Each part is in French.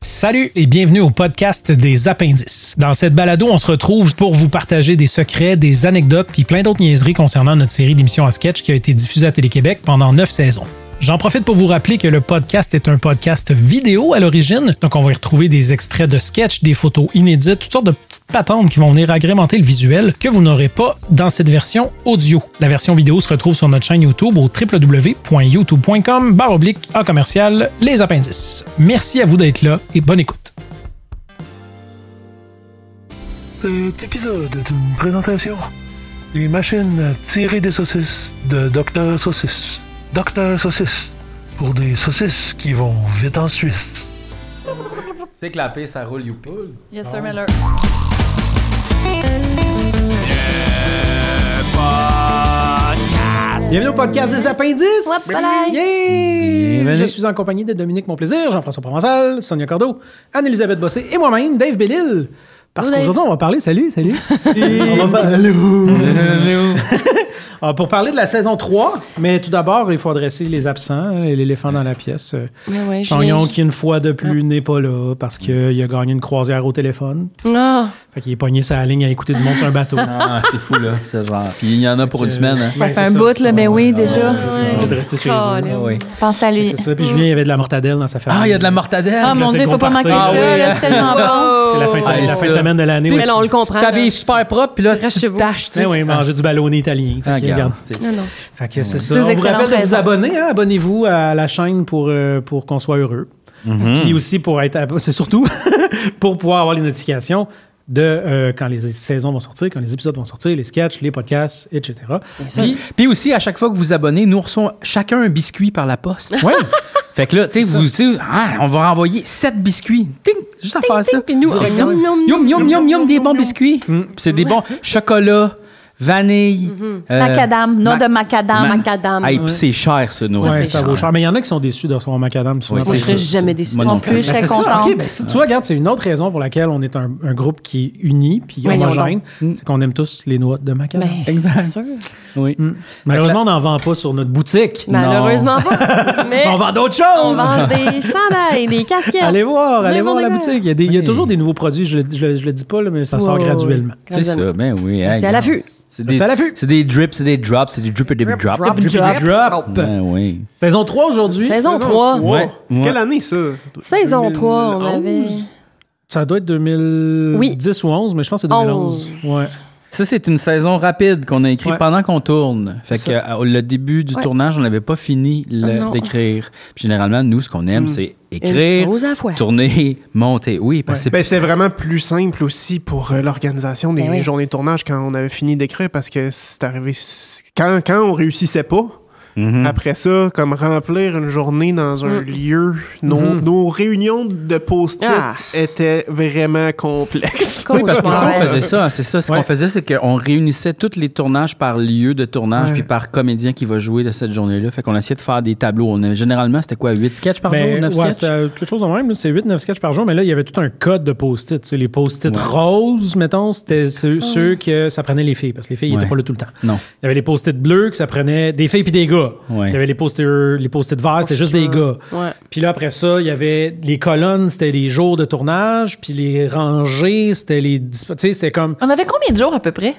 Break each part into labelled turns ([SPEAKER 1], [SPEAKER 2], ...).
[SPEAKER 1] Salut et bienvenue au podcast des appendices. Dans cette balado, on se retrouve pour vous partager des secrets, des anecdotes puis plein d'autres niaiseries concernant notre série d'émissions à sketch qui a été diffusée à Télé-Québec pendant neuf saisons. J'en profite pour vous rappeler que le podcast est un podcast vidéo à l'origine, donc on va y retrouver des extraits de sketch, des photos inédites, toutes sortes de petites patentes qui vont venir agrémenter le visuel que vous n'aurez pas dans cette version audio. La version vidéo se retrouve sur notre chaîne YouTube au www.youtube.com barre oblique A commercial les appendices. Merci à vous d'être là et bonne écoute.
[SPEAKER 2] Cet épisode est une présentation des machines à tirer des saucisses de Docteur Saucisse. Docteur Saucisse. Pour des saucisses qui vont vite en Suisse.
[SPEAKER 3] C'est clapé, ça roule, youpi.
[SPEAKER 4] Yes, sir, Miller.
[SPEAKER 1] Bienvenue au podcast des appendices.
[SPEAKER 4] Whoop-la-la.
[SPEAKER 1] Yay!
[SPEAKER 3] Bienvenue.
[SPEAKER 1] Je suis en compagnie de Dominique Monplaisir, Jean-François Provençal, Sonia Cordeau, Anne-Elisabeth Bossé et moi-même, Dave Bellil. Parce
[SPEAKER 4] Hello, Dave.
[SPEAKER 1] qu'aujourd'hui, on va parler. Salut, salut. on va parler. Ah, pour parler de la saison 3, mais tout d'abord, il faut adresser les absents et l'éléphant dans la pièce. Euh,
[SPEAKER 4] Mais ouais, je Ah.
[SPEAKER 1] Chagnon,
[SPEAKER 4] viens-
[SPEAKER 1] qui une fois de plus n'est pas là parce qu'il a gagné une croisière au téléphone.
[SPEAKER 4] Ah,
[SPEAKER 1] Fait qu'il est pogné sa ligne à écouter du monde sur un bateau. Euh,
[SPEAKER 3] Ah, c'est fou, là. C'est genre. Puis il y en a pour une semaine, hein.
[SPEAKER 4] ça
[SPEAKER 1] Ouais,
[SPEAKER 4] fait
[SPEAKER 1] c'est
[SPEAKER 4] un
[SPEAKER 1] ça.
[SPEAKER 4] bout, là, ben oui, déjà.
[SPEAKER 1] J'ai dû rester chez eux.
[SPEAKER 3] Ah, oui.
[SPEAKER 4] Pense à lui.
[SPEAKER 1] C'est ça. Puis Julien, il y avait de la mortadelle dans sa famille.
[SPEAKER 3] Ah, il y a de la mortadelle.
[SPEAKER 4] Ah, mon
[SPEAKER 1] sais
[SPEAKER 4] Dieu,
[SPEAKER 1] qu'on
[SPEAKER 4] faut pas
[SPEAKER 1] partait.
[SPEAKER 4] manquer
[SPEAKER 3] Ah,
[SPEAKER 4] ça,
[SPEAKER 3] oui.
[SPEAKER 4] là, c'est tellement bon.
[SPEAKER 1] C'est la fin de,
[SPEAKER 3] Ah,
[SPEAKER 1] la fin de
[SPEAKER 3] ça.
[SPEAKER 1] semaine de l'année.
[SPEAKER 3] Tu
[SPEAKER 1] où
[SPEAKER 3] sais,
[SPEAKER 5] Mais là, on le comprend.
[SPEAKER 3] T'habilles
[SPEAKER 5] là.
[SPEAKER 3] super propre, puis là,
[SPEAKER 5] restes
[SPEAKER 3] tu
[SPEAKER 5] chez vous.
[SPEAKER 3] tâches, tu
[SPEAKER 1] Eh
[SPEAKER 3] sais.
[SPEAKER 1] oui, manger du ballonné italien. Fait
[SPEAKER 3] Ah,
[SPEAKER 1] que, regarde.
[SPEAKER 3] regarde. c'est-
[SPEAKER 4] Non, non.
[SPEAKER 1] Fait que c'est ça.
[SPEAKER 4] Deux
[SPEAKER 1] on vous
[SPEAKER 4] excellentes
[SPEAKER 1] rappelle de vous
[SPEAKER 4] raisons.
[SPEAKER 1] abonner. hein. Abonnez-vous à la chaîne pour, euh, pour qu'on soit heureux. Puis aussi pour être... à- C'est surtout pour pouvoir avoir les notifications de euh, quand les saisons vont sortir, quand les épisodes vont sortir, les sketchs, les podcasts, etc.
[SPEAKER 3] Puis, puis aussi, à chaque fois que vous abonnez, nous recevons chacun un biscuit par la poste.
[SPEAKER 1] Ouais.
[SPEAKER 3] Fait que là, tu sais, vous, tu sais, ah, on va renvoyer sept biscuits. Ting! Juste à faire ça.
[SPEAKER 5] Puis nous,
[SPEAKER 3] Direct.
[SPEAKER 5] yum, yum,
[SPEAKER 3] Yum, yum, yum, yum, des bons biscuits. Mm, Puis c'est des bons chocolat, vanille. euh,
[SPEAKER 4] Macadam, non
[SPEAKER 3] ma-
[SPEAKER 4] de macadam. Ah,
[SPEAKER 3] ma-
[SPEAKER 5] Mm-hmm. macadam.
[SPEAKER 3] Hey, puis c'est cher, ce noix.
[SPEAKER 1] Ouais, ça vaut cher. Mais il y en a qui sont déçus de recevoir Macadam. souvent.
[SPEAKER 3] Oui,
[SPEAKER 5] Moi,
[SPEAKER 3] c'est
[SPEAKER 5] je serais
[SPEAKER 3] ça.
[SPEAKER 5] jamais déçu.
[SPEAKER 3] Moi non
[SPEAKER 4] En plus, je
[SPEAKER 1] Ben,
[SPEAKER 4] serais
[SPEAKER 1] c'est ça.
[SPEAKER 4] contente.
[SPEAKER 1] OK, ben, si tu regardes, c'est une autre raison pour laquelle on est un, un groupe qui est uni puis
[SPEAKER 5] Voyons
[SPEAKER 1] homogène, c'est qu'on aime tous les noix de macadam.
[SPEAKER 5] Ben,
[SPEAKER 3] Exact.
[SPEAKER 5] c'est sûr.
[SPEAKER 3] Oui.
[SPEAKER 1] Malheureusement, on n'en vend pas sur notre boutique.
[SPEAKER 5] Malheureusement pas. Mais
[SPEAKER 1] On vend d'autres
[SPEAKER 5] on
[SPEAKER 1] choses.
[SPEAKER 5] vend des chandails, des casquettes.
[SPEAKER 1] Allez voir, allez
[SPEAKER 5] Mais
[SPEAKER 1] voir
[SPEAKER 5] bon,
[SPEAKER 1] la
[SPEAKER 5] d'accord.
[SPEAKER 1] boutique. Il y a, des- il y a
[SPEAKER 3] Oui.
[SPEAKER 1] toujours des nouveaux produits. Je le, je le- je le dis pas, là, mais ça sort
[SPEAKER 5] Ouais, ouais,
[SPEAKER 1] graduellement.
[SPEAKER 3] C'est ça, ben oui. hey,
[SPEAKER 5] C'était à
[SPEAKER 3] regarde.
[SPEAKER 5] l'affût.
[SPEAKER 3] C'est des,
[SPEAKER 1] C'était à l'affût.
[SPEAKER 3] C'est des drips, c'est des drops, c'est des drip et des drip drops.
[SPEAKER 5] drop, drip.
[SPEAKER 1] Drippy Drop.
[SPEAKER 3] Ben oui.
[SPEAKER 1] Saison 3 aujourd'hui.
[SPEAKER 5] Saison 3.
[SPEAKER 6] trois.
[SPEAKER 3] Ouais.
[SPEAKER 6] C'est
[SPEAKER 3] Ouais.
[SPEAKER 6] Quelle année ça
[SPEAKER 5] Saison 3, on
[SPEAKER 6] 2011?
[SPEAKER 5] avait.
[SPEAKER 1] Ça doit être 2010 ou 11, mais je pense que c'est 2011. Ouais.
[SPEAKER 3] Ça, c'est une saison rapide qu'on a écrite
[SPEAKER 1] Ouais.
[SPEAKER 3] pendant qu'on tourne. Fait que euh, le début du
[SPEAKER 5] Ouais.
[SPEAKER 3] tournage, on n'avait pas fini le-
[SPEAKER 5] Non.
[SPEAKER 3] d'écrire. Puis Généralement, nous, ce qu'on aime, c'est
[SPEAKER 5] Une
[SPEAKER 3] écrire,
[SPEAKER 5] chose à la fois.
[SPEAKER 3] tourner, monter. Oui, parce que
[SPEAKER 6] Ben, c'était vraiment plus simple aussi pour euh, l'organisation des
[SPEAKER 5] Ben oui.
[SPEAKER 6] journées de tournage quand on avait fini d'écrire parce que c'est arrivé s- quand quand on réussissait pas.
[SPEAKER 3] Mhm.
[SPEAKER 6] Après ça, comme remplir une journée dans un lieu, nos, nos réunions de post-it
[SPEAKER 5] Ah.
[SPEAKER 6] étaient vraiment complexes.
[SPEAKER 3] Oui, parce que ça, on
[SPEAKER 5] Ouais.
[SPEAKER 3] faisait ça, hein, c'est ça. Ce
[SPEAKER 1] Ouais.
[SPEAKER 3] qu'on faisait, c'est qu'on réunissait tous les tournages par lieu de tournage,
[SPEAKER 6] Ouais.
[SPEAKER 3] puis par comédien qui va jouer de cette journée-là. Fait qu'on essayait de faire des tableaux. On a- généralement, c'était quoi, 8 sketchs par
[SPEAKER 1] Ben,
[SPEAKER 3] jour, 9
[SPEAKER 1] ouais,
[SPEAKER 3] sketchs?
[SPEAKER 1] c'est, euh, quelque chose de même. là. C'est 8-9 sketchs par jour, mais là, il y avait tout un code de post-it. tu sais, Les post-it
[SPEAKER 3] Ouais.
[SPEAKER 1] roses, mettons, c'était ceux, ceux que ça prenait les filles, parce que les filles n'étaient
[SPEAKER 3] Ouais.
[SPEAKER 1] pas là tout le temps.
[SPEAKER 3] Non.
[SPEAKER 1] Il y avait les post-it bleus que ça prenait des filles puis des gars.
[SPEAKER 3] Ouais.
[SPEAKER 1] Il y avait les post-it les post-it verts, c'était juste des gars.
[SPEAKER 5] Ouais.
[SPEAKER 1] Puis là, après ça, il y avait les colonnes, c'était les jours de tournage, puis les rangées, c'était les. dis- Tu sais, c'était comme
[SPEAKER 4] On avait combien de jours à peu près?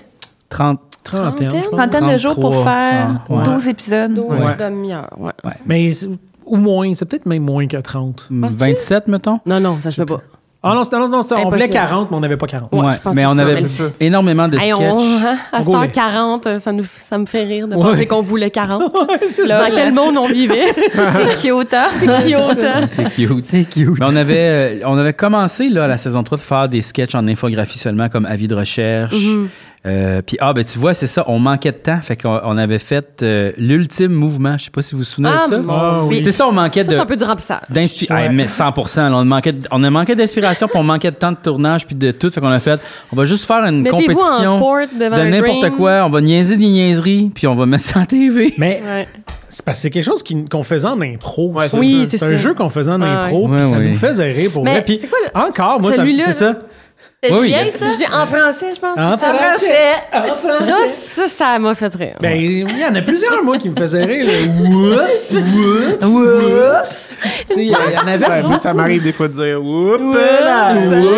[SPEAKER 3] 30.
[SPEAKER 1] 31. je pense.
[SPEAKER 4] Trentaine de jours pour
[SPEAKER 3] 33,
[SPEAKER 4] faire
[SPEAKER 3] ouais.
[SPEAKER 4] 12 épisodes.
[SPEAKER 5] Une
[SPEAKER 1] Ouais.
[SPEAKER 5] demi-heure, ouais.
[SPEAKER 1] Mais c'est- ou moins, c'est peut-être même moins que 30.
[SPEAKER 5] Penses-tu?
[SPEAKER 3] 27, mettons?
[SPEAKER 5] Non, non, ça se peut pas.
[SPEAKER 1] Ah non, c'était- non, non, c'était- on voulait
[SPEAKER 5] Impossible.
[SPEAKER 1] 40, mais on n'avait pas 40.
[SPEAKER 5] Ouais, je pense
[SPEAKER 3] mais
[SPEAKER 5] que
[SPEAKER 3] on
[SPEAKER 5] c'est
[SPEAKER 3] avait
[SPEAKER 5] ça.
[SPEAKER 3] énormément de
[SPEAKER 5] Hey,
[SPEAKER 3] sketchs.
[SPEAKER 5] on, hein, à cette
[SPEAKER 1] Roulez.
[SPEAKER 5] heure 40, euh, ça, nous, ça me fait rire de
[SPEAKER 1] Ouais.
[SPEAKER 5] penser qu'on voulait 40.
[SPEAKER 4] ça.
[SPEAKER 5] Dans quel monde on vivait?
[SPEAKER 4] C'est cute, hein?
[SPEAKER 5] Qui autant?
[SPEAKER 3] C'est cute. Mais on avait, euh, on avait commencé là, à la saison 3 de faire des sketchs en infographie seulement comme avis de recherche.
[SPEAKER 5] Mm-hmm.
[SPEAKER 3] Euh, Puis, ah, ben tu vois, c'est ça, on manquait de temps. Fait qu'on on avait fait euh, l'ultime mouvement. Je sais pas si vous vous souvenez
[SPEAKER 5] Ah,
[SPEAKER 3] de ça.
[SPEAKER 5] mon Dieu.
[SPEAKER 1] oui.
[SPEAKER 3] C'est ça, on manquait
[SPEAKER 5] Ça,
[SPEAKER 3] de.
[SPEAKER 5] c'est un peu du remplissage.
[SPEAKER 3] d'inspi-
[SPEAKER 1] Ouais.
[SPEAKER 3] Ah, mais 100 là, on, manquait de- on a manqué d'inspiration, puis on manquait de temps de tournage, puis de tout. Fait qu'on a fait, on va juste faire une
[SPEAKER 5] Mettez-vous en
[SPEAKER 3] compétition
[SPEAKER 5] sport devant
[SPEAKER 3] de
[SPEAKER 5] un
[SPEAKER 3] n'importe
[SPEAKER 5] green.
[SPEAKER 3] quoi. On va niaiser des niaiseries, puis on va mettre ça en TV.
[SPEAKER 1] Mais
[SPEAKER 5] Ouais.
[SPEAKER 1] c'est parce que c'est quelque chose qui- qu'on faisait en impro.
[SPEAKER 6] Ouais,
[SPEAKER 1] ça.
[SPEAKER 6] c'est
[SPEAKER 5] Oui,
[SPEAKER 6] ça.
[SPEAKER 5] c'est
[SPEAKER 1] c'est
[SPEAKER 5] ça.
[SPEAKER 1] un jeu qu'on faisait en
[SPEAKER 5] Ouais,
[SPEAKER 1] impro,
[SPEAKER 3] ouais.
[SPEAKER 1] puis
[SPEAKER 3] Ouais,
[SPEAKER 1] ça
[SPEAKER 3] ouais.
[SPEAKER 1] nous faisait rire pour
[SPEAKER 5] Mais
[SPEAKER 1] vrai. Puis
[SPEAKER 5] c'est quoi le-
[SPEAKER 1] encore, moi, ça-
[SPEAKER 5] Celui-là,
[SPEAKER 1] c'est
[SPEAKER 5] là?
[SPEAKER 1] ça.
[SPEAKER 4] C'était
[SPEAKER 3] Oui, oui, il
[SPEAKER 4] Julien,
[SPEAKER 3] y a-
[SPEAKER 4] ça?
[SPEAKER 5] Si je dis en français, je pense.
[SPEAKER 1] En
[SPEAKER 5] ça me-
[SPEAKER 1] français.
[SPEAKER 5] Ça, ça, ça m'a fait rire.
[SPEAKER 1] Ben, il y en a plusieurs, moi, qui me faisaient rire. là. Whoops, whoops, whoops. Tu sais, il y en avait
[SPEAKER 6] Ouais, moi, ça m'arrive des fois de dire Oups!
[SPEAKER 1] euh.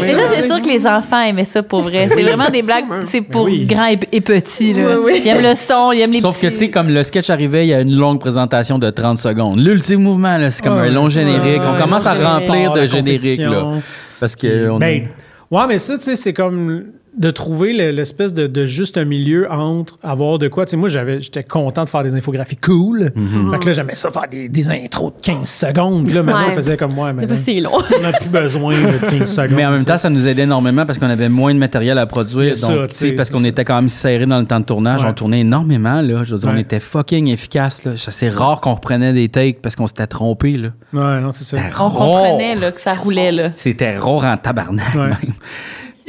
[SPEAKER 4] Mais ça, c'est sûr que les enfants aimaient ça pour vrai. C'est vraiment des blagues, c'est pour
[SPEAKER 1] oui.
[SPEAKER 4] grands et, et petits. Là.
[SPEAKER 5] Oui, oui.
[SPEAKER 4] Ils aiment le son, ils aiment les
[SPEAKER 3] Sauf que, tu
[SPEAKER 4] petits...
[SPEAKER 3] sais, comme le sketch arrivait, il y a une longue présentation de 30 secondes. L'ultime mouvement, là, c'est comme
[SPEAKER 1] Ouais,
[SPEAKER 3] un long
[SPEAKER 1] Oh, c'est ça.
[SPEAKER 3] générique. On
[SPEAKER 1] Un
[SPEAKER 3] commence
[SPEAKER 1] long
[SPEAKER 3] à
[SPEAKER 1] générique.
[SPEAKER 3] remplir de
[SPEAKER 1] La
[SPEAKER 3] génériques, là.
[SPEAKER 1] compétition.
[SPEAKER 3] Parce que. on-
[SPEAKER 1] Ben, ouais, mais ça, tu sais, c'est comme de trouver le- l'espèce de, de juste milieu entre avoir de quoi. Tu sais, moi, j'avais, j'étais content de faire des infographies cool. Fait que là, j'aimais ça faire des, des intros de 15 secondes. Puis Là, maintenant,
[SPEAKER 5] Ouais.
[SPEAKER 1] on faisait comme moi.
[SPEAKER 5] C'est
[SPEAKER 1] maintenant,
[SPEAKER 5] pas si long.
[SPEAKER 1] On n'a plus besoin de 15 secondes.
[SPEAKER 3] Mais en même temps, ça nous aidait énormément parce qu'on avait moins de matériel à produire.
[SPEAKER 1] C'est ça,
[SPEAKER 3] Donc, tu sais,
[SPEAKER 1] t'sais,
[SPEAKER 3] parce
[SPEAKER 1] c'est
[SPEAKER 3] qu'on
[SPEAKER 1] ça.
[SPEAKER 3] était quand même serré dans le temps de tournage.
[SPEAKER 1] Ouais.
[SPEAKER 3] On tournait énormément, là. Je veux dire, on
[SPEAKER 1] Ouais.
[SPEAKER 3] était fucking efficace, là. Ça, C'est rare qu'on reprenait des takes parce qu'on s'était trompé, là.
[SPEAKER 1] Ouais, non, c'est ça.
[SPEAKER 4] On comprenait là, que ça roulait. là.
[SPEAKER 3] C'était rare en tabarnak,
[SPEAKER 1] Ouais.
[SPEAKER 3] même.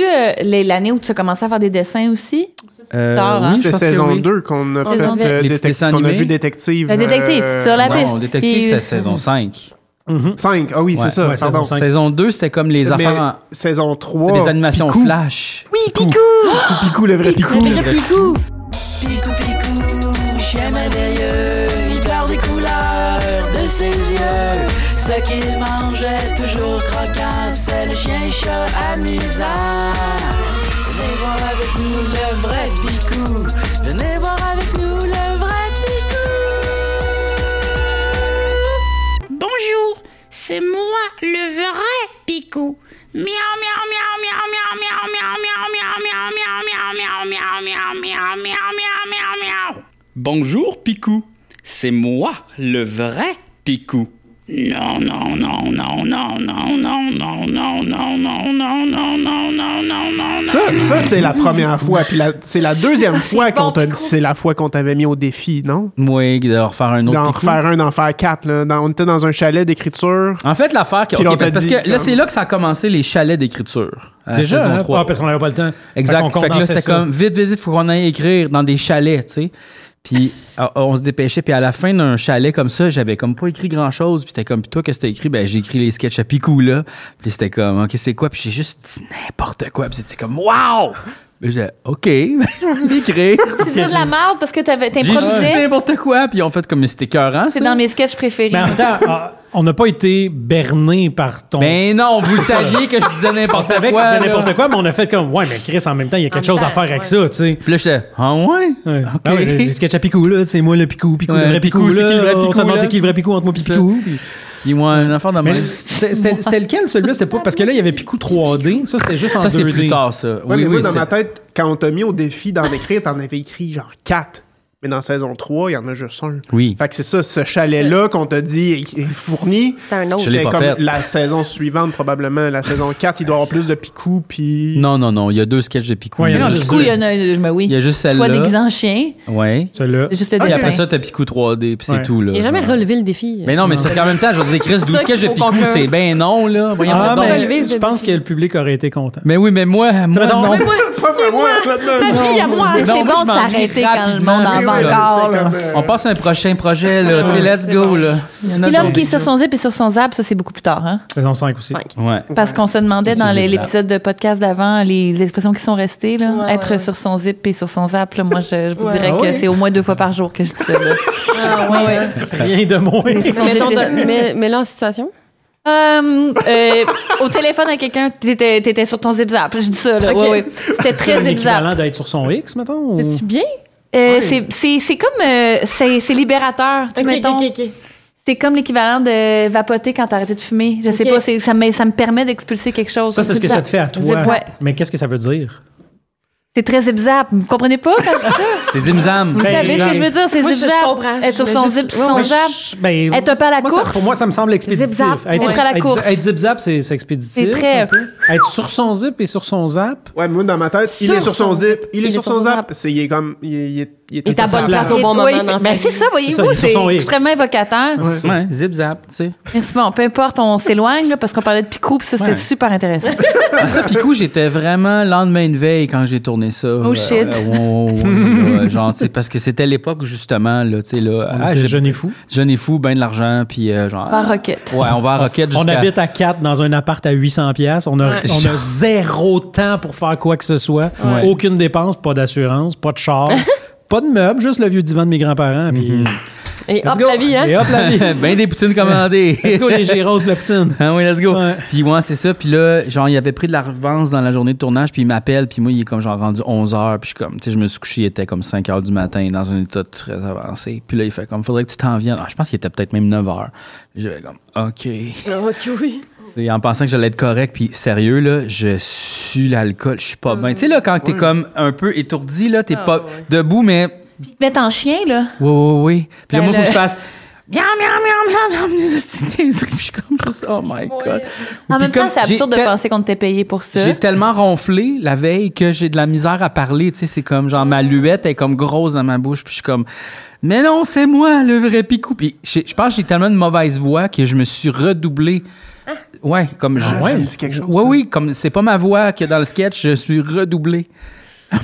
[SPEAKER 4] Tu euh, les- l'année où tu as commencé à faire des dessins aussi?
[SPEAKER 3] Euh,
[SPEAKER 4] Tard, hein?
[SPEAKER 3] oui, je
[SPEAKER 6] C'était
[SPEAKER 3] pense que
[SPEAKER 6] saison
[SPEAKER 3] oui.
[SPEAKER 6] 2 qu'on a fait
[SPEAKER 4] Saison deux.
[SPEAKER 6] euh,
[SPEAKER 3] Les petits
[SPEAKER 6] détec-
[SPEAKER 3] dessins
[SPEAKER 6] qu'on a
[SPEAKER 3] animés.
[SPEAKER 6] vu détective. euh,
[SPEAKER 4] Le détective, sur
[SPEAKER 7] Ben,
[SPEAKER 4] la-
[SPEAKER 3] Ouais, on
[SPEAKER 4] piste.
[SPEAKER 3] détective,
[SPEAKER 4] Et-
[SPEAKER 3] c'est saison 5.
[SPEAKER 6] 5. Ah oui,
[SPEAKER 3] Ouais,
[SPEAKER 6] c'est ça.
[SPEAKER 1] ouais, saison
[SPEAKER 6] pardon.
[SPEAKER 1] cinq.
[SPEAKER 3] Saison 2, c'était comme les
[SPEAKER 6] Mais
[SPEAKER 3] affaires en-
[SPEAKER 6] saison 3.
[SPEAKER 3] des animations flash.
[SPEAKER 5] Oui, Picou!
[SPEAKER 6] Picou, le vrai Picou.
[SPEAKER 5] Le vrai Picou!
[SPEAKER 8] Picou, picou, chien merveilleux, il parle des couleurs de ses yeux. Ce qu'il mangeait toujours croquant, c'est le chien chat amusant. Venez voir avec nous le vrai Picou. Venez voir avec nous le vrai Picou.
[SPEAKER 9] Bonjour, c'est moi le vrai Picou. Miaou miaou miaou miaou miaou miaou miaou miaou miaou miaou miaou miaou miaou miaou miaou miaou miaou miaou miaou.
[SPEAKER 7] Bonjour Picou, c'est moi le vrai Picou.
[SPEAKER 9] Non non non non non non non non non non non non non non non non non.
[SPEAKER 6] Ça, ça c'est la première fois. Puis la- c'est la deuxième fois
[SPEAKER 4] bon,
[SPEAKER 6] qu'on t'a
[SPEAKER 4] Picou.
[SPEAKER 6] c'est la fois qu'on t'avait mis au défi, non?
[SPEAKER 3] Oui, de refaire un autre
[SPEAKER 6] D'en
[SPEAKER 3] Picou.
[SPEAKER 6] refaire un, d'en faire quatre. là. Dans- on était dans un chalet d'écriture.
[SPEAKER 3] En fait, l'affaire qui
[SPEAKER 6] Puis
[SPEAKER 3] ok,
[SPEAKER 6] on t'a
[SPEAKER 3] parce
[SPEAKER 6] dit,
[SPEAKER 3] que là,
[SPEAKER 6] comme-
[SPEAKER 3] c'est là que ça a commencé les chalets d'écriture. à la
[SPEAKER 1] Déjà,
[SPEAKER 3] saison
[SPEAKER 1] hein?
[SPEAKER 3] 3.
[SPEAKER 1] Ah, parce qu'on n'avait pas le temps.
[SPEAKER 3] Exact.
[SPEAKER 1] qu'on
[SPEAKER 3] Fait, que là,
[SPEAKER 1] condensait
[SPEAKER 3] c'était
[SPEAKER 1] ça.
[SPEAKER 3] comme vite, vite, vite, faut qu'on aille écrire dans des chalets, tu sais. Puis ah, on se dépêchait. Puis à la fin d'un chalet comme ça, j'avais comme pas écrit grand chose. Puis t'es comme, puis toi, qu'est-ce que t'as écrit? Ben, j'ai écrit les sketchs à Picou, là. Puis c'était comme, OK, c'est quoi? Puis j'ai juste dit n'importe quoi. Puis c'était comme, wow! Puis j'ai, OK, je vais l'écrire.
[SPEAKER 4] Tu dis de la merde parce que t'avais-
[SPEAKER 3] J'ai juste dit
[SPEAKER 4] t'improvisais.
[SPEAKER 3] n'importe quoi. Puis en fait, comme, mais c'était écœurant,
[SPEAKER 4] C'est
[SPEAKER 3] ça.
[SPEAKER 4] dans mes sketchs préférés.
[SPEAKER 1] Mais en même temps, ah, on n'a pas été berné par ton.
[SPEAKER 3] Ben non, vous le saviez que je disais
[SPEAKER 1] on
[SPEAKER 3] n'importe quoi.
[SPEAKER 1] savait que tu disais
[SPEAKER 3] là.
[SPEAKER 1] n'importe quoi, mais on a fait comme, ouais, mais Chris, en même temps, il y a quelque
[SPEAKER 5] En
[SPEAKER 1] chose à
[SPEAKER 5] même
[SPEAKER 1] faire
[SPEAKER 5] temps,
[SPEAKER 1] avec
[SPEAKER 5] ouais.
[SPEAKER 1] ça, tu sais.
[SPEAKER 3] Puis là, j'étais, ah ouais?
[SPEAKER 1] Ouais.
[SPEAKER 3] Ok.
[SPEAKER 1] Ah ouais, le- le sketch à Picou, là, c'est moi le Picou, Picou,
[SPEAKER 3] Ouais,
[SPEAKER 1] le vrai Picou,
[SPEAKER 3] Picou, c'est
[SPEAKER 1] là,
[SPEAKER 3] qui le vrai
[SPEAKER 1] on
[SPEAKER 3] Picou,
[SPEAKER 1] se demandait
[SPEAKER 3] là?
[SPEAKER 1] qui est le vrai Picou entre moi et
[SPEAKER 3] C'est
[SPEAKER 1] Picou.
[SPEAKER 3] ça. Ils m'ont un enfant de
[SPEAKER 1] Mais
[SPEAKER 3] même.
[SPEAKER 1] c'est- c'était c'était lequel, celui-là? C'était pas, parce que là, il y avait Picou 3D, ça, c'était juste en
[SPEAKER 3] Ça, c'est
[SPEAKER 1] 2D.
[SPEAKER 3] plus tard, ça.
[SPEAKER 6] Ouais,
[SPEAKER 3] oui,
[SPEAKER 6] mais
[SPEAKER 3] oui,
[SPEAKER 6] moi, dans
[SPEAKER 3] c'est-
[SPEAKER 6] ma tête, quand on t'a mis au défi d'en écrire, t'en avais écrit genre quatre. Mais dans saison 3, il y en a juste un.
[SPEAKER 3] Oui.
[SPEAKER 6] Fait que c'est ça, ce chalet-là qu'on t'a dit est- est fourni.
[SPEAKER 5] C'est un autre.
[SPEAKER 3] Je l'ai
[SPEAKER 6] C'était
[SPEAKER 3] pas
[SPEAKER 6] comme
[SPEAKER 3] fait.
[SPEAKER 6] la saison suivante, probablement. La saison 4, il doit y avoir plus de picou, puis...
[SPEAKER 3] Non, non, non. Il y a deux sketchs de Picou.
[SPEAKER 1] Ouais,
[SPEAKER 3] il y a
[SPEAKER 1] en
[SPEAKER 4] du
[SPEAKER 3] juste
[SPEAKER 1] a
[SPEAKER 4] coup,
[SPEAKER 1] deux.
[SPEAKER 4] il y en a je me oui.
[SPEAKER 3] Il y a juste
[SPEAKER 4] Toi
[SPEAKER 3] celle-là.
[SPEAKER 4] déguisé en chien,
[SPEAKER 3] Ouais.
[SPEAKER 1] Celui-là.
[SPEAKER 4] juste le
[SPEAKER 3] Puis
[SPEAKER 4] dessin.
[SPEAKER 3] après ça, t'as Picou 3D, puis c'est
[SPEAKER 1] Ouais.
[SPEAKER 3] tout, là.
[SPEAKER 5] Il n'a jamais relevé le défi.
[SPEAKER 3] Mais non, mais c'est parce qu'en même temps, je veux dire, Chris, 12
[SPEAKER 5] ça qu'il
[SPEAKER 3] sketchs de
[SPEAKER 5] faut
[SPEAKER 3] Picou,
[SPEAKER 5] conclure.
[SPEAKER 3] c'est ben non, là. Voyons
[SPEAKER 1] Ah,
[SPEAKER 3] donc.
[SPEAKER 5] mais-
[SPEAKER 1] mais je pense que le public aurait été content.
[SPEAKER 3] Mais oui, mais moi, moi,
[SPEAKER 1] mettons,
[SPEAKER 3] non.
[SPEAKER 1] mais
[SPEAKER 5] Moi,
[SPEAKER 6] Pas à moi, là-dedans.
[SPEAKER 5] ma fille à moi!
[SPEAKER 4] Mais
[SPEAKER 3] Non,
[SPEAKER 4] Ah, c'est
[SPEAKER 3] moi,
[SPEAKER 4] bon
[SPEAKER 3] je
[SPEAKER 4] de
[SPEAKER 3] m'en vais
[SPEAKER 4] s'arrêter quand le
[SPEAKER 3] rapidement,
[SPEAKER 4] monde en
[SPEAKER 3] mais
[SPEAKER 4] va
[SPEAKER 3] oui,
[SPEAKER 4] encore. là.
[SPEAKER 3] On passe à un prochain projet, là. Tu sais, let's go, là. Il y en a
[SPEAKER 4] Puis l'homme
[SPEAKER 3] d'autres.
[SPEAKER 4] qui est sur son zip et sur son zap, ça, c'est beaucoup plus tard. Hein?
[SPEAKER 1] Saison 5 aussi.
[SPEAKER 5] Cinq.
[SPEAKER 3] Ouais.
[SPEAKER 4] Parce qu'on se demandait dans
[SPEAKER 3] Sur
[SPEAKER 4] les-
[SPEAKER 3] zip, zap.
[SPEAKER 4] l'épisode de podcast d'avant les expressions qui sont restées. Là. Être sur son zip et sur son zap, là, moi, je, je vous dirais que
[SPEAKER 1] Ah Ouais.
[SPEAKER 4] c'est au moins deux fois par jour que je dis ça. Là. Ouais, ouais.
[SPEAKER 1] Rien de moins.
[SPEAKER 4] Sur son
[SPEAKER 5] Mais
[SPEAKER 4] zip
[SPEAKER 5] ton-
[SPEAKER 4] et-
[SPEAKER 5] mais- mais là, en situation?
[SPEAKER 4] Euh, euh, au téléphone à quelqu'un, t'étais, t'étais sur ton zip zap. Je dis ça, là.
[SPEAKER 5] Ok.
[SPEAKER 4] Ouais, ouais. C'était très zip zap.
[SPEAKER 1] équivalent d'être sur son X, mettons? ou-
[SPEAKER 5] Es-tu bien?
[SPEAKER 4] Euh, c'est, c'est, c'est comme, euh, c'est, c'est libérateur. Tu sais, mettons,
[SPEAKER 5] ok.
[SPEAKER 4] C'est comme l'équivalent de vapoter quand t'as arrêté de fumer. Je sais
[SPEAKER 5] Ok.
[SPEAKER 4] pas, c'est, ça, me, ça me permet d'expulser quelque chose.
[SPEAKER 1] Ça, c'est ce que ça te fait à toi.
[SPEAKER 4] Zip zap.
[SPEAKER 1] Mais qu'est-ce que ça veut dire?
[SPEAKER 4] C'est très zip-zap. Vous comprenez pas quand je dis ça?
[SPEAKER 3] C'est Zimzam.
[SPEAKER 4] Vous
[SPEAKER 1] Ben,
[SPEAKER 4] savez ce que je veux dire? C'est
[SPEAKER 5] Moi, je-
[SPEAKER 4] zip-zap.
[SPEAKER 5] je comprends.
[SPEAKER 4] Être sur
[SPEAKER 5] Mais
[SPEAKER 4] son
[SPEAKER 5] juste-
[SPEAKER 4] zip,
[SPEAKER 5] ouais,
[SPEAKER 4] son
[SPEAKER 5] ouais.
[SPEAKER 4] zap.
[SPEAKER 1] Ben,
[SPEAKER 4] Être un peu à la
[SPEAKER 1] moi, ça-
[SPEAKER 4] course.
[SPEAKER 1] pour moi, ça me semble expéditif.
[SPEAKER 5] Zip-zap,
[SPEAKER 1] Être,
[SPEAKER 4] ouais. Être à la
[SPEAKER 1] être-
[SPEAKER 4] course.
[SPEAKER 1] être zip-zap, c'est c'est expéditif.
[SPEAKER 4] C'est très-
[SPEAKER 1] un peu. Être sur son zip et sur son zap.
[SPEAKER 6] Ouais, moi, dans ma tête, il
[SPEAKER 5] Sur
[SPEAKER 6] est sur son
[SPEAKER 5] son
[SPEAKER 6] zip, il est sur son zap. C'est, il est comme... Il est, il est Il
[SPEAKER 5] est à bonne place au bon
[SPEAKER 4] Oui,
[SPEAKER 5] moment
[SPEAKER 4] fait-
[SPEAKER 5] dans sa
[SPEAKER 4] ben,
[SPEAKER 5] vie.
[SPEAKER 4] c'est ça,
[SPEAKER 1] C'est ça,
[SPEAKER 4] voyez-vous,
[SPEAKER 1] les
[SPEAKER 4] c'est
[SPEAKER 1] chaussons X.
[SPEAKER 4] extrêmement évocateur.
[SPEAKER 3] Ouais, zip zap, tu sais.
[SPEAKER 4] Merci, bon, peu importe, on s'éloigne, là, parce qu'on parlait de Picou, puis ça, c'était
[SPEAKER 3] Ouais.
[SPEAKER 4] super intéressant.
[SPEAKER 3] Ah, ça, Picou, j'étais vraiment lendemain de veille quand j'ai tourné ça.
[SPEAKER 4] Oh, shit.
[SPEAKER 3] ouais, ouais, ouais, ouais, genre, tu sais, parce que c'était l'époque où, justement, là, tu sais, là.
[SPEAKER 1] On
[SPEAKER 3] ah,
[SPEAKER 1] était
[SPEAKER 3] j'ai-
[SPEAKER 1] jeune et fou.
[SPEAKER 3] jeune et fou, ben de l'argent, puis euh, genre.
[SPEAKER 4] Par Rocket.
[SPEAKER 3] Ouais, on va à Rocket
[SPEAKER 1] On
[SPEAKER 3] jusqu'à-
[SPEAKER 1] habite à 4 dans un appart à 800 pièces. On a,
[SPEAKER 5] Ouais.
[SPEAKER 1] on a zéro temps pour faire quoi que ce soit.
[SPEAKER 3] Ouais.
[SPEAKER 1] Aucune dépense, pas d'assurance, pas de char, pas de meubles, juste le vieux divan de mes grands-parents. puis-
[SPEAKER 3] Mhm.
[SPEAKER 5] Et
[SPEAKER 1] Let's
[SPEAKER 5] hop,
[SPEAKER 1] go.
[SPEAKER 5] la vie, hein?
[SPEAKER 1] Et hop la vie.
[SPEAKER 3] ben des poutines commandées.
[SPEAKER 1] Let's go les géros la poutine.
[SPEAKER 3] Ah oui, let's go.
[SPEAKER 1] Ouais.
[SPEAKER 3] Puis ouais, c'est ça. Puis là, genre, il avait pris de l'avance dans la journée de tournage, puis il m'appelle, puis moi, il est comme genre rendu 11h, puis je suis comme, tu sais, je me suis couché, il était comme 5h du matin, dans un état très avancé. Puis là, il fait comme, faudrait que tu t'en viennes. Ah, je pense qu'il était peut-être même 9h. J'avais comme, OK.
[SPEAKER 5] Ah, Ok, oui.
[SPEAKER 3] Et en pensant que j'allais être correct, puis sérieux, là, je suis l'alcool, je suis pas bien. Tu sais, là, quand t'es comme un peu étourdi, là, t'es
[SPEAKER 5] Mm. Ah,
[SPEAKER 3] pas
[SPEAKER 5] ouais.
[SPEAKER 3] debout, mais
[SPEAKER 4] Puis te mettre en chien, là.
[SPEAKER 3] oui, oui, oui. Puis là,
[SPEAKER 4] Ben,
[SPEAKER 3] moi, faut
[SPEAKER 4] le-
[SPEAKER 3] que je fasse. Miam, miam, miam, miam, miam, les hosties de niaiseries. Puis je suis comme juste, oh my God. Puis
[SPEAKER 4] En même
[SPEAKER 3] comme
[SPEAKER 4] temps, c'est
[SPEAKER 3] j'ai
[SPEAKER 4] absurde de
[SPEAKER 3] tel-
[SPEAKER 4] penser qu'on t'est payé pour ça.
[SPEAKER 3] J'ai tellement ronflé la veille que j'ai de la misère à parler. Tu sais, c'est comme genre ma luette est comme grosse dans ma bouche. Puis je suis comme, mais non, c'est moi le vrai picou. Puis je je pense que j'ai tellement de mauvaise voix que je me suis redoublé. Ouais, comme je.
[SPEAKER 6] Ah, ça me dit quelque chose,
[SPEAKER 3] Ouais,
[SPEAKER 6] ça.
[SPEAKER 3] oui, comme c'est pas ma voix que dans le sketch, je suis redoublé.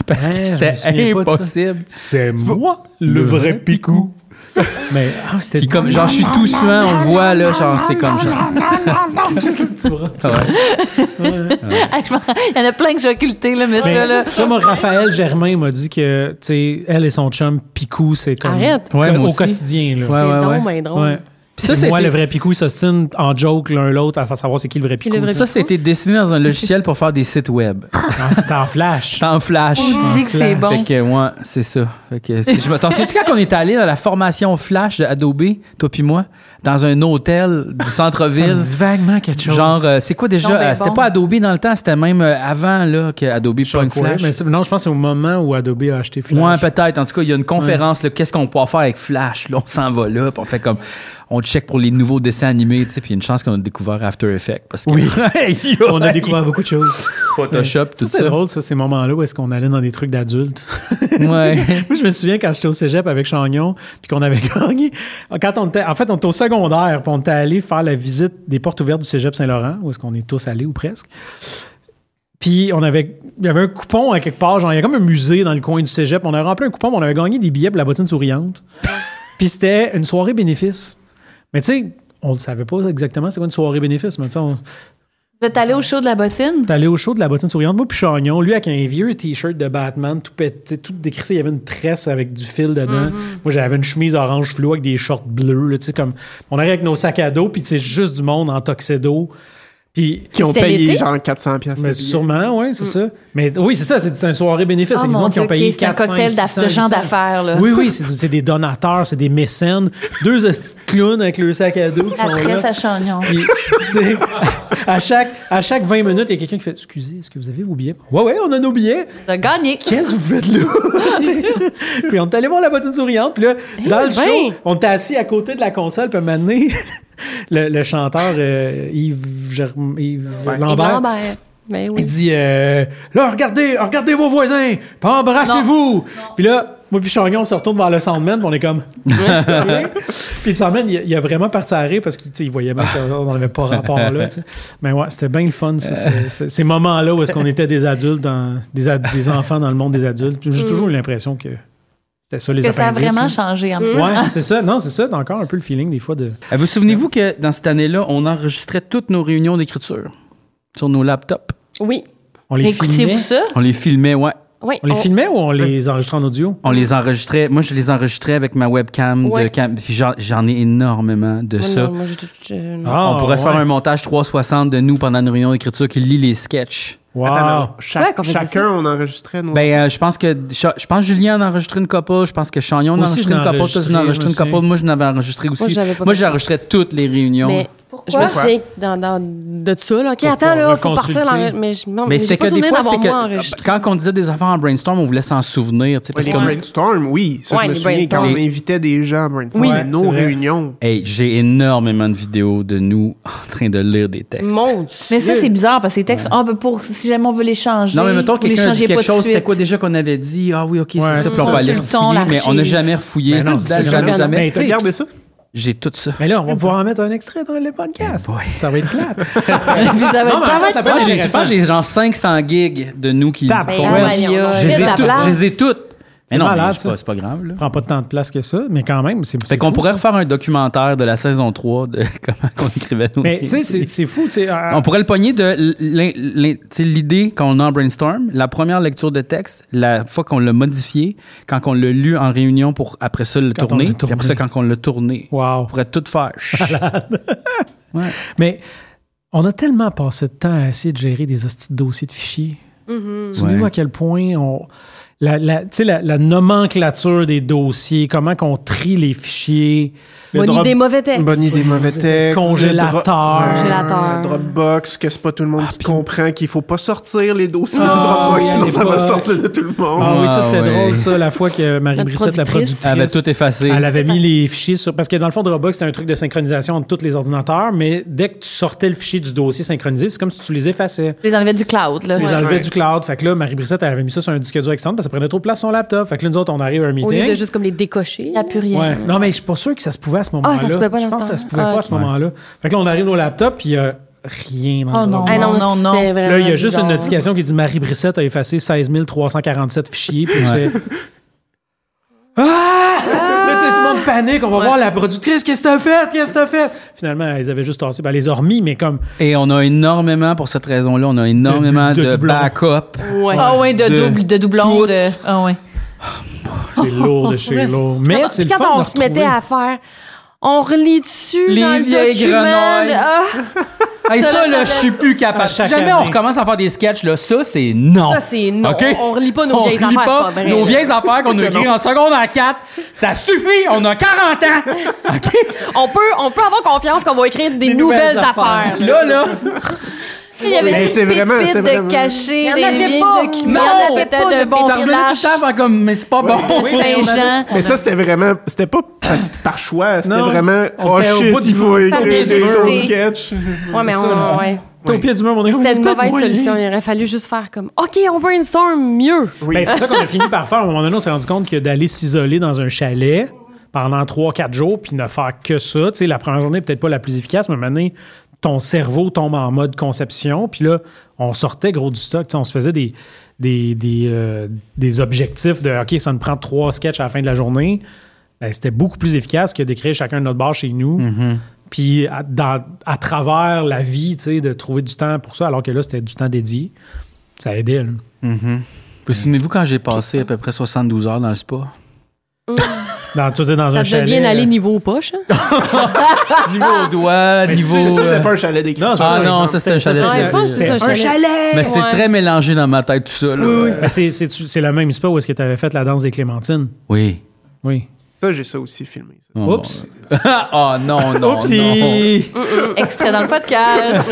[SPEAKER 3] Parce
[SPEAKER 1] Hein,
[SPEAKER 3] que
[SPEAKER 1] je me
[SPEAKER 3] c'était
[SPEAKER 1] souviens pas de ça.
[SPEAKER 3] impossible.
[SPEAKER 1] C'est moi le vrai picou. Mais ah, c'était
[SPEAKER 3] Puis comme genre je suis tout suant, on le voit là, genre c'est comme genre. ah Ouais.
[SPEAKER 4] Il y en a plein que j'ai occulté, là, mais
[SPEAKER 1] Mais
[SPEAKER 4] ça, là.
[SPEAKER 1] ça, moi, Raphaël Germain m'a dit que, tu sais, elle et son chum Picou, c'est comme,
[SPEAKER 5] Arrête.
[SPEAKER 1] comme
[SPEAKER 3] Ouais, moi
[SPEAKER 1] au
[SPEAKER 3] aussi.
[SPEAKER 1] quotidien. Là.
[SPEAKER 5] C'est
[SPEAKER 3] ouais,
[SPEAKER 5] non,
[SPEAKER 3] ouais.
[SPEAKER 5] mais drôle.
[SPEAKER 1] Ouais.
[SPEAKER 3] Puis ça,
[SPEAKER 1] Puis moi,
[SPEAKER 3] c'était-
[SPEAKER 1] le vrai Picou, ils s'ostinent en joke l'un l'autre à faire savoir c'est qui le vrai Picou.
[SPEAKER 5] le vrai-
[SPEAKER 1] tu sais.
[SPEAKER 3] Ça, c'était dessiné dans un logiciel pour faire des sites web.
[SPEAKER 1] T'en- T'en flash.
[SPEAKER 3] J'étais en flash.
[SPEAKER 4] On dit que c'est
[SPEAKER 1] flash.
[SPEAKER 4] bon.
[SPEAKER 3] Fait que, ouais, c'est ça. Fait que, si je me t'en souviens-tu quand on est allé à la formation flash de Adobe, toi puis moi, dans un hôtel du
[SPEAKER 1] Ça
[SPEAKER 3] centre-ville?
[SPEAKER 1] me dit vaguement quelque chose.
[SPEAKER 3] Genre, euh, c'est quoi déjà?
[SPEAKER 4] Non, ben
[SPEAKER 3] Euh, C'était
[SPEAKER 4] bon.
[SPEAKER 3] pas Adobe dans le temps, c'était même euh, avant là, que Adobe
[SPEAKER 1] Je sais pas
[SPEAKER 3] pogne
[SPEAKER 1] quoi,
[SPEAKER 3] Flash.
[SPEAKER 1] mais c'est- non, je pense que c'est au moment où Adobe a acheté Flash.
[SPEAKER 3] Ouais, peut-être. En tout cas, il y a une conférence. là, Qu'est-ce qu'on pourra faire avec Flash? Là, on s'en va là. puis on fait comme. On check pour les nouveaux dessins animés. tu sais, Puis il y a une chance qu'on a découvert After Effects. Parce que
[SPEAKER 1] Oui.
[SPEAKER 3] Aïe,
[SPEAKER 1] On a
[SPEAKER 3] aïe,
[SPEAKER 1] découvert beaucoup de choses.
[SPEAKER 3] Photoshop,
[SPEAKER 1] Ça,
[SPEAKER 3] tout ça.
[SPEAKER 1] c'est drôle, ça, ces moments-là où est-ce qu'on allait dans des trucs d'adultes.
[SPEAKER 3] Ouais.
[SPEAKER 1] Moi, je me souviens quand j'étais au cégep avec Chagnon, puis qu'on avait gagné. Quand on était, en fait, on était au secondaire, puis on était allé faire la visite des portes ouvertes du cégep Saint-Laurent, où est-ce qu'on est tous allés ou presque. Puis on avait, il y avait un coupon à quelque part, genre il y a comme un musée dans le coin du cégep. On avait rempli un coupon, puis on avait gagné des billets pour la bottine souriante. puis c'était une soirée bénéfice. Mais tu sais, on ne savait pas exactement c'est quoi une soirée bénéfice, mais tu sais, on
[SPEAKER 4] Vous êtes allé au show de la bottine?
[SPEAKER 1] est allé au show de la bottine souriante, moi puis Chagnon, lui avec un vieux t-shirt de Batman, tout pété, tout décrissé, il y avait une tresse avec du fil dedans.
[SPEAKER 4] Mm-hmm.
[SPEAKER 1] Moi j'avais une chemise orange flou avec des shorts bleus, là, tu sais comme on arrive avec nos sacs à dos, puis c'est juste du monde en tuxedo. Puis
[SPEAKER 6] Qui ont
[SPEAKER 5] C'était
[SPEAKER 6] payé
[SPEAKER 5] l'été?
[SPEAKER 6] genre 400 pièces.
[SPEAKER 1] mais sûrement, oui, c'est ça. Mais oui, c'est ça, c'est c'est une soirée bénéfice.
[SPEAKER 4] Mm. Oh
[SPEAKER 1] C'est des
[SPEAKER 4] mon
[SPEAKER 1] gens qui ont
[SPEAKER 4] Dieu,
[SPEAKER 1] payé
[SPEAKER 4] ok, c'est un
[SPEAKER 1] 4, 5,
[SPEAKER 4] cocktail d'aff-
[SPEAKER 1] 600,
[SPEAKER 4] de gens
[SPEAKER 1] 800.
[SPEAKER 4] d'affaires, là.
[SPEAKER 1] Oui, oui, c'est du- c'est des donateurs, c'est des mécènes. Deux hosties de clowns avec le sac à dos qui
[SPEAKER 4] La
[SPEAKER 1] sont là.
[SPEAKER 4] tresse à chagnon.
[SPEAKER 1] Puis, tu sais, à chaque, à chaque 20 minutes, il y a quelqu'un qui fait Excusez, est-ce que vous avez vos billets Ouais, ouais, on a nos billets.
[SPEAKER 4] T'as gagné.
[SPEAKER 1] Qu'est-ce que vous faites là Puis on est allé voir la bottine souriante. Puis là, dans le
[SPEAKER 5] ben!
[SPEAKER 1] show, on était assis à côté de la console. Puis à un moment donné, le, le chanteur euh, Yves, Germ- Yves Lambert.
[SPEAKER 4] Lambert.
[SPEAKER 5] Ben
[SPEAKER 1] Il
[SPEAKER 5] oui.
[SPEAKER 1] dit euh, Là, regardez, regardez vos voisins, puis embrassez-vous. Puis là, moi puis Chagnon, on se retourne vers le Sandman, puis on est comme. Ok. puis le Sandman, il, il a vraiment parti à rire parce qu'il tu sais, il voyait bien qu'on n'avait pas rapport là. tu sais. Mais ouais, c'était bien le fun, ça, c'est- c'est- ces moments-là où est-ce qu'on était des adultes, dans, des, ad- des enfants dans le monde des adultes. Puis J'ai toujours eu l'impression que c'était ça les
[SPEAKER 4] Que ça a
[SPEAKER 1] appendices,
[SPEAKER 4] vraiment
[SPEAKER 1] là.
[SPEAKER 4] changé.
[SPEAKER 5] Mm.
[SPEAKER 4] en-
[SPEAKER 1] Ouais, c'est ça. Non, c'est ça. T'as encore un peu le feeling des fois de.
[SPEAKER 3] Euh, Vous souvenez-vous que dans cette année-là, on enregistrait toutes nos réunions d'écriture sur nos laptops?
[SPEAKER 5] Oui.
[SPEAKER 1] On les filmait.
[SPEAKER 4] Écoutez-vous ça?
[SPEAKER 3] On les filmait, ouais.
[SPEAKER 5] Oui.
[SPEAKER 1] On les filmait ou on les enregistrait en audio?
[SPEAKER 3] On les enregistrait. Moi, je les enregistrais avec ma webcam. De
[SPEAKER 5] Ouais.
[SPEAKER 3] cam... Puis j'en- j'en ai énormément de
[SPEAKER 5] Oh,
[SPEAKER 3] ça.
[SPEAKER 5] non, moi, j'ai tout- je- non.
[SPEAKER 1] Ah,
[SPEAKER 3] on pourrait se faire
[SPEAKER 1] ouais.
[SPEAKER 3] un montage 360 de nous pendant une réunion d'écriture qui lit les sketchs.
[SPEAKER 1] Wow.
[SPEAKER 6] Attends, non,
[SPEAKER 5] Ouais,
[SPEAKER 6] chaque-
[SPEAKER 5] qu'on faisait
[SPEAKER 6] chacun, on enregistrait nos.
[SPEAKER 3] Ben, euh, je pense que Cha- je pense que Julien en a enregistré une couple, je pense que Chagnon en a
[SPEAKER 1] Moi aussi,
[SPEAKER 3] enregistré
[SPEAKER 1] je
[SPEAKER 3] une
[SPEAKER 1] n'ai
[SPEAKER 3] couple, toi tu en as
[SPEAKER 1] enregistré,
[SPEAKER 3] enregistré une
[SPEAKER 1] je me
[SPEAKER 3] couple, moi je n'avais enregistré aussi.
[SPEAKER 5] Moi, j'avais pas
[SPEAKER 3] Moi
[SPEAKER 5] fait
[SPEAKER 3] j'ai enregistré toutes les réunions.
[SPEAKER 5] Mais Je me souviens que dans, dans- de ça. Là. OK, attends, là, faut
[SPEAKER 1] reconsulter.
[SPEAKER 5] partir. l'enre- Mais je non,
[SPEAKER 3] Mais
[SPEAKER 5] mais
[SPEAKER 3] c'était
[SPEAKER 5] j'ai
[SPEAKER 3] que
[SPEAKER 5] pas
[SPEAKER 3] des
[SPEAKER 5] souvenir
[SPEAKER 3] fois, c'est
[SPEAKER 5] d'avoir moi
[SPEAKER 3] que
[SPEAKER 5] enregistré.
[SPEAKER 1] Ah,
[SPEAKER 3] quand on disait des affaires en brainstorm, on voulait s'en souvenir. tu sais, parce
[SPEAKER 6] les
[SPEAKER 3] qu'on-
[SPEAKER 6] brainstorms, oui. Ça,
[SPEAKER 5] Ouais,
[SPEAKER 6] je me
[SPEAKER 5] les
[SPEAKER 6] souviens quand on
[SPEAKER 3] brainstorms.
[SPEAKER 6] invitait des gens à brainstorm,
[SPEAKER 5] Oui.
[SPEAKER 6] à
[SPEAKER 5] Ouais,
[SPEAKER 6] nos réunions.
[SPEAKER 3] Hey, j'ai énormément de vidéos de nous en train de lire des
[SPEAKER 1] ben,
[SPEAKER 3] textes.
[SPEAKER 5] Mon Dieu.
[SPEAKER 4] Mais ça, c'est bizarre parce que les textes, ah, ben, pour, si jamais on veut les changer,
[SPEAKER 3] Non, mais mettons,
[SPEAKER 4] vous les
[SPEAKER 3] quelqu'un a dit
[SPEAKER 4] changez pas
[SPEAKER 3] quelque
[SPEAKER 4] de
[SPEAKER 3] chose,
[SPEAKER 4] suite.
[SPEAKER 3] c'était quoi déjà qu'on avait dit? Ah oui, OK,
[SPEAKER 1] Ouais,
[SPEAKER 3] c'est ça,
[SPEAKER 1] c'est
[SPEAKER 3] puis on
[SPEAKER 1] ça.
[SPEAKER 3] va aller
[SPEAKER 4] Sur le ton,
[SPEAKER 3] fouiller, mais on n'a
[SPEAKER 4] l'archive.
[SPEAKER 3] jamais fouillé,
[SPEAKER 1] Mais non, c'est
[SPEAKER 3] jamais,
[SPEAKER 1] ça.
[SPEAKER 3] jamais,
[SPEAKER 1] Mais tu sais,
[SPEAKER 6] Regardez ça.
[SPEAKER 3] J'ai tout ça.
[SPEAKER 1] Mais là, on va pouvoir en mettre un extrait dans le podcast.
[SPEAKER 3] Ben
[SPEAKER 1] Ça va être plate.
[SPEAKER 4] Vous avez-
[SPEAKER 1] Non, mais
[SPEAKER 4] ça va
[SPEAKER 1] attends,
[SPEAKER 4] être
[SPEAKER 1] ça peut
[SPEAKER 3] Moi,
[SPEAKER 1] être
[SPEAKER 3] Ah, j'ai- je pense que
[SPEAKER 1] intéressant. Ben
[SPEAKER 3] j'ai genre 500 gigs de nous qui
[SPEAKER 1] Tabarouette.
[SPEAKER 3] font-
[SPEAKER 1] Ouais,
[SPEAKER 3] Ouais,
[SPEAKER 4] voyons.
[SPEAKER 3] Je
[SPEAKER 4] Faites
[SPEAKER 3] les ai
[SPEAKER 4] la
[SPEAKER 3] toutes,
[SPEAKER 4] place.
[SPEAKER 3] je les ai toutes. Mais non, mais
[SPEAKER 1] malade,
[SPEAKER 3] c'est pas,
[SPEAKER 1] ça.
[SPEAKER 3] c'est pas grave. Là.
[SPEAKER 1] prend pas tant de place que ça, mais quand même, c'est
[SPEAKER 3] Fait
[SPEAKER 1] c'est
[SPEAKER 3] qu'on
[SPEAKER 1] fou,
[SPEAKER 3] pourrait
[SPEAKER 1] ça.
[SPEAKER 3] refaire un documentaire de la saison 3 de comment on écrivait nos
[SPEAKER 1] Mais tu sais, c'est-
[SPEAKER 3] livres.
[SPEAKER 1] c'est fou. tu sais, ah, à-
[SPEAKER 3] On pourrait le pogner de l'in- l'in- tu sais, l'idée qu'on a en brainstorm, la première lecture de texte, la fois qu'on l'a modifié, quand on l'a lu en réunion pour après ça le
[SPEAKER 1] Quand on
[SPEAKER 3] tourner,
[SPEAKER 1] l'a
[SPEAKER 3] puis après
[SPEAKER 1] tourné.
[SPEAKER 3] ça quand on l'a tourné.
[SPEAKER 1] Wow.
[SPEAKER 3] On pourrait tout faire.
[SPEAKER 1] Mais on a tellement passé de temps à essayer de gérer des hosties de dossiers de fichiers. Souvenez-vous
[SPEAKER 3] Ouais.
[SPEAKER 1] à quel point on. La, la, tu sais, la, la nomenclature des dossiers, comment qu'on trie les fichiers.
[SPEAKER 5] Bonne
[SPEAKER 6] drop-
[SPEAKER 5] idée, mauvais texte.
[SPEAKER 6] Bonne idée, mauvais texte.
[SPEAKER 1] Congélateur.
[SPEAKER 6] le dro-
[SPEAKER 5] Congélateur.
[SPEAKER 6] le Dropbox, que c'est pas tout le monde qui comprend qu'il faut pas sortir les dossiers de
[SPEAKER 1] Ah,
[SPEAKER 6] Dropbox,
[SPEAKER 1] oui, à
[SPEAKER 6] sinon ça va
[SPEAKER 1] l'époque.
[SPEAKER 6] sortir de tout le monde.
[SPEAKER 1] Ah, oui, ça c'était
[SPEAKER 3] ouais.
[SPEAKER 1] drôle, ça, la fois que Marie-Brissette, la
[SPEAKER 5] productrice.
[SPEAKER 1] productrice,
[SPEAKER 3] Elle avait tout effacé.
[SPEAKER 1] elle avait mis les fichiers sur. Parce que dans le fond, Dropbox, c'était un truc de synchronisation entre tous les ordinateurs, mais dès que tu sortais le fichier du dossier synchronisé, c'est comme si tu les effaçais.
[SPEAKER 4] Je les enlevais du cloud, là.
[SPEAKER 1] Tu les
[SPEAKER 4] Ouais.
[SPEAKER 1] enlevais
[SPEAKER 6] Ouais.
[SPEAKER 1] du cloud. Fait que là, Marie-Brissette, elle avait mis ça sur un disque dur externe parce que ça prenait trop de place sur son laptop. Fait que là, nous autres, on arrive à un
[SPEAKER 5] Au lieu
[SPEAKER 1] meeting.
[SPEAKER 5] de juste comme les décocher.
[SPEAKER 4] Il
[SPEAKER 3] Ah,
[SPEAKER 4] n'y a plus rien.
[SPEAKER 1] Ouais. Non, mais je suis pas sûr que ça se pouvait à ce moment-là.
[SPEAKER 5] ça se pouvait pas
[SPEAKER 1] Je
[SPEAKER 5] dans
[SPEAKER 1] pense
[SPEAKER 5] ce Ah,
[SPEAKER 1] que ça se pouvait
[SPEAKER 4] temps-là.
[SPEAKER 1] pas à ce moment-là. Fait que là, on arrive au laptop, puis il y a rien dans
[SPEAKER 4] Oh
[SPEAKER 1] le
[SPEAKER 4] non,
[SPEAKER 1] drop.
[SPEAKER 5] Ah non,
[SPEAKER 4] non, non.
[SPEAKER 5] c'était vraiment
[SPEAKER 1] Là, il y a juste une
[SPEAKER 5] bizarre.
[SPEAKER 1] notification qui dit Marie Brissette a effacé 16 347 fichiers. Puis tu
[SPEAKER 3] Ouais.
[SPEAKER 1] fais. Ah! Là, tu sais, tout le monde panique. On va voir la productrice. Qu'est-ce que t'as fait? Qu'est-ce que t'as fait? Finalement, elles avaient juste tassé. Ben, elles les ont remis, mais comme.
[SPEAKER 3] Et on a énormément, pour cette raison-là, on a énormément
[SPEAKER 1] De-
[SPEAKER 3] de,
[SPEAKER 1] de doublons.
[SPEAKER 3] backup.
[SPEAKER 5] Ouais.
[SPEAKER 4] Ah ouais, de,
[SPEAKER 3] De-
[SPEAKER 4] double, de doublon.
[SPEAKER 3] Tout.
[SPEAKER 4] De... Ah ouais.
[SPEAKER 1] C'est lourd de chez
[SPEAKER 5] Ouais,
[SPEAKER 1] lourd.
[SPEAKER 5] c'est-
[SPEAKER 1] Mais
[SPEAKER 5] quand-
[SPEAKER 1] c'est le
[SPEAKER 5] puis
[SPEAKER 1] fun.
[SPEAKER 5] quand
[SPEAKER 1] de
[SPEAKER 5] on se
[SPEAKER 1] retrouver.
[SPEAKER 5] mettait à faire, on relit dessus
[SPEAKER 3] Les
[SPEAKER 5] dans le
[SPEAKER 3] vieilles
[SPEAKER 5] document,
[SPEAKER 3] grenouilles.
[SPEAKER 5] de- ah,
[SPEAKER 3] Hey,
[SPEAKER 5] Ça,
[SPEAKER 3] ça,
[SPEAKER 5] là,
[SPEAKER 3] là, je
[SPEAKER 5] ça
[SPEAKER 3] suis plus capable.
[SPEAKER 1] À
[SPEAKER 3] Si
[SPEAKER 1] chaque
[SPEAKER 3] jamais on
[SPEAKER 1] année.
[SPEAKER 3] recommence à faire des sketchs, là, ça, c'est non.
[SPEAKER 5] Ça, c'est non.
[SPEAKER 3] OK?
[SPEAKER 5] On- on relit pas nos
[SPEAKER 3] On
[SPEAKER 5] vieilles
[SPEAKER 3] relit
[SPEAKER 5] affaires,
[SPEAKER 3] pas
[SPEAKER 5] c'est pas vrai,
[SPEAKER 3] nos
[SPEAKER 5] là.
[SPEAKER 3] vieilles affaires qu'on a écrites en seconde à 4. Ça suffit, on a 40 ans. OK?
[SPEAKER 5] on peut, on peut avoir confiance qu'on va écrire des, nouvelles,
[SPEAKER 1] nouvelles
[SPEAKER 5] affaires.
[SPEAKER 3] Là, là,
[SPEAKER 4] Il y avait
[SPEAKER 6] Mais
[SPEAKER 4] des
[SPEAKER 6] c'est
[SPEAKER 4] pépites
[SPEAKER 6] vraiment- c'était
[SPEAKER 4] de
[SPEAKER 6] vraiment-
[SPEAKER 4] cacher,
[SPEAKER 5] Il y en
[SPEAKER 4] des
[SPEAKER 5] avait
[SPEAKER 4] vieilles
[SPEAKER 5] pas.
[SPEAKER 4] documents,
[SPEAKER 5] Non,
[SPEAKER 4] il y avait
[SPEAKER 5] pas de
[SPEAKER 4] peut-être
[SPEAKER 5] bons
[SPEAKER 4] un
[SPEAKER 3] ça
[SPEAKER 4] bon
[SPEAKER 3] revenait tout
[SPEAKER 4] flash
[SPEAKER 3] le temps comme, mais c'est pas bon.
[SPEAKER 4] de Saint-Jean.
[SPEAKER 6] Mais ça, c'était vraiment. C'était pas par, par choix, c'était
[SPEAKER 1] Non.
[SPEAKER 6] vraiment.
[SPEAKER 1] On
[SPEAKER 6] Oh
[SPEAKER 1] était au
[SPEAKER 6] shit,
[SPEAKER 1] bout du-
[SPEAKER 6] il faut écrire
[SPEAKER 5] Par
[SPEAKER 6] des
[SPEAKER 5] nécessité.
[SPEAKER 6] gros sketchs.
[SPEAKER 5] Ouais, mais on, ouais.
[SPEAKER 1] T'es au pied du mur, mon ami.
[SPEAKER 5] C'était une
[SPEAKER 1] Peut-être
[SPEAKER 5] mauvaise
[SPEAKER 1] moyen.
[SPEAKER 5] solution. Il aurait fallu juste faire comme, OK, on brainstorm mieux.
[SPEAKER 1] Ben, c'est ça qu'on a fini par faire. À un moment donné, on s'est rendu compte que d'aller s'isoler dans un chalet pendant 3-4 jours puis ne faire que ça, tu sais, la première journée est peut-être pas la plus efficace, mais à un moment donné, ton cerveau tombe en mode conception. Puis là, on sortait gros du stock. Tu sais, on se faisait des, des, des, euh, des objectifs de OK, ça nous prend trois sketchs à la fin de la journée. Ben, C'était beaucoup plus efficace que d'écrire chacun de notre bar chez nous. Puis à, dans- à travers la vie, tu sais, de trouver du temps pour ça, alors que là, c'était du temps dédié. Ça aidait. là.
[SPEAKER 3] Puis Souvenez-vous quand j'ai passé à peu près 72 heures dans le spa?
[SPEAKER 1] Dans, tu sais, dans
[SPEAKER 5] Ça
[SPEAKER 1] un
[SPEAKER 5] devait
[SPEAKER 1] chalet.
[SPEAKER 5] bien
[SPEAKER 1] euh,
[SPEAKER 5] aller niveau poche. hein? Ah!
[SPEAKER 3] Niveau au doigt, niveau...
[SPEAKER 6] Mais ça, c'était
[SPEAKER 3] euh,
[SPEAKER 6] pas un chalet d'écriture.
[SPEAKER 3] Ah non, ça,
[SPEAKER 6] exemple.
[SPEAKER 3] c'était un chalet.
[SPEAKER 5] Ouais, je pense que c'est ça,
[SPEAKER 1] Un
[SPEAKER 5] chalet.
[SPEAKER 3] Mais c'est
[SPEAKER 5] Ouais.
[SPEAKER 3] très mélangé dans ma tête, tout ça. là.
[SPEAKER 1] Ben, c'est- C'est c'est le même spa où est-ce que tu avais fait la danse des Clémentines.
[SPEAKER 3] Oui.
[SPEAKER 1] Oui.
[SPEAKER 6] Ça, j'ai ça aussi filmé. ça.
[SPEAKER 3] Oh,
[SPEAKER 1] Oups.
[SPEAKER 3] bon. Ah non, non, non.
[SPEAKER 1] Oupsie!
[SPEAKER 4] Extrait dans le podcast.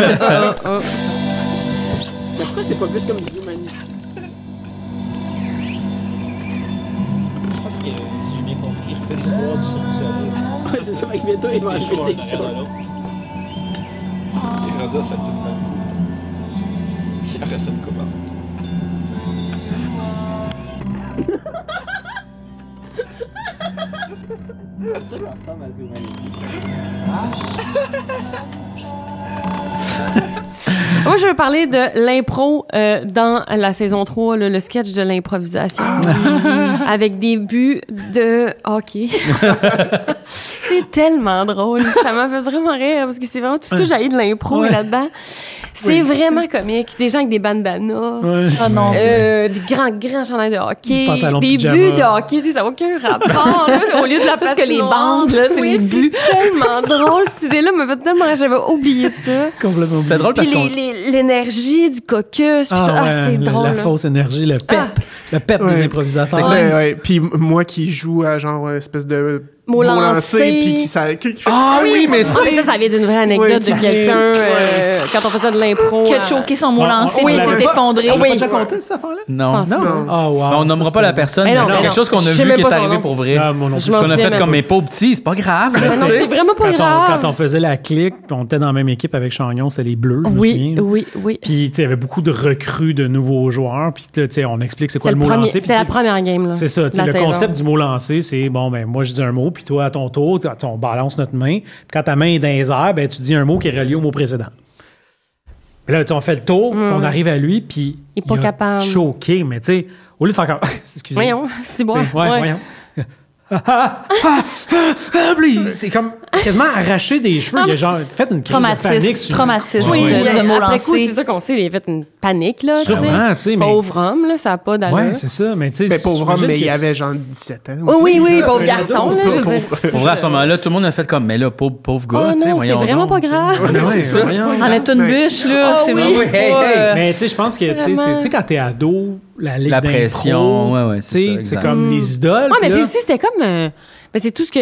[SPEAKER 5] Moi, je veux parler de l'impro euh, dans la saison 3, là, le sketch de l'improvisation.
[SPEAKER 1] Ah.
[SPEAKER 5] avec des buts de hockey. c'est tellement drôle. Ça m'a fait vraiment rire parce que c'est vraiment tout ce que j'ai de l'impro
[SPEAKER 1] Ouais.
[SPEAKER 5] là-dedans. C'est vraiment comique. Des gens avec des bandanas.
[SPEAKER 1] Ouais.
[SPEAKER 4] Oh non.
[SPEAKER 5] Euh, des grands, grands chandails de
[SPEAKER 1] Des
[SPEAKER 5] hockey.
[SPEAKER 1] pantalons
[SPEAKER 5] des
[SPEAKER 1] pyjama.
[SPEAKER 5] buts de hockey, tu sais, ça n'a aucun rapport. là. C'est Au lieu de la
[SPEAKER 4] Parce que les
[SPEAKER 5] patinoire.
[SPEAKER 4] bandes, là, c'est
[SPEAKER 5] Oui,
[SPEAKER 4] les buts.
[SPEAKER 5] C'est tellement drôle. Cette idée-là me fait tellement rire. J'avais oublié ça.
[SPEAKER 1] Complètement
[SPEAKER 3] C'est
[SPEAKER 1] oublié.
[SPEAKER 3] drôle
[SPEAKER 5] Puis
[SPEAKER 3] parce qu'on...
[SPEAKER 5] les- les- l'énergie du caucus. puis
[SPEAKER 1] Ah,
[SPEAKER 5] ça, Ah,
[SPEAKER 1] ouais,
[SPEAKER 5] c'est
[SPEAKER 1] la,
[SPEAKER 5] drôle. Ah.
[SPEAKER 1] la
[SPEAKER 5] là.
[SPEAKER 1] fausse énergie, le pep. Le pep
[SPEAKER 6] Ouais.
[SPEAKER 1] des improvisateurs.
[SPEAKER 6] Ouais, ouais. Puis moi qui joue à genre une espèce de
[SPEAKER 5] mot
[SPEAKER 6] beau
[SPEAKER 5] lancé.
[SPEAKER 6] puis qui, ça, qui- qui fait-
[SPEAKER 3] Ah oui, mais
[SPEAKER 5] Ah, mais ça, ça vient d'une vraie anecdote
[SPEAKER 6] Oui,
[SPEAKER 5] de
[SPEAKER 6] qui-
[SPEAKER 5] quelqu'un euh, quand on faisait de l'impro.
[SPEAKER 4] Qui
[SPEAKER 5] euh,
[SPEAKER 4] a choqué son mot
[SPEAKER 1] Ouais,
[SPEAKER 4] lancé
[SPEAKER 1] on-
[SPEAKER 4] puis
[SPEAKER 1] on l'avait
[SPEAKER 4] s'est
[SPEAKER 1] pas-
[SPEAKER 4] effondré.
[SPEAKER 5] on l'avait
[SPEAKER 4] Oui.
[SPEAKER 5] pas
[SPEAKER 6] raconté, cette affaire-là?
[SPEAKER 3] Non.
[SPEAKER 5] pense
[SPEAKER 3] non.
[SPEAKER 5] pas.
[SPEAKER 1] Ah, wow,
[SPEAKER 3] Ben, on
[SPEAKER 1] ça,
[SPEAKER 3] nommera
[SPEAKER 1] c'était-
[SPEAKER 3] pas la personne,
[SPEAKER 5] Mais
[SPEAKER 3] mais
[SPEAKER 5] non,
[SPEAKER 3] c'est
[SPEAKER 5] mais
[SPEAKER 3] quelque
[SPEAKER 5] non.
[SPEAKER 3] chose qu'on a
[SPEAKER 5] Je sais
[SPEAKER 3] vu
[SPEAKER 5] même
[SPEAKER 3] qui
[SPEAKER 5] pas
[SPEAKER 3] est
[SPEAKER 5] son
[SPEAKER 3] arrivé
[SPEAKER 5] nom.
[SPEAKER 3] pour vrai.
[SPEAKER 1] Ah, moi non
[SPEAKER 5] Je
[SPEAKER 1] plus.
[SPEAKER 5] m'en
[SPEAKER 3] Qu'on a
[SPEAKER 5] souviens
[SPEAKER 3] fait
[SPEAKER 5] même
[SPEAKER 3] comme
[SPEAKER 5] pas.
[SPEAKER 3] mes pauvres petits, c'est pas grave.
[SPEAKER 5] Mais Ah non,
[SPEAKER 3] tu sais.
[SPEAKER 5] c'est vraiment pas
[SPEAKER 1] quand, on,
[SPEAKER 5] grave.
[SPEAKER 1] quand on faisait la clique, puis on était dans la même équipe avec Chagnon, c'était les Bleus, je me
[SPEAKER 5] oui,
[SPEAKER 1] souviens.
[SPEAKER 5] oui, oui.
[SPEAKER 1] Puis, tu sais, il y avait beaucoup de recrues de nouveaux joueurs. Puis, là, tu sais, on explique c'est quoi
[SPEAKER 5] C'était
[SPEAKER 1] le
[SPEAKER 5] le
[SPEAKER 1] mot
[SPEAKER 5] premier-
[SPEAKER 1] lancé. puis,
[SPEAKER 5] c'était la
[SPEAKER 1] tu sais,
[SPEAKER 5] première game. là,
[SPEAKER 1] C'est ça. tu sais,
[SPEAKER 5] de la
[SPEAKER 1] Le
[SPEAKER 5] saison.
[SPEAKER 1] concept du mot lancé, c'est bon, ben moi, je dis un mot, puis toi, à ton tour, tu- on balance notre main. Puis quand ta main est dans les airs, ben, tu dis un mot qui est relié au mot précédent. Puis Là, tu sais, on fait le tour, puis on arrive à lui, puis
[SPEAKER 5] Mm. Il est pas
[SPEAKER 1] a
[SPEAKER 5] capable.
[SPEAKER 1] choqué, mais tu sais, au lieu de faire comme. Excusez.
[SPEAKER 5] Voyons, c'est bon.
[SPEAKER 1] Ouais, voyons. Ah, ah, ah, ah, puis il- c'est comme quasiment arraché des cheveux. Il a genre fait une crise de panique.
[SPEAKER 4] Traumatisme.
[SPEAKER 1] sur-
[SPEAKER 4] Traumatisme.
[SPEAKER 5] Oui,
[SPEAKER 4] de- de mot
[SPEAKER 5] après coup,
[SPEAKER 4] lancé.
[SPEAKER 5] c'est ça qu'on sait, il a fait une panique, là, tu
[SPEAKER 1] Sûrement, tu sais,
[SPEAKER 5] sais.
[SPEAKER 1] mais-
[SPEAKER 5] Pauvre homme, là, ça n'a pas d'allure.
[SPEAKER 1] Ouais, c'est ça. Mais tu sais,
[SPEAKER 6] Mais pauvre homme,
[SPEAKER 1] j'imagine
[SPEAKER 6] mais il
[SPEAKER 1] que
[SPEAKER 6] avait genre 17 ans.
[SPEAKER 5] Oui,
[SPEAKER 6] aussi,
[SPEAKER 5] oui, oui,
[SPEAKER 6] ça,
[SPEAKER 5] pauvre
[SPEAKER 6] c'est
[SPEAKER 5] garçon,
[SPEAKER 6] une
[SPEAKER 5] là, je
[SPEAKER 6] autre
[SPEAKER 5] veux dire.
[SPEAKER 6] pauvre-
[SPEAKER 5] c'est
[SPEAKER 3] Pour vrai, à
[SPEAKER 5] ça.
[SPEAKER 3] ce moment-là, tout le monde a fait comme, mais là, pauvre, pauvre
[SPEAKER 5] Oh
[SPEAKER 3] gars, tu sais,
[SPEAKER 5] non, c'est
[SPEAKER 3] voyons
[SPEAKER 5] vraiment
[SPEAKER 3] donc,
[SPEAKER 5] pas
[SPEAKER 3] tu sais.
[SPEAKER 5] grave.
[SPEAKER 1] Ah ouais,
[SPEAKER 6] C'est ça.
[SPEAKER 1] voyons.
[SPEAKER 4] Enlève-toi une bûche, là.
[SPEAKER 5] Ah
[SPEAKER 4] c'est
[SPEAKER 5] oui.
[SPEAKER 4] vraiment
[SPEAKER 5] Hey,
[SPEAKER 4] pas,
[SPEAKER 3] hey,
[SPEAKER 4] euh,
[SPEAKER 1] Mais tu sais, je pense que tu sais,
[SPEAKER 5] Vraiment.
[SPEAKER 1] c'est- tu sais, quand t'es ado, la ligue
[SPEAKER 3] La
[SPEAKER 1] d'impro,
[SPEAKER 3] pression, ouais, ouais, c'est
[SPEAKER 1] tu sais,
[SPEAKER 3] ça,
[SPEAKER 1] C'est
[SPEAKER 3] exact.
[SPEAKER 1] comme les idoles.
[SPEAKER 5] Mm. Ouais, mais
[SPEAKER 1] là.
[SPEAKER 5] puis aussi, c'était comme. euh, ben, c'est tout ce que.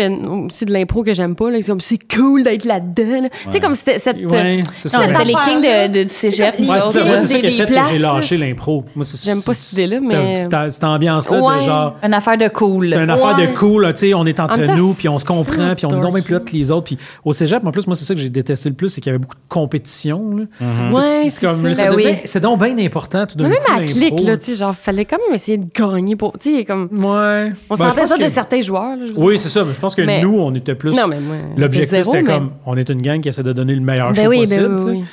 [SPEAKER 5] C'est de l'impro que j'aime pas, là. C'est comme, c'est cool d'être là-dedans. là. Tu sais, comme c'était cette. euh,
[SPEAKER 1] Ouais, c'est ça.
[SPEAKER 4] Non,
[SPEAKER 1] Ouais,
[SPEAKER 4] t'as les kings de, de- du cégep,
[SPEAKER 5] C'est
[SPEAKER 4] nous
[SPEAKER 5] comme-
[SPEAKER 1] Ouais, c'est ça,
[SPEAKER 4] autres,
[SPEAKER 1] moi,
[SPEAKER 4] là.
[SPEAKER 1] c'est ça qui a
[SPEAKER 5] des-
[SPEAKER 1] fait
[SPEAKER 5] des
[SPEAKER 1] que j'ai
[SPEAKER 5] places,
[SPEAKER 1] lâché l'impro. Moi, c'est-
[SPEAKER 5] J'aime pas cette idée-là, mais-
[SPEAKER 1] c'est- c'est- Cette ambiance-là de
[SPEAKER 5] Ouais.
[SPEAKER 1] genre.
[SPEAKER 4] Une affaire de cool.
[SPEAKER 1] C'est une affaire de cool, hein, tu sais, on est entre
[SPEAKER 5] En même temps,
[SPEAKER 1] nous, puis on se comprend,
[SPEAKER 5] c'est
[SPEAKER 1] puis on est donc bien plus hot que les autres. Puis au cégep, en plus, moi, c'est ça que j'ai détesté le plus, c'est qu'il y avait beaucoup de compétition. là.
[SPEAKER 3] Mm-hmm.
[SPEAKER 1] Tu sais,
[SPEAKER 5] Ouais,
[SPEAKER 1] c'est
[SPEAKER 5] c'est
[SPEAKER 1] comme,
[SPEAKER 5] ça.
[SPEAKER 1] là, c'est
[SPEAKER 4] Ben
[SPEAKER 1] donc
[SPEAKER 4] oui.
[SPEAKER 1] bien- c'est donc bien important tout d'un
[SPEAKER 5] Mais
[SPEAKER 1] coup.
[SPEAKER 5] même à la clique,
[SPEAKER 1] l'impro.
[SPEAKER 5] là, tu sais, genre, fallait quand même essayer de gagner pour. Tu sais, comme.
[SPEAKER 1] Ouais.
[SPEAKER 5] On
[SPEAKER 1] Ben, je
[SPEAKER 5] sentait
[SPEAKER 1] pense
[SPEAKER 5] ça
[SPEAKER 1] que-
[SPEAKER 5] de certains joueurs, là. je veux
[SPEAKER 1] Oui,
[SPEAKER 5] dire.
[SPEAKER 1] c'est ça, mais je pense que
[SPEAKER 5] Mais-
[SPEAKER 1] nous, on était plus.
[SPEAKER 5] Non, mais moi,
[SPEAKER 1] L'objectif,
[SPEAKER 5] zéro,
[SPEAKER 1] c'était
[SPEAKER 5] mais-
[SPEAKER 1] comme, on est une gang qui essaie de donner le meilleur
[SPEAKER 5] Ben
[SPEAKER 1] show
[SPEAKER 5] oui, ben
[SPEAKER 1] possible.
[SPEAKER 5] oui,
[SPEAKER 1] tu sais.
[SPEAKER 5] oui.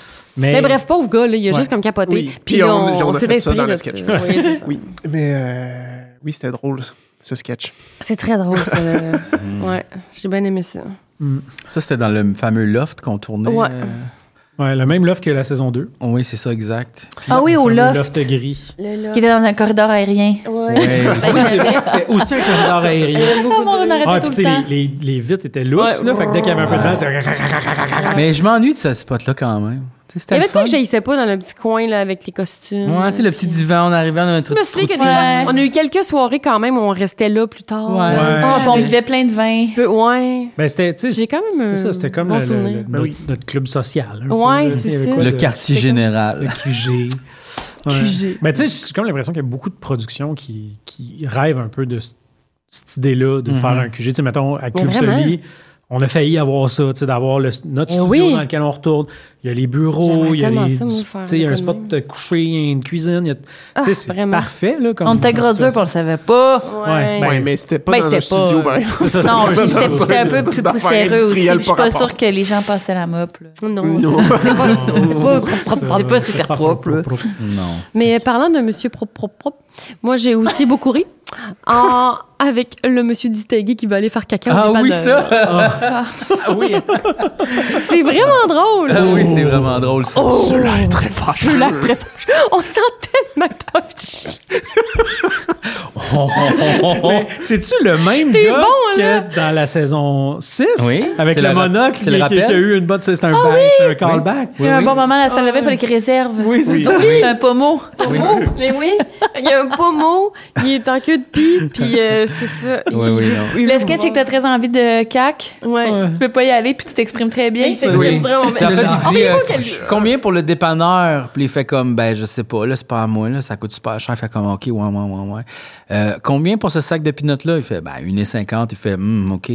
[SPEAKER 1] Mais,
[SPEAKER 5] Mais bref, pauvre gars, là, il a
[SPEAKER 1] Ouais.
[SPEAKER 5] juste comme capoté.
[SPEAKER 6] Oui,
[SPEAKER 5] Puis on, on,
[SPEAKER 6] a
[SPEAKER 5] s'est
[SPEAKER 6] fait ça
[SPEAKER 5] inspiré
[SPEAKER 6] dans
[SPEAKER 5] de
[SPEAKER 6] le
[SPEAKER 5] ça.
[SPEAKER 6] sketch.
[SPEAKER 5] Oui, c'est ça.
[SPEAKER 6] Oui, mais euh, oui, c'était drôle, ça, ce sketch.
[SPEAKER 5] C'est très drôle, ça.
[SPEAKER 6] Mhm.
[SPEAKER 5] ouais, j'ai bien aimé ça.
[SPEAKER 3] Ça, c'était dans le fameux loft qu'on tournait.
[SPEAKER 5] Ouais.
[SPEAKER 3] euh,
[SPEAKER 1] ouais, le même loft que la saison 2.
[SPEAKER 3] Oui, c'est ça, exact.
[SPEAKER 4] Ah oui, au
[SPEAKER 1] Le
[SPEAKER 4] loft.
[SPEAKER 1] loft gris.
[SPEAKER 4] Qui était dans un corridor aérien.
[SPEAKER 3] Ouais,
[SPEAKER 5] Ben,
[SPEAKER 3] aussi.
[SPEAKER 1] Oui, c'est vrai que c'était aussi un corridor aérien.
[SPEAKER 4] Tout le monde en arrêtait
[SPEAKER 1] Ah,
[SPEAKER 4] tout
[SPEAKER 1] puis tu
[SPEAKER 4] le
[SPEAKER 1] sais,
[SPEAKER 4] temps.
[SPEAKER 1] les, les, les vitres étaient lousses, là. Fait que dès qu'il y avait un peu de temps, c'est.
[SPEAKER 3] mais je m'ennuie de ce spot-là quand même. Tu sais,
[SPEAKER 5] Il
[SPEAKER 3] C'était
[SPEAKER 5] y
[SPEAKER 3] le
[SPEAKER 5] avait
[SPEAKER 3] fun.
[SPEAKER 5] pas que j'haïssais pas dans le petit coin là, avec les costumes.
[SPEAKER 3] Ouais, tu sais, le petit divan, on arrivait, on avait un truc.
[SPEAKER 5] Je me souviens que des
[SPEAKER 4] Ouais.
[SPEAKER 5] fois, on a eu quelques soirées quand même où on restait là plus tard.
[SPEAKER 3] Ouais.
[SPEAKER 1] Ouais.
[SPEAKER 4] Ah, puis on buvait plein de vin.
[SPEAKER 5] Peu- ouais.
[SPEAKER 1] Ben, c'était, tu sais,
[SPEAKER 5] J'ai quand même
[SPEAKER 1] c'était ça,
[SPEAKER 5] un
[SPEAKER 1] c'était comme
[SPEAKER 5] bon
[SPEAKER 1] le- le-
[SPEAKER 5] souvenir.
[SPEAKER 1] le-
[SPEAKER 6] Ben oui.
[SPEAKER 1] notre, notre club social. un
[SPEAKER 5] Ouais,
[SPEAKER 1] peu, là.
[SPEAKER 5] c'est
[SPEAKER 1] Il y avait
[SPEAKER 5] ça.
[SPEAKER 1] quoi
[SPEAKER 3] Le
[SPEAKER 1] de-
[SPEAKER 3] quartier
[SPEAKER 5] C'était comme-
[SPEAKER 3] général.
[SPEAKER 1] QG.
[SPEAKER 5] QG.
[SPEAKER 1] Mais tu sais, j'ai comme l'impression qu'il y a beaucoup de productions qui, qui rêvent un peu de c- cette idée-là, de faire un QG. Tu sais, mettons, à Club
[SPEAKER 5] vraiment.
[SPEAKER 1] Soli, on a failli avoir ça, tu sais, d'avoir le- notre
[SPEAKER 5] Eh
[SPEAKER 1] studio
[SPEAKER 5] oui.
[SPEAKER 1] dans lequel on retourne. Il y a les bureaux,
[SPEAKER 5] J'aimerais
[SPEAKER 1] il y a
[SPEAKER 5] tellement
[SPEAKER 1] les-
[SPEAKER 5] ça,
[SPEAKER 1] du-
[SPEAKER 5] moi,
[SPEAKER 1] tu
[SPEAKER 5] faire
[SPEAKER 1] sais, il y a un
[SPEAKER 5] de
[SPEAKER 1] spot de coucher, il y a une cuisine. il y a- tu sais, c'est
[SPEAKER 5] vraiment.
[SPEAKER 1] parfait, là. Comme
[SPEAKER 4] On était gros dur, puis on le savait pas.
[SPEAKER 1] Ouais, ben,
[SPEAKER 6] Ouais, mais c'était pas
[SPEAKER 5] ben,
[SPEAKER 6] dans le
[SPEAKER 5] c'était pas,
[SPEAKER 6] studio,
[SPEAKER 5] euh,
[SPEAKER 6] par exemple.
[SPEAKER 1] c'est ça, c'est
[SPEAKER 4] Non, puis
[SPEAKER 1] pas-
[SPEAKER 4] c'était c'était un peu
[SPEAKER 6] c'est
[SPEAKER 4] plus
[SPEAKER 6] des affaires
[SPEAKER 4] poussiéreux aussi.
[SPEAKER 6] industrielles
[SPEAKER 4] puis Je suis
[SPEAKER 6] par
[SPEAKER 4] pas
[SPEAKER 6] rapport.
[SPEAKER 4] sûre que les gens passaient la mop. là.
[SPEAKER 5] Ben, Non.
[SPEAKER 1] Non, c'est-
[SPEAKER 4] propre, propre, pas super propre, là.
[SPEAKER 3] Non.
[SPEAKER 5] Mais euh, parlant de Monsieur Propre Propre Propre, moi j'ai aussi beaucoup ri en- avec le Monsieur Ditegui qui va aller faire caca. au
[SPEAKER 3] Ah
[SPEAKER 5] dépanneur.
[SPEAKER 3] oui, ça! Ah oui!
[SPEAKER 5] C'est vraiment drôle.
[SPEAKER 3] Ah oui, c'est vraiment drôle, ça.
[SPEAKER 5] Oh.
[SPEAKER 6] Cela est très fort.
[SPEAKER 5] Je la préfère. On sent tellement pas.
[SPEAKER 3] Oh, oh, oh, oh.
[SPEAKER 1] Mais c'est-tu le même gars
[SPEAKER 5] bon, là.
[SPEAKER 1] que dans la saison 6?
[SPEAKER 3] Oui,
[SPEAKER 1] Avec
[SPEAKER 3] c'est
[SPEAKER 1] le
[SPEAKER 3] le rap-
[SPEAKER 1] monocle
[SPEAKER 3] c'est le
[SPEAKER 1] qui, qui- qui a
[SPEAKER 3] rappel.
[SPEAKER 1] eu une bonne... C'est un, back, c'est un callback.
[SPEAKER 4] Il y a eu un bon moment à la salle de bain, il fallait qu'il réserve.
[SPEAKER 1] Oui, c'est ça.
[SPEAKER 4] C'est un pommeau.
[SPEAKER 5] Mais oui, il y a un pommeau, il est en queue de pie, puis euh, c'est ça. Il-
[SPEAKER 3] Oui, oui, non.
[SPEAKER 4] Le sketch, c'est que t'as très envie de cac.
[SPEAKER 5] Ouais.
[SPEAKER 4] Tu peux pas y aller, puis tu t'exprimes très bien.
[SPEAKER 5] Il s'exprime
[SPEAKER 3] Oui.
[SPEAKER 5] vraiment
[SPEAKER 3] Puis en
[SPEAKER 5] bien.
[SPEAKER 3] fait, il dit,
[SPEAKER 5] mais
[SPEAKER 3] euh,
[SPEAKER 5] faut qu'elle-
[SPEAKER 3] combien pour le dépanneur? Puis il fait comme, ben, je sais pas, là, c'est pas à moi, là, ça coûte super cher. Il fait comme, OK, ouais, ouais, ouais, ouais. Euh, combien pour ce sac de pinottes-là? Il fait, ben, 1,50. Il fait, hum, OK.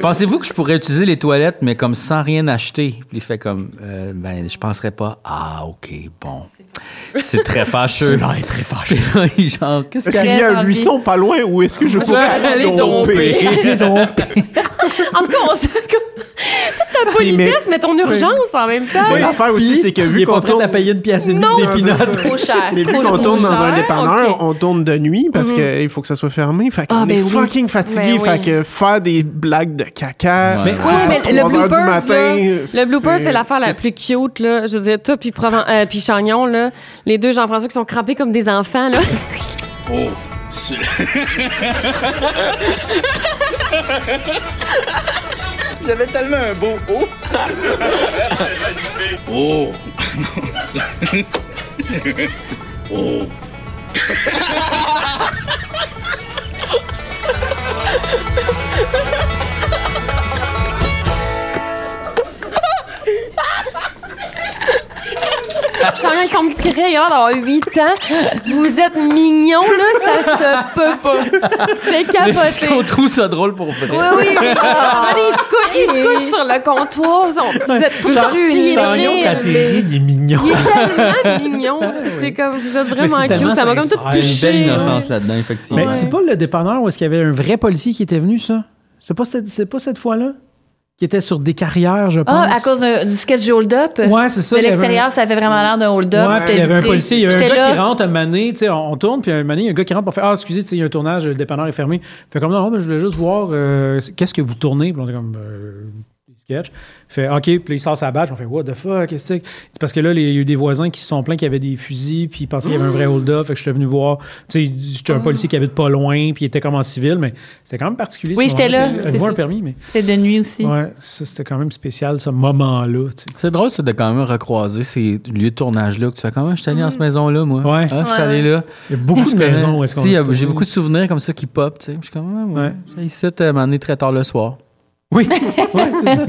[SPEAKER 3] Pensez-vous que je pourrais utiliser les toilettes, mais comme sans rien acheter? Puis il fait comme, Euh, ben, je penserais pas. Ah, OK, bon. C'est très fâcheux. C'est très fâcheux. Il est genre, qu'est-ce
[SPEAKER 6] Est-ce
[SPEAKER 3] que...
[SPEAKER 6] qu'il y
[SPEAKER 4] Très
[SPEAKER 6] a un
[SPEAKER 4] envie.
[SPEAKER 6] buisson pas loin ou est-ce que je pourrais aller domper?
[SPEAKER 5] En tout cas, on sait que ta politesse, mais ton urgence en même temps.
[SPEAKER 6] Mais l'affaire aussi, c'est que
[SPEAKER 1] il est
[SPEAKER 6] vu
[SPEAKER 1] pas
[SPEAKER 6] qu'on
[SPEAKER 1] prêt à
[SPEAKER 6] tourne...
[SPEAKER 1] payer une pièce et demie
[SPEAKER 5] Non.
[SPEAKER 1] d'épinotes.
[SPEAKER 4] Trop cher.
[SPEAKER 6] Mais vu
[SPEAKER 4] Trop,
[SPEAKER 6] qu'on
[SPEAKER 4] trop
[SPEAKER 6] tourne dans
[SPEAKER 4] cher.
[SPEAKER 6] un dépanneur,
[SPEAKER 5] ok.
[SPEAKER 6] on tourne de nuit parce qu'il faut que ça soit fermé. Fait qu'on
[SPEAKER 4] Mm-hmm. Ah,
[SPEAKER 6] est
[SPEAKER 4] ben oui.
[SPEAKER 6] fucking
[SPEAKER 5] Ben
[SPEAKER 6] fatigué.
[SPEAKER 5] oui.
[SPEAKER 6] Fait que faire des blagues de caca. euh,
[SPEAKER 3] Ouais.
[SPEAKER 6] à
[SPEAKER 5] Oui, mais le
[SPEAKER 6] 3 heures
[SPEAKER 5] blooper,
[SPEAKER 6] du matin,
[SPEAKER 5] le blooper, c'est l'affaire la plus cute, là. Je veux dire, toi puis Proven- euh, puis Chagnon, là, les deux Jean-François qui sont crampés comme des enfants, là.
[SPEAKER 7] Oh, c'est- J'avais tellement un beau oh. oh. oh.
[SPEAKER 5] Je sens bien qu'on me tirait, il a l'air d'avoir 8 ans. Vous êtes mignon, là, ça se peut pas. C'est
[SPEAKER 3] qu'on
[SPEAKER 5] capoté.
[SPEAKER 3] trouve ça drôle pour vrai.
[SPEAKER 5] Oui, oui, oui. Allez, il, se cou- il se couche sur le comptoir. Ils ont- Vous êtes tout tortillés. le
[SPEAKER 1] Chariot,
[SPEAKER 5] nez.
[SPEAKER 1] quand il rit, il est mignon.
[SPEAKER 5] Il est tellement mignon. C'est comme, vous êtes
[SPEAKER 1] Ah Mais c'est
[SPEAKER 5] vraiment
[SPEAKER 1] tellement
[SPEAKER 5] cute. Ça m'a comme tout
[SPEAKER 1] sincère.
[SPEAKER 3] Il y a une belle
[SPEAKER 5] touché.
[SPEAKER 3] innocence là-dedans, effectivement.
[SPEAKER 1] Mais c'est pas le dépanneur où est-ce qu'il y avait un vrai policier qui était venu, ça? C'est pas cette, c'est pas cette fois-là? Qui était sur des carrières, je pense.
[SPEAKER 4] Ah, à cause de- du sketch du hold-up?
[SPEAKER 1] Ouais, c'est ça.
[SPEAKER 4] de
[SPEAKER 1] il y avait un-
[SPEAKER 4] l'extérieur, ça avait vraiment l'air d'un hold-up.
[SPEAKER 1] Ouais,
[SPEAKER 4] C'était
[SPEAKER 1] puis il y avait un
[SPEAKER 4] vitré.
[SPEAKER 1] policier, il y avait un
[SPEAKER 4] J'étais
[SPEAKER 1] gars
[SPEAKER 4] là.
[SPEAKER 1] qui rentre à Mané, tu sais, on, on tourne, puis à Mané, il y a un gars qui rentre pour faire Ah, excusez, tu sais, il y a un tournage, le dépanneur est fermé. Fait comme non, mais je voulais juste voir euh, qu'est-ce que vous tournez. Puis on est comme euh, des sketchs. Fait OK, puis là, il sort sa badge, on fait What the fuck, qu'est-ce que c'est C'est parce que là, les- il y a eu des voisins qui se sont plaints qu'il y avait des fusils, puis ils pensaient qu'il y avait un
[SPEAKER 4] Mmh.
[SPEAKER 1] vrai hold-up. Fait que j'étais venu voir, tu sais, j'étais un policier qui habite pas loin, puis il était comme en civil, mais c'était quand même particulier.
[SPEAKER 4] Oui,
[SPEAKER 1] ce
[SPEAKER 4] j'étais
[SPEAKER 1] moment-là,
[SPEAKER 4] là,
[SPEAKER 1] tu sais.
[SPEAKER 4] c'est
[SPEAKER 1] Avez-vous un
[SPEAKER 4] ça.
[SPEAKER 1] permis, mais.
[SPEAKER 4] C'était de nuit aussi.
[SPEAKER 1] Ouais, ça, c'était quand même spécial, ce moment-là, tu sais.
[SPEAKER 3] C'est drôle, ça, de quand même recroiser ces lieux de tournage-là. Que tu fais comment? Je suis allé dans cette maison-là, moi.
[SPEAKER 1] Mm. Ouais.
[SPEAKER 3] Ah, je suis allé là.
[SPEAKER 1] Il y a beaucoup de
[SPEAKER 3] Je connais-
[SPEAKER 1] maisons où est-ce qu'on
[SPEAKER 3] Tu sais,
[SPEAKER 1] a
[SPEAKER 3] il y a- J'ai
[SPEAKER 1] tourné.
[SPEAKER 3] beaucoup de souvenirs comme ça qui pop. tu sais. Je suis comme, ah, ouais.
[SPEAKER 1] Ouais. Euh.
[SPEAKER 3] J'ai ici, à un moment donné, très tard le soir.
[SPEAKER 1] Oui, ouais, c'est ça.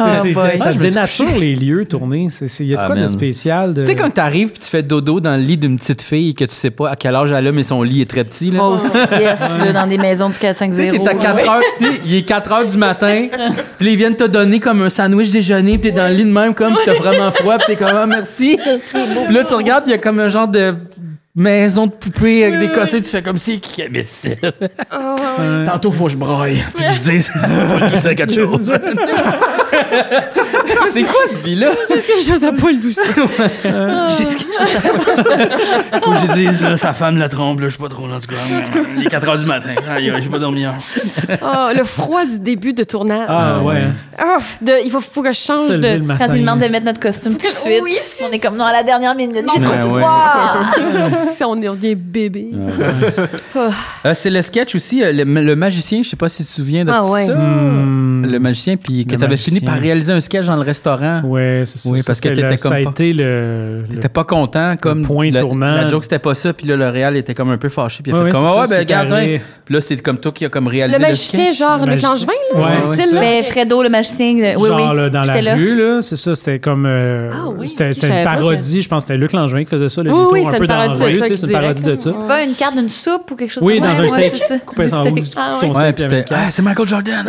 [SPEAKER 4] Ah,
[SPEAKER 1] C'est- c'est-
[SPEAKER 4] boy.
[SPEAKER 1] ça
[SPEAKER 3] Ouais, je me suis
[SPEAKER 1] dénature les lieux tournés. C'est- c'est- Il y a de
[SPEAKER 3] Ah,
[SPEAKER 1] quoi de
[SPEAKER 3] man.
[SPEAKER 1] spécial. De...
[SPEAKER 3] Tu sais, quand t'arrives puis tu fais dodo dans le lit d'une petite fille et que tu sais pas à quel âge elle a, mais son lit est très petit, là.
[SPEAKER 1] Oh,
[SPEAKER 4] Grosse sieste, là, dans des maisons du 4-5-0.
[SPEAKER 3] Tu sais, t'es à 4 heures, tu sais, il est 4 heures du matin, puis là, ils viennent te donner comme un sandwich déjeuner, puis t'es dans le lit de même, comme, puis t'as vraiment froid, puis t'es comme, ah, merci. Puis là, tu regardes, puis il y a comme un genre de maison de poupée avec des cossets, tu fais comme si, qui habite ça? Tantôt, faut que je braille, puis je dis, faut le tousser à quelque chose. C'est quoi ce vie-là?
[SPEAKER 5] quelque chose à poil douce.
[SPEAKER 7] Faut que je dise, là, sa femme la trompe, là, je suis pas trop, là, en tout cas. Il est 4 heures du matin. Aïe, aïe, j'ai pas dormi. hein.
[SPEAKER 5] Oh, le froid du début de tournage.
[SPEAKER 1] Ah ouais,
[SPEAKER 5] Ah, de- il faut, faut que je
[SPEAKER 1] se
[SPEAKER 5] change
[SPEAKER 1] lever le
[SPEAKER 5] de.
[SPEAKER 1] matin.
[SPEAKER 4] Quand ils demandent de mettre notre costume tout de suite,
[SPEAKER 5] Oui,
[SPEAKER 4] on est comme non à la dernière minute. J'ai
[SPEAKER 3] Ben
[SPEAKER 4] trop
[SPEAKER 3] ouais.
[SPEAKER 4] froid.
[SPEAKER 5] Si on devient bébé.
[SPEAKER 3] Euh, c'est le sketch aussi, euh, le, le magicien, je sais pas si tu te souviens de
[SPEAKER 5] Ah
[SPEAKER 3] tout
[SPEAKER 5] ouais.
[SPEAKER 3] ça.
[SPEAKER 1] Hmm.
[SPEAKER 3] Le magicien, puis que
[SPEAKER 1] Le
[SPEAKER 3] t'avais fini
[SPEAKER 1] magicien.
[SPEAKER 3] par réaliser un sketch dans le restaurant.
[SPEAKER 1] Ouais, c'est ça.
[SPEAKER 3] Oui, parce que
[SPEAKER 1] c'était
[SPEAKER 3] t'étais
[SPEAKER 1] le-
[SPEAKER 3] comme
[SPEAKER 1] Ça a
[SPEAKER 3] pas-
[SPEAKER 1] été le. le-
[SPEAKER 3] T'étais pas content, comme.
[SPEAKER 1] point
[SPEAKER 3] la,
[SPEAKER 1] tournant.
[SPEAKER 3] La joke, c'était pas ça, puis là, le réal était comme un peu fâché, puis il a
[SPEAKER 1] Ouais,
[SPEAKER 3] fait
[SPEAKER 1] ouais,
[SPEAKER 3] comme,
[SPEAKER 1] c'est
[SPEAKER 3] ah
[SPEAKER 1] ça,
[SPEAKER 3] ouais, ben,
[SPEAKER 1] c'est
[SPEAKER 3] regarde,
[SPEAKER 1] carré.
[SPEAKER 3] hein. Puis là, c'est comme toi qui a comme réalisé
[SPEAKER 5] Le
[SPEAKER 3] le, sketch.
[SPEAKER 5] magicien, genre
[SPEAKER 1] Le
[SPEAKER 5] le
[SPEAKER 1] magicien.
[SPEAKER 5] Langevin,
[SPEAKER 1] Ouais,
[SPEAKER 5] là, ce
[SPEAKER 1] ouais,
[SPEAKER 5] style-là.
[SPEAKER 4] Mais Fredo, le magicien, euh, oui,
[SPEAKER 1] genre
[SPEAKER 4] oui.
[SPEAKER 1] là, dans la
[SPEAKER 4] j'étais là.
[SPEAKER 1] rue, là, c'est ça, c'était comme. euh,
[SPEAKER 5] Ah oui,
[SPEAKER 1] c'était
[SPEAKER 5] ok,
[SPEAKER 1] c'était
[SPEAKER 5] je savais
[SPEAKER 1] une
[SPEAKER 5] pas que-
[SPEAKER 1] parodie, je pense que c'était Luc Langevin qui faisait ça, le
[SPEAKER 5] Oui,
[SPEAKER 1] détour
[SPEAKER 5] oui,
[SPEAKER 1] un
[SPEAKER 5] c'est
[SPEAKER 1] peu
[SPEAKER 5] une
[SPEAKER 1] dans la
[SPEAKER 5] parodie de
[SPEAKER 1] rue, tu
[SPEAKER 5] ça
[SPEAKER 1] sais,
[SPEAKER 5] qui
[SPEAKER 1] c'est une parodie de
[SPEAKER 5] direct,
[SPEAKER 1] ça.
[SPEAKER 4] Pas une carte d'une soupe ou quelque chose
[SPEAKER 1] Oui,
[SPEAKER 4] comme
[SPEAKER 1] dans
[SPEAKER 4] ça.
[SPEAKER 1] un
[SPEAKER 4] Ouais,
[SPEAKER 1] steak,
[SPEAKER 4] c'est ça.
[SPEAKER 1] coupé sans
[SPEAKER 4] Steak.
[SPEAKER 5] Ah,
[SPEAKER 1] son
[SPEAKER 5] ouais.
[SPEAKER 3] Ouais,
[SPEAKER 1] steak puis
[SPEAKER 3] puis
[SPEAKER 1] avec
[SPEAKER 3] c'était, ah,
[SPEAKER 1] une
[SPEAKER 3] c'est Michael Jordan.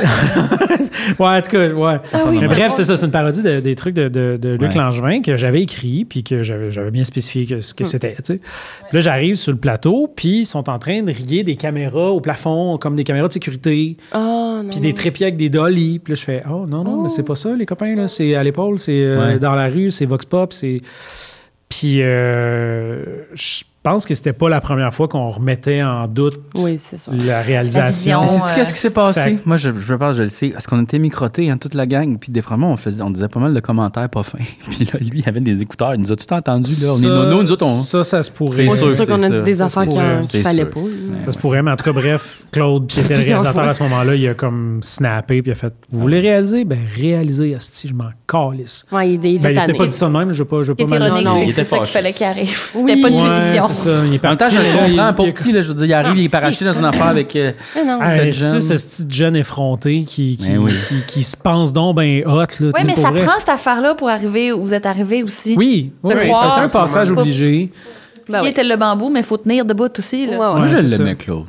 [SPEAKER 1] Ouais, en tout cas, ouais.
[SPEAKER 5] oui,
[SPEAKER 1] Mais
[SPEAKER 5] c'était
[SPEAKER 1] bref,
[SPEAKER 5] bon.
[SPEAKER 1] c'est ça, c'est une parodie de- des trucs de, de- de Luc
[SPEAKER 3] Ouais.
[SPEAKER 1] Langevin que j'avais écrit, puis que j'avais j'avais bien spécifié que, ce que c'était. tu sais. Puis là, j'arrive sur le plateau, puis ils sont en train de riguer des caméras au plafond, comme des caméras de sécurité,
[SPEAKER 5] Oh, non.
[SPEAKER 1] puis des trépieds avec des dolly. Puis là, je fais Oh non, non, mais c'est pas ça, les copains, là, c'est à l'épaule, c'est euh,
[SPEAKER 3] Ouais.
[SPEAKER 1] dans la rue, c'est Vox Pop, c'est. Puis euh, je pense que c'était pas la première fois qu'on remettait en doute
[SPEAKER 5] Oui, c'est ça.
[SPEAKER 1] la
[SPEAKER 4] La
[SPEAKER 1] réalisation.
[SPEAKER 3] Mais
[SPEAKER 4] vision.
[SPEAKER 3] sais-tu
[SPEAKER 4] ouais.
[SPEAKER 3] qu'est-ce qui s'est passé?
[SPEAKER 1] Fait-
[SPEAKER 3] Moi, je, je pense, je le sais. Parce qu'on était microtés, hein, toute la gang. Puis des fois, on, faisait, on disait pas mal de commentaires pas fins. Puis là, lui, il avait des écouteurs. Il nous a tout entendu, là. On est
[SPEAKER 1] Ça-
[SPEAKER 3] nono, nous autres, on.
[SPEAKER 1] Ça, ça se
[SPEAKER 3] C'est
[SPEAKER 1] pourrait.
[SPEAKER 5] Moi,
[SPEAKER 3] sûr,
[SPEAKER 5] c'est sûr qu'on a
[SPEAKER 3] c'est
[SPEAKER 5] dit
[SPEAKER 3] ça.
[SPEAKER 5] des
[SPEAKER 1] Ça,
[SPEAKER 5] affaires
[SPEAKER 1] c'est
[SPEAKER 5] qu'il
[SPEAKER 1] sûr.
[SPEAKER 5] qu'il
[SPEAKER 3] C'est
[SPEAKER 5] fallait
[SPEAKER 3] sûr.
[SPEAKER 5] pas.
[SPEAKER 1] Ça se pourrait, mais en tout cas, bref, Claude, qui était le
[SPEAKER 5] Plusieurs
[SPEAKER 1] réalisateur
[SPEAKER 5] fois.
[SPEAKER 1] à ce moment-là, il a comme snappé, puis il a fait Vous voulez réaliser Ben, réalisez, Asti, je m'en calisse.
[SPEAKER 5] Ouais, il est- il
[SPEAKER 1] Ben,
[SPEAKER 5] est
[SPEAKER 1] il n'était
[SPEAKER 5] tanné.
[SPEAKER 1] pas dit ça de même, je ne veux pas, je veux
[SPEAKER 4] Il
[SPEAKER 1] pas
[SPEAKER 4] était
[SPEAKER 1] mal
[SPEAKER 4] ironique,
[SPEAKER 5] Non,
[SPEAKER 4] c'est
[SPEAKER 5] il
[SPEAKER 4] que
[SPEAKER 3] était
[SPEAKER 4] c'est ça qu'il
[SPEAKER 3] fâché.
[SPEAKER 4] fallait qu'il arrive. C'était pas une
[SPEAKER 1] Ouais,
[SPEAKER 4] punition.
[SPEAKER 1] c'est ça, il est
[SPEAKER 3] En même
[SPEAKER 1] parti.
[SPEAKER 3] temps, je le
[SPEAKER 1] là, il-
[SPEAKER 3] comprends.
[SPEAKER 1] il-
[SPEAKER 3] Pour petit, là, je veux dire, il
[SPEAKER 5] Ah,
[SPEAKER 3] arrive, il est parachuté dans une affaire avec. euh,
[SPEAKER 5] Mais non.
[SPEAKER 1] Ah,
[SPEAKER 3] cette
[SPEAKER 1] et ça,
[SPEAKER 3] jeune.
[SPEAKER 1] ce petit jeune effronté qui, qui,
[SPEAKER 3] Ben oui.
[SPEAKER 1] qui, qui se pense donc ben hot, là, tu
[SPEAKER 4] Oui,
[SPEAKER 1] sais,
[SPEAKER 4] mais
[SPEAKER 1] pour
[SPEAKER 4] ça
[SPEAKER 1] vrai.
[SPEAKER 4] prend cette affaire-là pour arriver où vous êtes arrivé aussi.
[SPEAKER 1] Oui, oui,
[SPEAKER 4] De
[SPEAKER 1] c'est
[SPEAKER 4] croire,
[SPEAKER 1] un
[SPEAKER 4] c'est
[SPEAKER 1] passage
[SPEAKER 4] normal.
[SPEAKER 1] obligé.
[SPEAKER 5] Ben
[SPEAKER 4] Il
[SPEAKER 5] oui.
[SPEAKER 4] était le bambou, mais il faut tenir debout aussi. Là.
[SPEAKER 5] Ouais, ouais.
[SPEAKER 3] Moi, je
[SPEAKER 1] c'est ça.
[SPEAKER 3] l'aimais, Claude.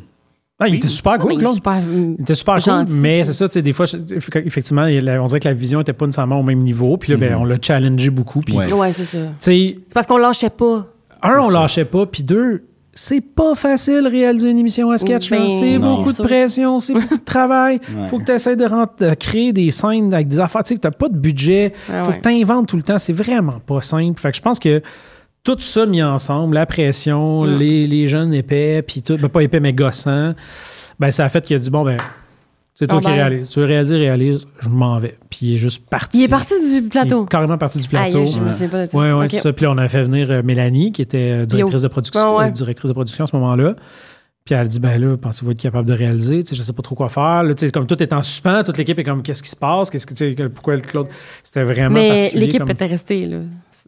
[SPEAKER 1] Ah, il était super
[SPEAKER 5] Non, mais
[SPEAKER 1] cool,
[SPEAKER 5] il est
[SPEAKER 1] Claude.
[SPEAKER 5] super.
[SPEAKER 4] euh,
[SPEAKER 1] Il était super
[SPEAKER 5] Gentil.
[SPEAKER 1] cool, mais c'est ça, tu sais, des fois, je- effectivement, il- on dirait que la vision n'était pas nécessairement au même niveau, puis là, ben, on l'a challengé beaucoup, puis,
[SPEAKER 3] Mhm. Ouais.
[SPEAKER 1] tu
[SPEAKER 5] Ouais, c'est ça.
[SPEAKER 1] sais,
[SPEAKER 5] C'est parce qu'on lâchait pas.
[SPEAKER 1] un, on lâchait pas, puis deux, c'est pas facile réaliser une émission à sketch. là.
[SPEAKER 5] Ben,
[SPEAKER 1] c'est
[SPEAKER 5] non.
[SPEAKER 1] beaucoup de
[SPEAKER 5] C'est sûr.
[SPEAKER 1] pression, c'est beaucoup de travail. Faut que tu essaies de, rent- de créer des scènes avec des affaires. Tu sais que t'as pas de budget.
[SPEAKER 5] Ah
[SPEAKER 1] Faut
[SPEAKER 5] ouais.
[SPEAKER 1] que tu inventes tout le temps. C'est vraiment pas simple. Fait que je pense que tout ça mis ensemble, la pression,
[SPEAKER 5] Ah.
[SPEAKER 1] les, les jeunes épais, puis tout, ben, pas épais mais gossants, ben ça a fait qu'il a dit bon ben c'est toi
[SPEAKER 5] Ah
[SPEAKER 1] qui
[SPEAKER 5] ben.
[SPEAKER 1] réalise. Tu veux réaliser, réalise, je m'en vais. Puis il est juste parti.
[SPEAKER 5] Il est parti du
[SPEAKER 1] Il
[SPEAKER 5] plateau.
[SPEAKER 1] est carrément parti du plateau.
[SPEAKER 5] Aïe, je me souviens pas de ça.
[SPEAKER 1] Oui, oui,
[SPEAKER 5] Ok.
[SPEAKER 1] c'est ça. Puis là, on a fait venir euh, Mélanie, qui était euh, directrice
[SPEAKER 5] Bio.
[SPEAKER 1] de production,
[SPEAKER 5] Ah ouais.
[SPEAKER 1] euh, directrice de production à ce moment-là. Puis elle dit, ben là, pensez-vous être capable de réaliser? Tu sais, je sais pas trop quoi faire. Là, tu sais, comme tout est en suspens, toute l'équipe est comme, qu'est-ce qui se passe? Qu'est-ce que, tu sais, que- pourquoi le Claude? C'était vraiment
[SPEAKER 5] Mais
[SPEAKER 1] particulier.
[SPEAKER 5] l'équipe
[SPEAKER 1] comme-
[SPEAKER 5] était restée, là.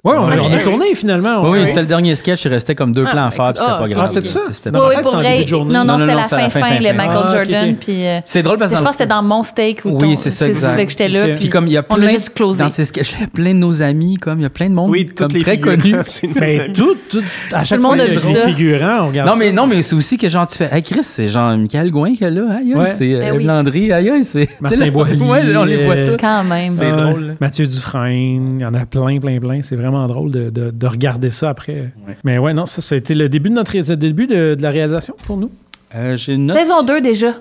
[SPEAKER 1] Ouais, on, a-
[SPEAKER 3] Ouais.
[SPEAKER 1] on a tourné finalement.
[SPEAKER 3] Oui,
[SPEAKER 1] on-
[SPEAKER 3] oui, c'était le dernier sketch, il restait comme deux
[SPEAKER 5] Ah,
[SPEAKER 3] plans à faire,
[SPEAKER 5] écoute,
[SPEAKER 3] puis c'était
[SPEAKER 5] ah,
[SPEAKER 3] pas
[SPEAKER 5] ah,
[SPEAKER 3] grave.
[SPEAKER 1] c'était ça?
[SPEAKER 3] là, c'était
[SPEAKER 1] Non,
[SPEAKER 4] Oui,
[SPEAKER 3] pas-
[SPEAKER 1] en
[SPEAKER 4] oui,
[SPEAKER 1] fait,
[SPEAKER 4] pour
[SPEAKER 1] c'est en
[SPEAKER 4] vrai.
[SPEAKER 1] début de journée.
[SPEAKER 4] Non,
[SPEAKER 3] Non,
[SPEAKER 4] non,
[SPEAKER 3] non,
[SPEAKER 4] c'était
[SPEAKER 3] non,
[SPEAKER 4] la
[SPEAKER 3] c'est à
[SPEAKER 4] fin, fin, le Michael
[SPEAKER 1] Ah, ok,
[SPEAKER 4] Jordan.
[SPEAKER 1] ok.
[SPEAKER 4] Puis, euh,
[SPEAKER 3] C'est drôle parce
[SPEAKER 4] c'était-
[SPEAKER 3] que dans
[SPEAKER 4] je pense que
[SPEAKER 3] le-
[SPEAKER 4] c'était dans mon steak ou
[SPEAKER 3] Oui,
[SPEAKER 4] ton-
[SPEAKER 3] c'est ça, exact.
[SPEAKER 4] fait que j'étais là.
[SPEAKER 1] Ok.
[SPEAKER 4] Puis
[SPEAKER 3] Puis comme il y a
[SPEAKER 4] On
[SPEAKER 3] plein
[SPEAKER 4] l'a juste closé.
[SPEAKER 3] dans ces sketchs, il y a plein de nos amis, comme il y a plein de monde
[SPEAKER 6] Oui,
[SPEAKER 3] comme
[SPEAKER 6] toutes les
[SPEAKER 3] très
[SPEAKER 6] figures.
[SPEAKER 3] connu.
[SPEAKER 6] C'est nos
[SPEAKER 1] Ben,
[SPEAKER 6] amis.
[SPEAKER 1] tout, tout, à chaque fois,
[SPEAKER 4] monde
[SPEAKER 1] il y
[SPEAKER 4] a
[SPEAKER 1] a
[SPEAKER 4] vu
[SPEAKER 1] des
[SPEAKER 4] ça.
[SPEAKER 1] figurants, on regarde
[SPEAKER 3] Non
[SPEAKER 1] ça.
[SPEAKER 3] mais non mais c'est aussi que genre tu fais hey Chris c'est genre Michael Gouin qui est là aïe aïe,
[SPEAKER 1] Ouais.
[SPEAKER 3] c'est euh,
[SPEAKER 5] Ben
[SPEAKER 3] Eve
[SPEAKER 5] oui.
[SPEAKER 3] Landry aïe aïe, c'est
[SPEAKER 1] Martin
[SPEAKER 3] tu sais, là,
[SPEAKER 1] Boily,
[SPEAKER 3] ouais, on les voit
[SPEAKER 1] euh,
[SPEAKER 3] tous
[SPEAKER 4] Quand même.
[SPEAKER 1] Ouais.
[SPEAKER 3] drôle, là.
[SPEAKER 1] Mathieu Dufresne, il y en a plein, plein, plein. C'est vraiment drôle de, de- de regarder ça après. Mais ouais, non, ça, ça a été le début de notre le début de, de la réalisation pour nous.
[SPEAKER 3] Euh, j'ai une note
[SPEAKER 4] Saison 2 déjà.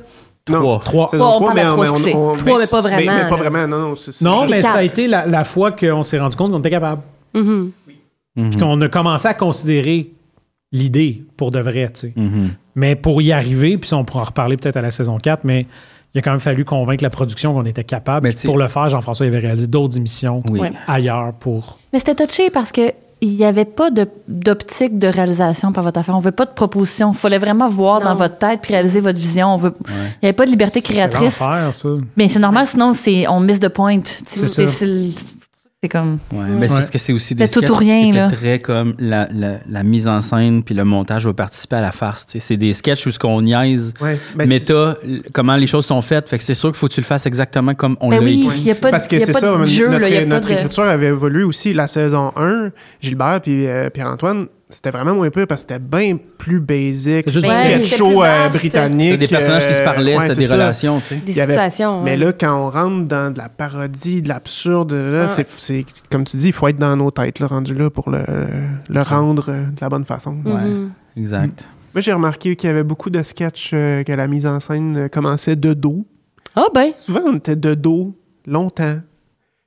[SPEAKER 6] Non,
[SPEAKER 3] Trois.
[SPEAKER 1] Trois.
[SPEAKER 6] saison
[SPEAKER 4] Bon, on
[SPEAKER 6] trois,
[SPEAKER 4] parle à trois, c'est-
[SPEAKER 5] trois, mais pas vraiment,
[SPEAKER 6] Mais, pas
[SPEAKER 5] là.
[SPEAKER 6] vraiment, non, non. c'est- c'est
[SPEAKER 1] Non,
[SPEAKER 6] juste-
[SPEAKER 1] mais ça a
[SPEAKER 5] quatre.
[SPEAKER 1] été la, la fois qu'on s'est rendu compte qu'on était capable.
[SPEAKER 5] Mhm.
[SPEAKER 1] Puis qu'on a commencé à considérer l'idée pour de vrai, tu sais.
[SPEAKER 3] Mhm.
[SPEAKER 1] Mais pour y arriver, puis ça, on pourra en reparler peut-être à la saison 4, mais il a quand même fallu convaincre la production qu'on était capable.
[SPEAKER 3] Mais
[SPEAKER 1] Puis
[SPEAKER 3] tu sais-
[SPEAKER 1] pour le faire, Jean-François avait réalisé d'autres émissions
[SPEAKER 3] Oui.
[SPEAKER 5] Ouais.
[SPEAKER 1] ailleurs pour...
[SPEAKER 4] Mais c'était touché parce que il n'y avait pas de- d'optique de, réalisation par votre affaire. On ne veut pas de proposition. Il fallait vraiment voir
[SPEAKER 5] Non.
[SPEAKER 4] dans votre tête puis réaliser votre vision. On veut... Il n'y avait pas de liberté créatrice.
[SPEAKER 1] C'est l'enfer, ça.
[SPEAKER 4] Mais c'est normal, sinon c'est on miss de point.
[SPEAKER 1] C'est
[SPEAKER 4] C'est
[SPEAKER 1] ça.
[SPEAKER 4] c'est le- c'est comme.
[SPEAKER 3] Ouais, ben, c'est parce que c'est aussi des
[SPEAKER 4] Mais tout ou
[SPEAKER 3] sketchs
[SPEAKER 4] rien,
[SPEAKER 3] qui étaient
[SPEAKER 4] là.
[SPEAKER 3] très comme la, la, la mise en scène puis le montage va participer à la farce. tu sais. C'est des sketchs où ce qu'on niaise,
[SPEAKER 6] Ouais, ben,
[SPEAKER 3] méta, l- comment les choses sont faites. Fait que c'est sûr qu'il faut que tu le fasses exactement comme on
[SPEAKER 4] Ben
[SPEAKER 3] l'a
[SPEAKER 4] oui,
[SPEAKER 3] écrit.
[SPEAKER 4] il n'y a pas de,
[SPEAKER 6] Parce que
[SPEAKER 4] il y a
[SPEAKER 6] c'est
[SPEAKER 4] pas
[SPEAKER 6] ça,
[SPEAKER 4] de
[SPEAKER 6] notre,
[SPEAKER 4] jeu. là, il y a pas
[SPEAKER 6] notre
[SPEAKER 4] de-
[SPEAKER 6] écriture avait évolué aussi. La saison 1, Gilbert puis euh, Pierre-Antoine, c'était vraiment moins pire parce que c'était bien plus basique.
[SPEAKER 1] C'est juste
[SPEAKER 6] Juste
[SPEAKER 1] Ouais,
[SPEAKER 6] sketch
[SPEAKER 5] c'était
[SPEAKER 6] show
[SPEAKER 5] plus
[SPEAKER 6] euh,
[SPEAKER 5] vaste.
[SPEAKER 6] britannique.
[SPEAKER 3] C'est des personnages qui se
[SPEAKER 6] euh,
[SPEAKER 3] parlaient,
[SPEAKER 6] ouais,
[SPEAKER 3] c'est
[SPEAKER 6] c'est
[SPEAKER 3] des
[SPEAKER 6] ça.
[SPEAKER 3] relations. tu sais.
[SPEAKER 5] Des
[SPEAKER 6] Il y avait-
[SPEAKER 5] situations. hein.
[SPEAKER 6] Mais
[SPEAKER 5] ouais.
[SPEAKER 6] là, quand on rentre dans de la parodie, de l'absurde, là,
[SPEAKER 5] Ah.
[SPEAKER 6] c'est- c'est comme tu dis, il faut être dans nos têtes, là, rendu là, pour le, le rendre euh, de la bonne façon.
[SPEAKER 5] Mhm.
[SPEAKER 3] Exact.
[SPEAKER 6] Moi, j'ai remarqué qu'il y avait beaucoup de sketchs euh, que la mise en scène euh, commençait de dos.
[SPEAKER 5] Ah, ben.
[SPEAKER 6] Souvent, on était de dos longtemps.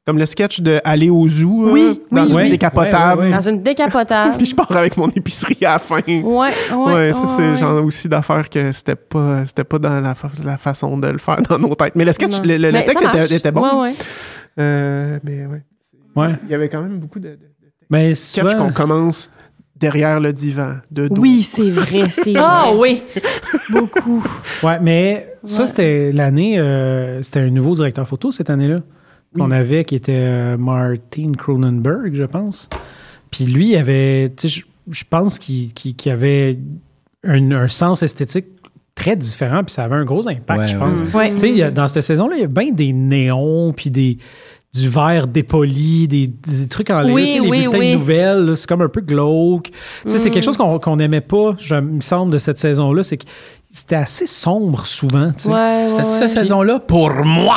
[SPEAKER 6] Comme le sketch de aller au zoo, là,
[SPEAKER 5] Oui,
[SPEAKER 6] dans
[SPEAKER 5] oui.
[SPEAKER 6] une
[SPEAKER 1] Ouais,
[SPEAKER 6] décapotable.
[SPEAKER 1] ouais, ouais.
[SPEAKER 5] Dans une décapotable.
[SPEAKER 6] Puis je pars avec mon épicerie à la fin. Ouais,
[SPEAKER 5] Ouais, ouais.
[SPEAKER 6] ça, c'est le genre aussi d'affaires que c'était pas, c'était pas dans la, fa- la façon de le faire dans nos têtes. Mais le sketch,
[SPEAKER 5] Non.
[SPEAKER 6] le, le- le
[SPEAKER 5] Mais ça
[SPEAKER 6] texte
[SPEAKER 5] marche.
[SPEAKER 6] était, était bon.
[SPEAKER 5] Ouais, ouais.
[SPEAKER 6] Euh, mais ouais.
[SPEAKER 1] Ouais.
[SPEAKER 6] Il y avait quand même beaucoup de, de
[SPEAKER 1] Mais
[SPEAKER 6] sketchs
[SPEAKER 1] souvent-
[SPEAKER 6] qu'on commence derrière le divan, de dos.
[SPEAKER 5] Oui, c'est vrai, c'est
[SPEAKER 4] Ah
[SPEAKER 5] vrai.
[SPEAKER 4] oui!
[SPEAKER 5] beaucoup.
[SPEAKER 1] Ouais, mais ça,
[SPEAKER 5] Ouais.
[SPEAKER 1] c'était l'année, euh, c'était un nouveau directeur photo cette année-là qu'on avait qui était euh, Martin Cronenberg, je pense. Puis lui, il avait, tu sais, je- je pense qu'il qu'il- qu'il avait un, un sens esthétique très différent, puis ça avait un gros impact,
[SPEAKER 3] Ouais,
[SPEAKER 1] je
[SPEAKER 3] ouais,
[SPEAKER 1] pense.
[SPEAKER 3] ouais.
[SPEAKER 4] Ouais.
[SPEAKER 1] Tu sais, il y a- dans cette saison-là, il y a bien des néons, puis des du verre dépoli, des, des trucs en l'air,
[SPEAKER 4] Oui,
[SPEAKER 1] tu sais, les
[SPEAKER 4] oui,
[SPEAKER 1] bulletins
[SPEAKER 4] oui.
[SPEAKER 1] de nouvelles, là, c'est comme un peu glauque. Tu sais, c'est
[SPEAKER 5] Mm.
[SPEAKER 1] quelque chose qu'on qu'on n'aimait pas, je, il me semble, de cette saison-là, c'est que c'était assez sombre souvent, tu sais.
[SPEAKER 5] Ouais, ouais,
[SPEAKER 3] C'était
[SPEAKER 5] ouais.
[SPEAKER 3] cette saison-là pour moi.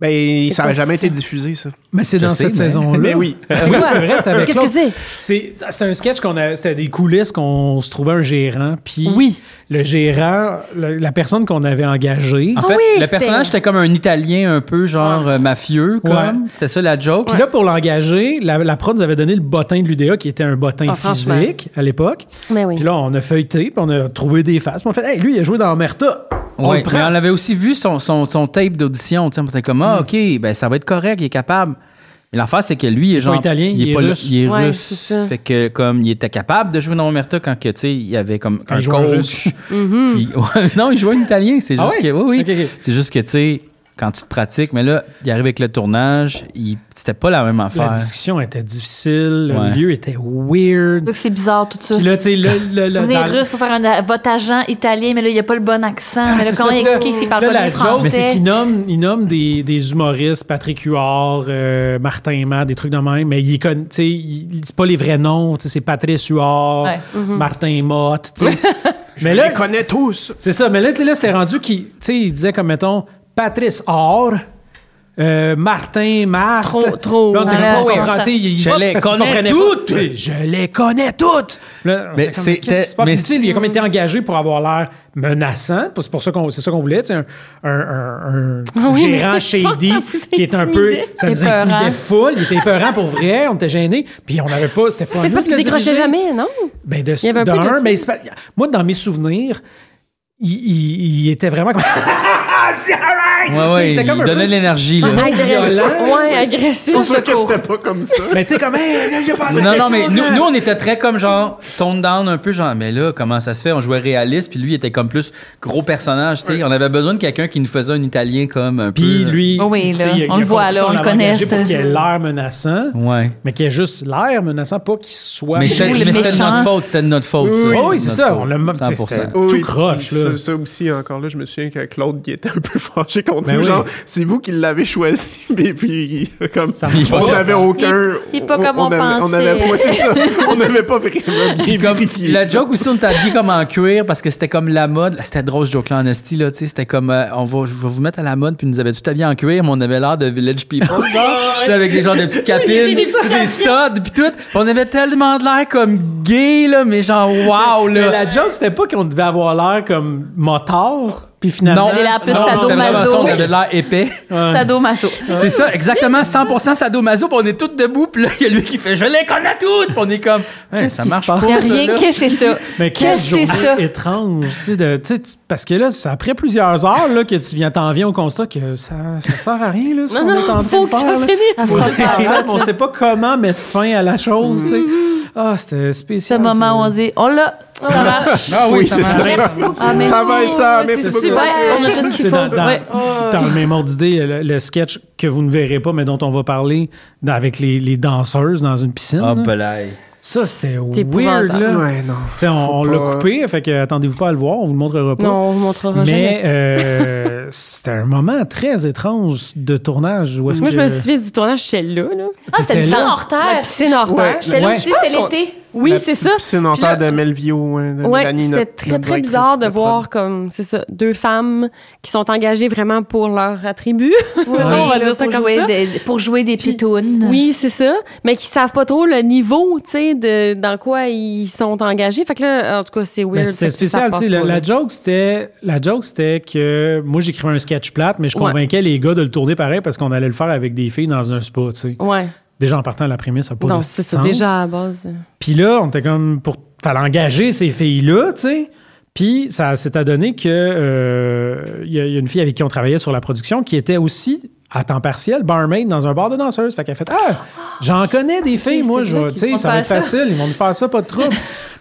[SPEAKER 6] Ben,
[SPEAKER 5] C'est
[SPEAKER 6] ça n'a
[SPEAKER 5] quoi
[SPEAKER 6] jamais
[SPEAKER 5] ça?
[SPEAKER 6] été diffusé, ça.
[SPEAKER 1] Mais c'est
[SPEAKER 3] Je
[SPEAKER 1] dans
[SPEAKER 3] sais,
[SPEAKER 1] cette
[SPEAKER 3] mais-
[SPEAKER 1] saison-là.
[SPEAKER 6] Mais oui.
[SPEAKER 1] Oui, c'est vrai, c'était avec
[SPEAKER 5] Qu'est-ce que
[SPEAKER 1] Claude.
[SPEAKER 5] c'est?
[SPEAKER 1] C'est c'était un sketch qu'on a c'était des coulisses qu'on se trouvait un gérant puis
[SPEAKER 5] Oui.
[SPEAKER 1] le gérant le- la personne qu'on avait engagée
[SPEAKER 3] En
[SPEAKER 5] Ah
[SPEAKER 3] fait,
[SPEAKER 5] oui,
[SPEAKER 3] le
[SPEAKER 5] c'était-
[SPEAKER 3] personnage était comme un Italien un peu genre euh, mafieux, comme.
[SPEAKER 1] Ouais.
[SPEAKER 3] C'était ça la joke.
[SPEAKER 1] Puis là, pour l'engager, la, la prod nous avait donné le bottin de l'UDA, qui était un bottin
[SPEAKER 5] Ah, franchement.
[SPEAKER 1] physique à l'époque.
[SPEAKER 5] Mais oui.
[SPEAKER 1] Puis là, on a feuilleté, puis on a trouvé des faces. Puis on a fait, hey, lui, il a joué dans Omerta. On
[SPEAKER 3] Ouais,
[SPEAKER 1] le
[SPEAKER 3] mais
[SPEAKER 1] prend. Mm.
[SPEAKER 3] on avait aussi vu son, son, son tape d'audition. tu sais, On était comme, ah, OK, ben, ça va être correct, il est capable. Mais l'affaire, c'est que lui, il est genre.
[SPEAKER 1] italien, il est
[SPEAKER 3] pas
[SPEAKER 1] russe.
[SPEAKER 3] le- Il est
[SPEAKER 5] Ouais,
[SPEAKER 3] russe.
[SPEAKER 5] c'est ça.
[SPEAKER 3] Fait que, comme, il était capable de jouer dans Omerta quand que, tu sais, il y avait comme
[SPEAKER 1] Quand
[SPEAKER 3] un
[SPEAKER 1] il jouait en
[SPEAKER 3] coach.
[SPEAKER 5] Mhm.
[SPEAKER 3] qui- Ouais, non, il jouait en italien. C'est
[SPEAKER 1] Ah
[SPEAKER 3] juste
[SPEAKER 1] ouais?
[SPEAKER 3] que, oui, oui.
[SPEAKER 1] Ok, ok.
[SPEAKER 3] C'est juste que, tu sais, quand tu te pratiques, mais là, il arrive avec le tournage, il- c'était pas la même
[SPEAKER 1] La
[SPEAKER 3] affaire.
[SPEAKER 1] discussion était difficile,
[SPEAKER 3] Ouais.
[SPEAKER 1] le lieu était weird.
[SPEAKER 4] Donc c'est bizarre tout ça.
[SPEAKER 1] Puis là, tu sais, le- le- le-
[SPEAKER 4] Vous êtes
[SPEAKER 1] dans-
[SPEAKER 4] russe, faut faire un, votre agent italien, mais là, il n'y a pas le bon accent. mais là,
[SPEAKER 1] Ah, C'est
[SPEAKER 4] comment
[SPEAKER 1] ça,
[SPEAKER 4] expliquer
[SPEAKER 1] là,
[SPEAKER 4] s'il parle
[SPEAKER 1] là,
[SPEAKER 4] pas
[SPEAKER 1] la
[SPEAKER 4] bien français?
[SPEAKER 1] joke, c'est qu'il nomme, il nomme des, des humoristes, Patrick Huard, euh, Martin Matt, des trucs de même, mais il connaît, tu sais, il- c'est pas les vrais noms, tu sais, c'est Patrice Huard,
[SPEAKER 4] Ouais.
[SPEAKER 1] Martin Mott, tu sais. mais là,
[SPEAKER 6] Je les connais tous.
[SPEAKER 1] C'est ça, mais là, tu sais, là, c'était rendu qu'il tu sais, il disait comme, mettons, Patrice Or, euh, Martin, Marthe.
[SPEAKER 5] Trop- trop.
[SPEAKER 1] Là, on était
[SPEAKER 4] Voilà,
[SPEAKER 1] comme, oh,
[SPEAKER 4] comment
[SPEAKER 1] il prend,
[SPEAKER 4] ça?
[SPEAKER 1] tu sais, il-
[SPEAKER 3] Je
[SPEAKER 1] parce
[SPEAKER 3] les
[SPEAKER 1] qu'il
[SPEAKER 3] connais
[SPEAKER 1] comprenait
[SPEAKER 3] toutes!
[SPEAKER 1] pas. Je les connais toutes! Là, on
[SPEAKER 3] Mais
[SPEAKER 1] était comme,
[SPEAKER 3] c'était-
[SPEAKER 1] qu'est-ce qui se passe?
[SPEAKER 3] mais
[SPEAKER 1] Puis, tu sais, lui, il a comme été engagé pour avoir l'air menaçant. C'est pour ça qu'on, c'est ça qu'on voulait, tu sais, un, un, un- un
[SPEAKER 5] Ah Oui, mais
[SPEAKER 1] gérant
[SPEAKER 5] je pense que
[SPEAKER 1] shady
[SPEAKER 5] ça vous
[SPEAKER 1] qui est un peu,
[SPEAKER 5] intimidait.
[SPEAKER 1] ça nous
[SPEAKER 4] Épeurant.
[SPEAKER 1] intimidait full. Il était épeurant pour vrai, on était gênés. Puis on n'avait pas, c'était pas à
[SPEAKER 5] Mais
[SPEAKER 1] nous
[SPEAKER 5] c'est parce
[SPEAKER 1] de
[SPEAKER 5] qu'il
[SPEAKER 1] le
[SPEAKER 5] décrochait
[SPEAKER 1] diriger.
[SPEAKER 5] jamais, non?
[SPEAKER 1] Ben de,
[SPEAKER 5] Il y avait un peu de
[SPEAKER 1] d'un,
[SPEAKER 5] ça.
[SPEAKER 1] mais c'est pas- moi, dans mes souvenirs, il, il- il était vraiment comme. Ah, c'est alright!
[SPEAKER 3] Ouais, ouais, il
[SPEAKER 1] comme un
[SPEAKER 3] donnait
[SPEAKER 1] peu
[SPEAKER 3] de l'énergie, là.
[SPEAKER 5] Ah, Agressif.
[SPEAKER 1] violent.
[SPEAKER 5] Ouais, agressif.
[SPEAKER 6] C'est sûr que c'était pas comme ça.
[SPEAKER 1] Mais Ben, tu sais, comme, hey, il a passé
[SPEAKER 3] Non, non, mais nous, nous, on était très comme genre tone down un peu, genre, mais là, comment ça se fait? On jouait réaliste, puis lui, il était comme plus gros personnage, tu sais. On avait besoin de quelqu'un qui nous faisait un italien comme un
[SPEAKER 1] Puis
[SPEAKER 3] peu.
[SPEAKER 1] lui,
[SPEAKER 4] Oh oui,
[SPEAKER 1] tu sais,
[SPEAKER 4] là,
[SPEAKER 1] il a- il
[SPEAKER 4] on
[SPEAKER 1] a
[SPEAKER 4] le voit,
[SPEAKER 1] pas-
[SPEAKER 4] là, on le
[SPEAKER 1] l'a
[SPEAKER 4] connaît,
[SPEAKER 1] engagé pour
[SPEAKER 4] ça.
[SPEAKER 1] qu'il ait l'air menaçant,
[SPEAKER 3] Ouais.
[SPEAKER 1] mais qu'il ait juste l'air menaçant, pas qu'il soit.
[SPEAKER 3] Mais c'était
[SPEAKER 4] le
[SPEAKER 3] mais c'était de
[SPEAKER 4] méchant.
[SPEAKER 3] notre faute, c'était de notre faute. ça.
[SPEAKER 1] Oui,
[SPEAKER 3] C'était
[SPEAKER 1] oui,
[SPEAKER 3] de
[SPEAKER 1] c'est
[SPEAKER 3] notre
[SPEAKER 1] ça,
[SPEAKER 3] faute.
[SPEAKER 1] on l'a même- tu sais,
[SPEAKER 3] 100%.
[SPEAKER 1] c'était-
[SPEAKER 6] Oui,
[SPEAKER 1] Tout
[SPEAKER 6] puis
[SPEAKER 1] croche, là.
[SPEAKER 6] Ça, ça aussi, encore là, je me souviens que Claude, qui était un peu fâché contre
[SPEAKER 1] Ben
[SPEAKER 6] nous.
[SPEAKER 1] oui.
[SPEAKER 6] Genre, c'est vous qui l'avez choisi, mais puis il- comme
[SPEAKER 1] Ça marche
[SPEAKER 6] on
[SPEAKER 1] pas.
[SPEAKER 6] n'avait aucun.
[SPEAKER 4] Il- il est pas
[SPEAKER 6] on-
[SPEAKER 4] comme on
[SPEAKER 6] avait-
[SPEAKER 4] pensait.
[SPEAKER 6] avait, ouais, c'est ça. on n'avait pas vraiment bien
[SPEAKER 3] Puis comme-
[SPEAKER 6] vérifié.
[SPEAKER 3] la joke aussi, on était habillés comme en cuir parce que c'était comme la mode. C'était drôle ce joke-là en esti, là, tu sais. C'était comme, euh, on va, je vais vous mettre à la mode, puis ils nous avait tout habillés en cuir, mais on avait l'air de Village People. genre.
[SPEAKER 1] Ah,
[SPEAKER 3] Tu sais, avec des genres de petites capines, des studs, puis tout. On avait tellement de l'air comme gay, là, mais genre, wow,
[SPEAKER 1] Mais
[SPEAKER 3] là.
[SPEAKER 1] la joke, c'était pas qu'on devait avoir l'air comme motard, puis finalement.
[SPEAKER 3] Non,
[SPEAKER 4] Elle est là plus
[SPEAKER 3] non,
[SPEAKER 4] sadomaso.
[SPEAKER 3] c'était vraiment ça, on avait l'air épais.
[SPEAKER 4] Tado Maso.
[SPEAKER 3] C'est ça, exactement 100% sadomaso, puis on est toutes debout, puis là, il y a lui qui fait « Je les connais toutes! » Puis on est comme « Ouais, ça
[SPEAKER 1] qui se
[SPEAKER 3] marche pas.
[SPEAKER 1] passe?
[SPEAKER 4] Il n'y a rien, qu'est-ce que c'est ça?
[SPEAKER 1] Mais quelle
[SPEAKER 4] Qu'est-ce que c'est
[SPEAKER 1] journée
[SPEAKER 4] ça?
[SPEAKER 1] étrange, tu sais, de- tu sais, tu- parce que là, ça a pris plusieurs heures là, que tu viens t'en viens au constat que ça, ça sert à rien, là, ce
[SPEAKER 5] Non,
[SPEAKER 1] qu'on est en
[SPEAKER 5] non,
[SPEAKER 1] train de
[SPEAKER 5] faut que ça
[SPEAKER 1] faire. là.
[SPEAKER 5] finisse.
[SPEAKER 1] Faut que ça arrête, mais on sait pas comment mettre fin à la chose, tu sais. Ah, c'était
[SPEAKER 4] Mm-hmm. Ce
[SPEAKER 1] spécial.
[SPEAKER 4] moment où
[SPEAKER 1] ça.
[SPEAKER 4] on dit, on l'a, ça marche.
[SPEAKER 3] Ah oui,
[SPEAKER 6] c'est ça.
[SPEAKER 5] Merci beaucoup.
[SPEAKER 4] Ah, merci.
[SPEAKER 6] Ça va être ça, merci
[SPEAKER 5] C'est
[SPEAKER 6] beaucoup.
[SPEAKER 5] super.
[SPEAKER 4] Ouais, on a tout ce
[SPEAKER 1] C'est
[SPEAKER 4] qu'il faut.
[SPEAKER 1] Dans, dans-
[SPEAKER 4] Ouais.
[SPEAKER 1] dans le même ordre d'idée, le, le sketch que vous ne verrez pas, mais dont on va parler dans- avec les, les danseuses dans une piscine.
[SPEAKER 3] Ah,
[SPEAKER 1] là.
[SPEAKER 6] ben,
[SPEAKER 3] belay.
[SPEAKER 1] ça, c'était
[SPEAKER 5] C'est
[SPEAKER 1] weird,
[SPEAKER 5] épouvantable.
[SPEAKER 1] là.
[SPEAKER 6] Ouais, non.
[SPEAKER 1] Tu sais, on on
[SPEAKER 6] Faut
[SPEAKER 1] l'a
[SPEAKER 6] pas.
[SPEAKER 1] coupé, fait que attendez-vous pas à le voir, on vous le montrera pas.
[SPEAKER 5] Non, on vous montrera jamais.
[SPEAKER 1] Mais
[SPEAKER 5] ça.
[SPEAKER 1] euh, c'était un moment très étrange de tournage. Où est-ce
[SPEAKER 5] Moi,
[SPEAKER 1] que...
[SPEAKER 5] je me souviens du tournage, j'étais là, là.
[SPEAKER 4] Ah, c'était
[SPEAKER 1] J'étais
[SPEAKER 4] le
[SPEAKER 1] là.
[SPEAKER 4] temps hors terre.
[SPEAKER 5] La piscine hors
[SPEAKER 6] Ouais.
[SPEAKER 5] terre.
[SPEAKER 4] J'étais là
[SPEAKER 1] Ouais.
[SPEAKER 4] aussi, c'était
[SPEAKER 5] Je pense
[SPEAKER 4] l'été.
[SPEAKER 5] Oui, c'est ça.
[SPEAKER 6] Piscine en
[SPEAKER 5] Puis là-
[SPEAKER 6] terre de Melvio, hein, de
[SPEAKER 5] Ouais,
[SPEAKER 6] Mélanie,
[SPEAKER 5] c'était
[SPEAKER 6] notre-
[SPEAKER 5] très,
[SPEAKER 6] notre
[SPEAKER 5] très
[SPEAKER 6] directrice
[SPEAKER 5] bizarre de
[SPEAKER 6] prod.
[SPEAKER 5] voir comme, c'est ça, deux femmes qui sont engagées vraiment pour leur attribut. on va
[SPEAKER 4] là,
[SPEAKER 5] dire ça
[SPEAKER 4] pour
[SPEAKER 5] comme
[SPEAKER 4] jouer
[SPEAKER 5] ça.
[SPEAKER 4] des- Pour jouer des pitounes.
[SPEAKER 5] Oui, c'est ça, mais qui savent pas trop le niveau, tu sais, de dans quoi ils sont engagés. Fait que là, en tout cas, c'est weird.
[SPEAKER 1] Mais c'était
[SPEAKER 5] Fait que ça
[SPEAKER 1] Ben, spécial,
[SPEAKER 5] passe
[SPEAKER 1] tu sais, la,
[SPEAKER 5] pas,
[SPEAKER 1] la
[SPEAKER 5] là.
[SPEAKER 1] joke c'était la joke c'était que moi j'écrivais un sketch plate mais je
[SPEAKER 5] Ouais.
[SPEAKER 1] convainquais les gars de le tourner pareil parce qu'on allait le faire avec des filles dans un spa, tu sais.
[SPEAKER 5] Ouais.
[SPEAKER 1] Déjà en partant la prémisse, ça n'a pas
[SPEAKER 5] Non,
[SPEAKER 1] de
[SPEAKER 5] c'est ça
[SPEAKER 1] sens.
[SPEAKER 5] déjà à la base.
[SPEAKER 1] Puis là, on était comme pour fallait engager ces filles-là, tu sais. Puis ça s'est adonné que euh, il y, a- il y a une fille avec qui on travaillait sur la production qui était aussi à temps partiel barmaid dans un bar de danseuses. Fait qu'elle a fait ah j'en connais des filles moi,
[SPEAKER 4] c'est
[SPEAKER 1] je
[SPEAKER 4] là
[SPEAKER 1] vais- tu
[SPEAKER 4] qu'ils
[SPEAKER 1] sais
[SPEAKER 4] vont
[SPEAKER 1] ça va être
[SPEAKER 4] faire ça.
[SPEAKER 1] facile, ils vont nous faire ça pas de trouble.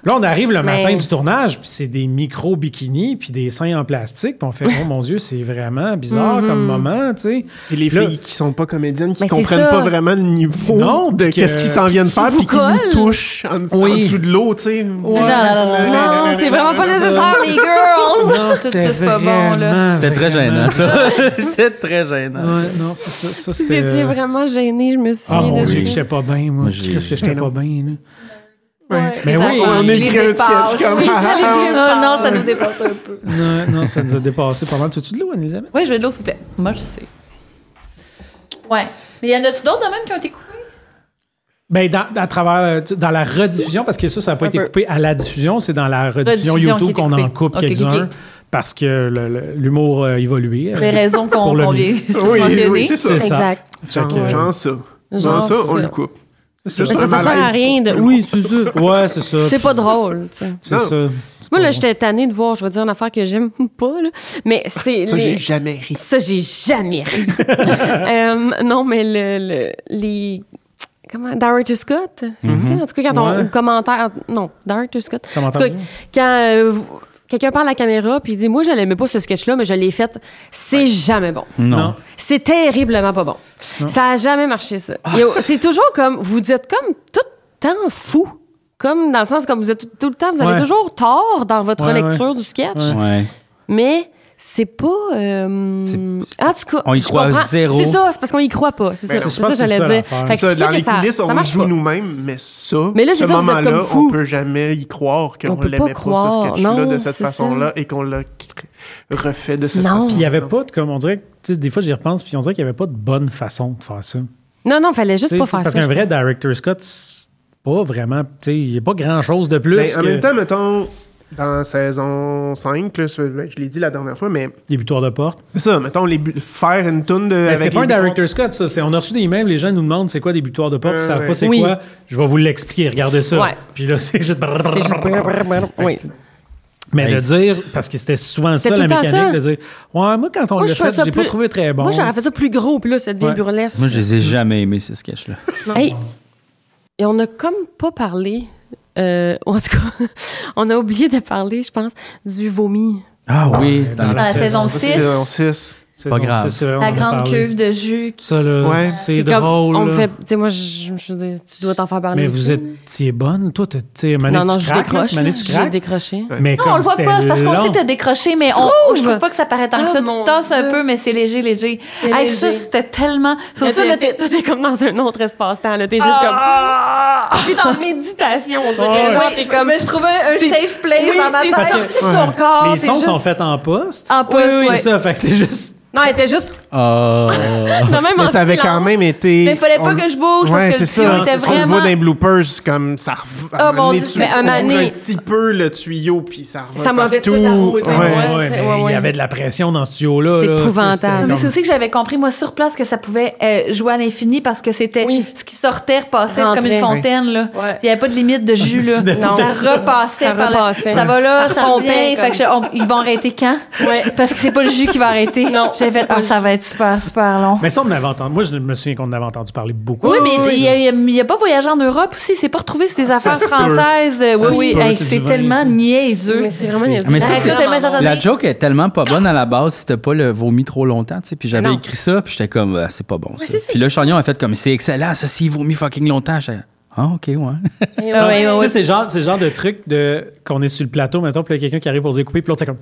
[SPEAKER 1] là on arrive le matin
[SPEAKER 5] Mais-
[SPEAKER 1] du tournage puis c'est des micro bikinis puis des seins en plastique puis on fait oh mon dieu c'est vraiment bizarre
[SPEAKER 4] Mhm.
[SPEAKER 1] comme moment, tu sais.
[SPEAKER 6] Et les
[SPEAKER 1] Là-
[SPEAKER 6] filles qui sont pas comédiennes, qui
[SPEAKER 5] Mais Ben, c'est
[SPEAKER 6] comprennent
[SPEAKER 5] ça.
[SPEAKER 6] pas vraiment le niveau
[SPEAKER 1] Non,
[SPEAKER 6] de
[SPEAKER 1] puis que-
[SPEAKER 6] qu'est-ce qu'ils s'en viennent
[SPEAKER 5] Qui
[SPEAKER 6] faire,
[SPEAKER 5] vous
[SPEAKER 6] puis qui nous
[SPEAKER 5] collent.
[SPEAKER 6] touchent en, en
[SPEAKER 1] Oui.
[SPEAKER 6] dessous de l'eau, tu sais.
[SPEAKER 4] Non, non, non, non, non.
[SPEAKER 5] Non, c'est vraiment pas nécessaire, les girls.
[SPEAKER 1] Non,
[SPEAKER 4] ça, c'est pas bon, là.
[SPEAKER 3] C'était très gênant, ça. C'était très gênant.
[SPEAKER 1] Ouais, non, ça, ça, ça,
[SPEAKER 5] Vous
[SPEAKER 1] c'était euh,
[SPEAKER 5] étiez vraiment gênés, je me
[SPEAKER 1] Ah
[SPEAKER 5] souviens
[SPEAKER 1] mon
[SPEAKER 5] de
[SPEAKER 1] dieu,
[SPEAKER 5] ça.
[SPEAKER 1] que j'étais pas bien, moi.
[SPEAKER 3] Moi, j'ai-
[SPEAKER 1] Qu'est-ce que j'étais
[SPEAKER 6] Ben
[SPEAKER 1] pas
[SPEAKER 6] non.
[SPEAKER 1] bien, là.
[SPEAKER 5] Ouais.
[SPEAKER 1] Mais oui,
[SPEAKER 6] on écrit un sketch comme
[SPEAKER 4] Oh non, ça nous dépasse un peu.
[SPEAKER 1] non, non, ça nous a dépassé pas mal. Tu as-tu de l'eau, Anne-Elisabeth?
[SPEAKER 4] Oui, je veux de l'eau, s'il vous plaît. Moi, je sais. Ouais. Mais il y en a-tu d'autres de même qui ont été coupés?
[SPEAKER 1] Ben, dans, à travers, euh, tu- dans la rediffusion, parce que ça, ça n'a pas
[SPEAKER 4] Un
[SPEAKER 1] été
[SPEAKER 4] peu.
[SPEAKER 1] coupé à la diffusion, c'est dans la rediffusion,
[SPEAKER 4] Rediffusion qui
[SPEAKER 1] YouTube
[SPEAKER 4] a été
[SPEAKER 1] qu'on en
[SPEAKER 4] coupée.
[SPEAKER 1] coupe
[SPEAKER 4] Ok, ok,
[SPEAKER 1] quelques-uns
[SPEAKER 4] ok.
[SPEAKER 1] parce que le- le- l'humour a évolué.
[SPEAKER 4] Les raisons
[SPEAKER 1] Pour
[SPEAKER 4] qu'on
[SPEAKER 1] le
[SPEAKER 4] qu'on
[SPEAKER 1] mieux.
[SPEAKER 4] vient
[SPEAKER 6] Oui,
[SPEAKER 4] susmentionner.
[SPEAKER 6] oui, c'est ça.
[SPEAKER 1] C'est ça.
[SPEAKER 5] Exact.
[SPEAKER 1] Fait que,
[SPEAKER 6] Genre,
[SPEAKER 1] euh,
[SPEAKER 6] genre ça. Genre
[SPEAKER 5] Genre
[SPEAKER 6] ça, on
[SPEAKER 5] ça.
[SPEAKER 6] le coupe.
[SPEAKER 1] c'est
[SPEAKER 5] Mais ça, ça sert à rien de.
[SPEAKER 1] Oui, c'est ça. Ouais, c'est ça.
[SPEAKER 5] C'est pas drôle, tu sais.
[SPEAKER 1] C'est
[SPEAKER 6] Non.
[SPEAKER 1] ça.
[SPEAKER 5] Moi,
[SPEAKER 1] pas
[SPEAKER 5] là,
[SPEAKER 1] bon.
[SPEAKER 5] j'étais tannée de voir, je vais dire une affaire que j'aime pas, là. Mais c'est.
[SPEAKER 6] Ça,
[SPEAKER 5] les-
[SPEAKER 6] j'ai jamais ri.
[SPEAKER 5] Ça, j'ai jamais ri. Euh, non, mais le, le- les. Comment? Director Scott? C'est ça? En tout cas, quand on.
[SPEAKER 1] Mhm. Ouais.
[SPEAKER 5] ou commentaire. Non, Director Scott. En tout
[SPEAKER 1] Commentaire
[SPEAKER 5] cas,
[SPEAKER 1] audio.
[SPEAKER 5] quand. euh, vous- Quelqu'un parle à la caméra puis il dit moi je l'aimais pas ce sketch là mais je l'ai fait c'est jamais bon
[SPEAKER 1] Non.
[SPEAKER 5] c'est terriblement pas bon ça a jamais marché ça
[SPEAKER 1] Ah,
[SPEAKER 5] Et au- c'est toujours comme vous dites comme tout le temps fou comme dans le sens comme vous êtes tout, tout le temps vous avez
[SPEAKER 1] Ouais.
[SPEAKER 5] toujours tort dans votre
[SPEAKER 1] Ouais, ouais.
[SPEAKER 5] lecture du sketch
[SPEAKER 3] Ouais.
[SPEAKER 5] mais c'est pas. euh,
[SPEAKER 3] C'est-
[SPEAKER 5] Ah, en tout cas,
[SPEAKER 3] On y
[SPEAKER 5] je
[SPEAKER 3] croit
[SPEAKER 5] comprends.
[SPEAKER 3] zéro.
[SPEAKER 5] C'est ça, c'est parce qu'on y croit pas. C'est
[SPEAKER 6] Ben
[SPEAKER 5] ça,
[SPEAKER 6] non,
[SPEAKER 5] c'est
[SPEAKER 1] je pense
[SPEAKER 5] ça,
[SPEAKER 1] que c'est
[SPEAKER 5] j'allais
[SPEAKER 1] ça
[SPEAKER 5] dire.
[SPEAKER 1] l'affaire.
[SPEAKER 5] Fait que
[SPEAKER 6] Ça,
[SPEAKER 5] c'est sûr
[SPEAKER 6] dans les
[SPEAKER 5] que ça-
[SPEAKER 6] coulisses,
[SPEAKER 5] ça
[SPEAKER 6] on le
[SPEAKER 5] marche
[SPEAKER 6] joue
[SPEAKER 5] pas.
[SPEAKER 6] nous-mêmes, mais ça,
[SPEAKER 5] Mais là, c'est
[SPEAKER 6] ce
[SPEAKER 5] ça, vous êtes
[SPEAKER 6] moment-là,
[SPEAKER 5] comme fous.
[SPEAKER 6] on peut jamais y croire
[SPEAKER 5] On
[SPEAKER 6] qu'on
[SPEAKER 5] peut pas
[SPEAKER 6] l'aimait pas,
[SPEAKER 5] croire.
[SPEAKER 6] ce sketch-là
[SPEAKER 5] Non,
[SPEAKER 6] de cette
[SPEAKER 5] c'est ça.
[SPEAKER 6] façon-là et qu'on l'a refait de cette
[SPEAKER 5] Non.
[SPEAKER 6] façon
[SPEAKER 1] Puis il n'y avait pas de, comme on dirait, tu sais, des fois j'y repense, puis on dirait qu'il n'y avait pas de bonne façon de faire ça.
[SPEAKER 5] Non, non, fallait
[SPEAKER 1] Tu
[SPEAKER 5] juste
[SPEAKER 1] sais,
[SPEAKER 5] pas
[SPEAKER 1] c'est
[SPEAKER 5] faire ça.
[SPEAKER 1] parce qu'un
[SPEAKER 5] je
[SPEAKER 1] vrai director Scott, c'est pas vraiment, tu sais, il n'y a pas grand chose de plus.
[SPEAKER 6] Ben, en
[SPEAKER 1] que
[SPEAKER 6] même temps, mettons, dans saison 5, là, c'est- ben, je l'ai dit la dernière fois, mais
[SPEAKER 1] des butoirs de porte.
[SPEAKER 6] c'est ça, mettons, les bu- faire une toune de.
[SPEAKER 1] Mais
[SPEAKER 6] avec
[SPEAKER 1] c'était pas un
[SPEAKER 6] les butoirs-
[SPEAKER 1] director Scott, ça. C'est- on a reçu des emails, les gens nous demandent c'est quoi des butoirs de porte, ils
[SPEAKER 6] Ouais,
[SPEAKER 1] savent
[SPEAKER 6] ouais.
[SPEAKER 1] pas c'est
[SPEAKER 5] Oui.
[SPEAKER 1] quoi. Je vais vous l'expliquer, regardez ça.
[SPEAKER 5] Ouais.
[SPEAKER 1] Puis là, c'est juste.
[SPEAKER 5] pense. C'est juste-
[SPEAKER 1] Fait que
[SPEAKER 5] Oui.
[SPEAKER 1] Mais
[SPEAKER 3] Ouais.
[SPEAKER 1] de dire, parce que c'était souvent ça
[SPEAKER 5] C'était
[SPEAKER 1] la
[SPEAKER 5] tout le temps
[SPEAKER 1] mécanique, de dire Ouais, moi quand on
[SPEAKER 5] Moi,
[SPEAKER 1] l'a
[SPEAKER 5] je trouvais
[SPEAKER 1] fait,
[SPEAKER 5] ça
[SPEAKER 1] j'ai pas
[SPEAKER 5] plus-
[SPEAKER 1] trouvé très bon.
[SPEAKER 5] Moi, j'aurais fait ça plus gros, puis là, ça devient
[SPEAKER 1] Ouais.
[SPEAKER 5] burlesque.
[SPEAKER 3] Moi, je les ai jamais aimés, ces sketchs-là.
[SPEAKER 5] Hey, et on n'a comme pas parlé, euh, en tout cas, on a oublié de parler, je pense, du vomi.
[SPEAKER 3] Ah oui,
[SPEAKER 1] Ouais,
[SPEAKER 3] dans
[SPEAKER 1] dans
[SPEAKER 3] la-
[SPEAKER 1] la-
[SPEAKER 4] la saison
[SPEAKER 1] saison
[SPEAKER 4] 6,
[SPEAKER 6] Saison 6.
[SPEAKER 1] C'est
[SPEAKER 3] Pas
[SPEAKER 1] ça,
[SPEAKER 3] grave.
[SPEAKER 1] c'est ça, on en
[SPEAKER 4] la
[SPEAKER 1] a
[SPEAKER 4] grande
[SPEAKER 1] parlé.
[SPEAKER 4] cuve de jus.
[SPEAKER 1] Ça, là,
[SPEAKER 6] Ouais.
[SPEAKER 1] c'est
[SPEAKER 5] comme-
[SPEAKER 1] drôle.
[SPEAKER 5] on me
[SPEAKER 1] là.
[SPEAKER 5] fait, tu sais, moi, je, je veux dire, tu dois t'en faire parler.
[SPEAKER 1] Mais vous
[SPEAKER 5] aussi.
[SPEAKER 1] étiez bonne, toi, tu sais, Manu,
[SPEAKER 5] Non, non,
[SPEAKER 1] tu
[SPEAKER 5] je
[SPEAKER 1] craques,
[SPEAKER 5] décroche.
[SPEAKER 1] Manu,
[SPEAKER 5] là.
[SPEAKER 1] tu
[SPEAKER 5] J'ai
[SPEAKER 1] craques.
[SPEAKER 5] décroché.
[SPEAKER 1] Mais
[SPEAKER 4] Non,
[SPEAKER 1] comme
[SPEAKER 4] on le voit
[SPEAKER 1] c'était
[SPEAKER 4] pas, c'est parce qu'on
[SPEAKER 1] long.
[SPEAKER 4] sait t'as décroché, mais on,
[SPEAKER 5] trouves?
[SPEAKER 4] je trouve pas que ça paraît tant que
[SPEAKER 5] Ah,
[SPEAKER 4] ça. Tu
[SPEAKER 5] mon
[SPEAKER 4] tasses un
[SPEAKER 5] Dieu.
[SPEAKER 4] peu, mais c'est léger, léger.
[SPEAKER 5] C'est
[SPEAKER 4] Hey, ça,
[SPEAKER 5] léger.
[SPEAKER 4] c'était tellement. Sur
[SPEAKER 5] Là,
[SPEAKER 4] ça,
[SPEAKER 5] t'es-
[SPEAKER 4] là,
[SPEAKER 5] t'es-
[SPEAKER 4] t'es-
[SPEAKER 5] t'es- t'es comme dans un autre espace-temps. là. T'es juste comme. T'es en méditation, on dirait. Genre, t'es comme.
[SPEAKER 4] me suis trouvé un
[SPEAKER 5] t'es-
[SPEAKER 4] safe place
[SPEAKER 5] Oui,
[SPEAKER 4] dans ma
[SPEAKER 5] t'es
[SPEAKER 4] tête.
[SPEAKER 5] sorti de
[SPEAKER 4] Ouais.
[SPEAKER 5] ton corps.
[SPEAKER 1] Les
[SPEAKER 5] t'es
[SPEAKER 1] sons
[SPEAKER 5] juste-
[SPEAKER 1] sont faits en poste.
[SPEAKER 4] En poste,
[SPEAKER 1] C'est
[SPEAKER 4] Ah, ouais.
[SPEAKER 1] ça, fait que t'es juste.
[SPEAKER 5] Non, elle était juste.
[SPEAKER 3] Ah.
[SPEAKER 5] Non, même en
[SPEAKER 6] Mais ça avait
[SPEAKER 5] silence.
[SPEAKER 6] quand même été.
[SPEAKER 4] Mais il fallait pas
[SPEAKER 6] on-
[SPEAKER 4] que je bouge
[SPEAKER 6] Ouais,
[SPEAKER 4] parce que le
[SPEAKER 6] c'est
[SPEAKER 4] tuyau
[SPEAKER 6] ça.
[SPEAKER 4] était
[SPEAKER 6] On le voit
[SPEAKER 4] vraiment-
[SPEAKER 6] dans les bloopers, comme ça rev- à un moment
[SPEAKER 4] mon
[SPEAKER 6] donné,
[SPEAKER 4] Dieu,
[SPEAKER 6] tu
[SPEAKER 5] mais un
[SPEAKER 6] ouvres
[SPEAKER 5] mané.
[SPEAKER 6] un petit peu le tuyau, puis ça revient.
[SPEAKER 5] Ça m'avait tout arrosé.
[SPEAKER 6] Ouais.
[SPEAKER 1] Ouais,
[SPEAKER 5] tu sais,
[SPEAKER 1] mais il y avait de la pression dans ce studio-là.
[SPEAKER 5] C'était
[SPEAKER 1] là, tu sais,
[SPEAKER 5] épouvantable.
[SPEAKER 1] c'était
[SPEAKER 4] Mais
[SPEAKER 1] comme-
[SPEAKER 4] c'est aussi que j'avais compris, moi, sur place, que ça pouvait euh, jouer à l'infini parce que c'était
[SPEAKER 5] Oui.
[SPEAKER 4] ce qui sortait repassait
[SPEAKER 5] Rentrait.
[SPEAKER 4] comme une fontaine. Là.
[SPEAKER 5] Ouais.
[SPEAKER 4] Il n'y avait pas de limite de jus. Là.
[SPEAKER 5] Non.
[SPEAKER 4] Ça repassait.
[SPEAKER 5] Ça
[SPEAKER 4] par là.
[SPEAKER 5] repassait.
[SPEAKER 4] Ça va là, ça,
[SPEAKER 5] repompait,
[SPEAKER 4] revient.
[SPEAKER 5] comme.
[SPEAKER 4] Fait que je- on- ils vont arrêter quand?
[SPEAKER 5] Ouais.
[SPEAKER 4] Parce que c'est pas le jus qui va arrêter.
[SPEAKER 5] Non.
[SPEAKER 4] J'ai fait, ah, ça va être super, super long.
[SPEAKER 1] Mais ça, on en avait entendu. Moi, je me souviens qu'on en avait entendu parler beaucoup.
[SPEAKER 4] Oui, mais il y a- il y a- il n'y a, pas voyagé en Europe aussi. C'est pas retrouvé, c'est des affaires
[SPEAKER 6] se peut.
[SPEAKER 4] françaises. Euh,
[SPEAKER 1] se
[SPEAKER 4] oui, oui.
[SPEAKER 1] peut,
[SPEAKER 4] Hey,
[SPEAKER 1] c'est
[SPEAKER 4] c'est
[SPEAKER 1] du vin,
[SPEAKER 4] tellement
[SPEAKER 1] ça.
[SPEAKER 4] niaiseux.
[SPEAKER 5] Mais
[SPEAKER 6] Ah,
[SPEAKER 5] c'est vraiment.
[SPEAKER 3] Mais ça,
[SPEAKER 4] Arrête
[SPEAKER 3] c'est-
[SPEAKER 4] ça, tellement ça
[SPEAKER 3] La joke est tellement pas bonne à la base si t'as pas le vomi trop longtemps, tu sais. Puis j'avais
[SPEAKER 5] Non.
[SPEAKER 3] écrit ça, puis j'étais comme, Ah, c'est pas bon, ça.
[SPEAKER 5] c'est ça.
[SPEAKER 3] Puis là, Chagnon a fait comme, c'est excellent, ça, s'il vomit fucking longtemps. J'étais, ah, ok, ouais.
[SPEAKER 4] Ah ouais, ouais,
[SPEAKER 1] Tu
[SPEAKER 4] ouais.
[SPEAKER 1] sais, c'est le genre, c'est le genre de truc de, qu'on est sur le plateau, mettons, puis il y a quelqu'un qui arrive pour se découper, puis l'autre, t'es comme.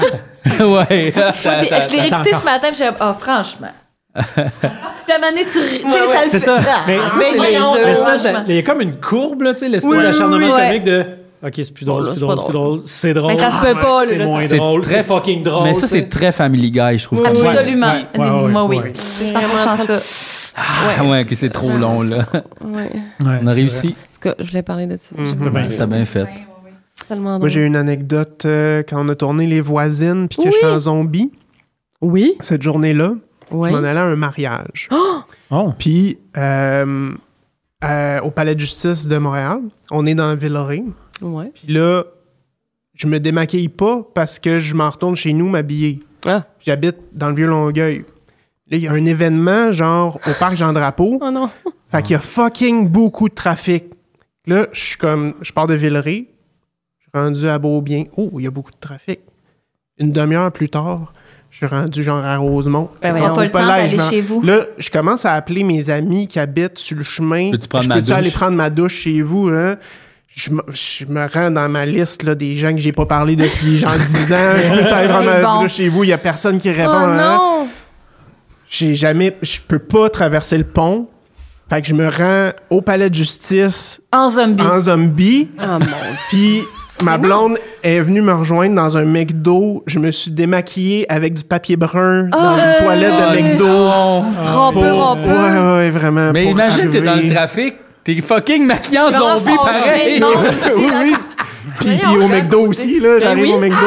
[SPEAKER 3] ouais.
[SPEAKER 4] Puis, je l'ai
[SPEAKER 1] attends,
[SPEAKER 4] réécouté
[SPEAKER 1] attends.
[SPEAKER 4] ce matin, puis j'ai dit, oh, franchement. La manée, tu ris. Tu
[SPEAKER 1] C'est
[SPEAKER 4] sais, ça le fait.
[SPEAKER 1] ça.
[SPEAKER 4] Ah,
[SPEAKER 1] Mais ça, c'est
[SPEAKER 4] ben, voyons,
[SPEAKER 1] le- l'espèce
[SPEAKER 4] franchement.
[SPEAKER 1] de- Il y a comme une courbe, là, tu sais, l'espèce
[SPEAKER 4] Oui, oui,
[SPEAKER 1] d'acharnement
[SPEAKER 4] oui, Oh, oui.
[SPEAKER 1] comique de. Ok, c'est plus drôle,
[SPEAKER 5] là,
[SPEAKER 1] c'est plus
[SPEAKER 5] c'est pas
[SPEAKER 1] drôle, c'est plus drôle. C'est drôle.
[SPEAKER 5] Mais ça se peut
[SPEAKER 1] Ah,
[SPEAKER 5] pas, là,
[SPEAKER 1] C'est
[SPEAKER 5] là, ça
[SPEAKER 1] moins
[SPEAKER 5] se-
[SPEAKER 1] drôle.
[SPEAKER 3] très-
[SPEAKER 1] C'est fucking drôle.
[SPEAKER 3] Mais ça,
[SPEAKER 1] tu sais.
[SPEAKER 3] c'est très Family Guy, je trouve. comme-
[SPEAKER 4] Absolument.
[SPEAKER 1] Ouais, ouais, ouais,
[SPEAKER 4] Moi, oui.
[SPEAKER 1] ouais, ouais.
[SPEAKER 4] 100% ça.
[SPEAKER 3] Ah, ouais, que c'est trop long, là.
[SPEAKER 5] Ouais. En
[SPEAKER 1] Ouais,
[SPEAKER 3] On a
[SPEAKER 1] c'est
[SPEAKER 3] réussi.
[SPEAKER 5] tout cas, je voulais parler de ça. J'ai
[SPEAKER 1] vrai. Ouais.
[SPEAKER 3] T'as bien fait.
[SPEAKER 5] tellement
[SPEAKER 6] Mm-hmm. Moi,
[SPEAKER 5] drôle.
[SPEAKER 6] j'ai eu une anecdote euh, quand on a tourné Les Voisines, puis que
[SPEAKER 5] Oui.
[SPEAKER 6] j'étais en zombie.
[SPEAKER 5] Oui,
[SPEAKER 6] Cette journée-là,
[SPEAKER 5] oui.
[SPEAKER 6] je m'en allais à un mariage.
[SPEAKER 1] Oh.
[SPEAKER 6] Puis, euh, euh, au Palais de justice de Montréal, on est dans Villeray.
[SPEAKER 5] Ouais.
[SPEAKER 6] Puis là, je me démaquille pas parce que je m'en retourne chez nous m'habiller.
[SPEAKER 5] Ah.
[SPEAKER 6] J'habite dans le Vieux-Longueuil. Là, il y a un événement, genre, au parc Jean-Drapeau.
[SPEAKER 5] Oh non.
[SPEAKER 6] Fait qu'il y a fucking beaucoup de trafic. Là, je suis comme, je pars de Villeray, je suis rendu à Beaubien. Oh, il y a beaucoup de trafic. Une demi-heure plus tard, je suis rendu genre à Rosemont.
[SPEAKER 5] Ben voyons.
[SPEAKER 6] On
[SPEAKER 4] Pas le
[SPEAKER 6] peut
[SPEAKER 4] temps
[SPEAKER 6] là,
[SPEAKER 4] d'aller
[SPEAKER 6] je me-
[SPEAKER 4] chez vous.
[SPEAKER 6] Là, je commence à appeler mes amis qui habitent sur le chemin.
[SPEAKER 3] Peux-tu prendre
[SPEAKER 6] je
[SPEAKER 3] ma
[SPEAKER 6] peux-tu
[SPEAKER 3] douche?
[SPEAKER 6] aller prendre ma douche chez vous? hein? Je, me- je me rends dans ma liste là, des gens que j'ai pas parlé depuis genre 10 ans. Je peux-tu aller prendre ma
[SPEAKER 4] C'est bon.
[SPEAKER 6] douche chez vous? Il y a personne qui
[SPEAKER 5] Oh
[SPEAKER 6] répond. hein?
[SPEAKER 5] non.
[SPEAKER 6] j'ai jamais, je peux pas traverser le pont. Fait que je me rends au palais de justice
[SPEAKER 4] En zombie.
[SPEAKER 6] en zombie.
[SPEAKER 5] Ah mon dieu.
[SPEAKER 6] Puis ma blonde est venue me rejoindre dans un McDo. Je me suis démaquillée avec du papier brun
[SPEAKER 4] Oh,
[SPEAKER 6] dans une toilette de McDo.
[SPEAKER 1] Ah,
[SPEAKER 5] Rampeux, rampeux.
[SPEAKER 6] Ouais, ouais, vraiment.
[SPEAKER 3] Mais
[SPEAKER 6] pour
[SPEAKER 3] imagine, t'es dans le
[SPEAKER 6] arriver.
[SPEAKER 3] trafic, t'es fucking maquillant
[SPEAKER 4] Vraiment
[SPEAKER 3] zombie pareil.
[SPEAKER 4] fâché, non?
[SPEAKER 6] oui, oui. Puis, puis au McDo aussi, là. J'arrive
[SPEAKER 5] Ben oui.
[SPEAKER 6] au McDo.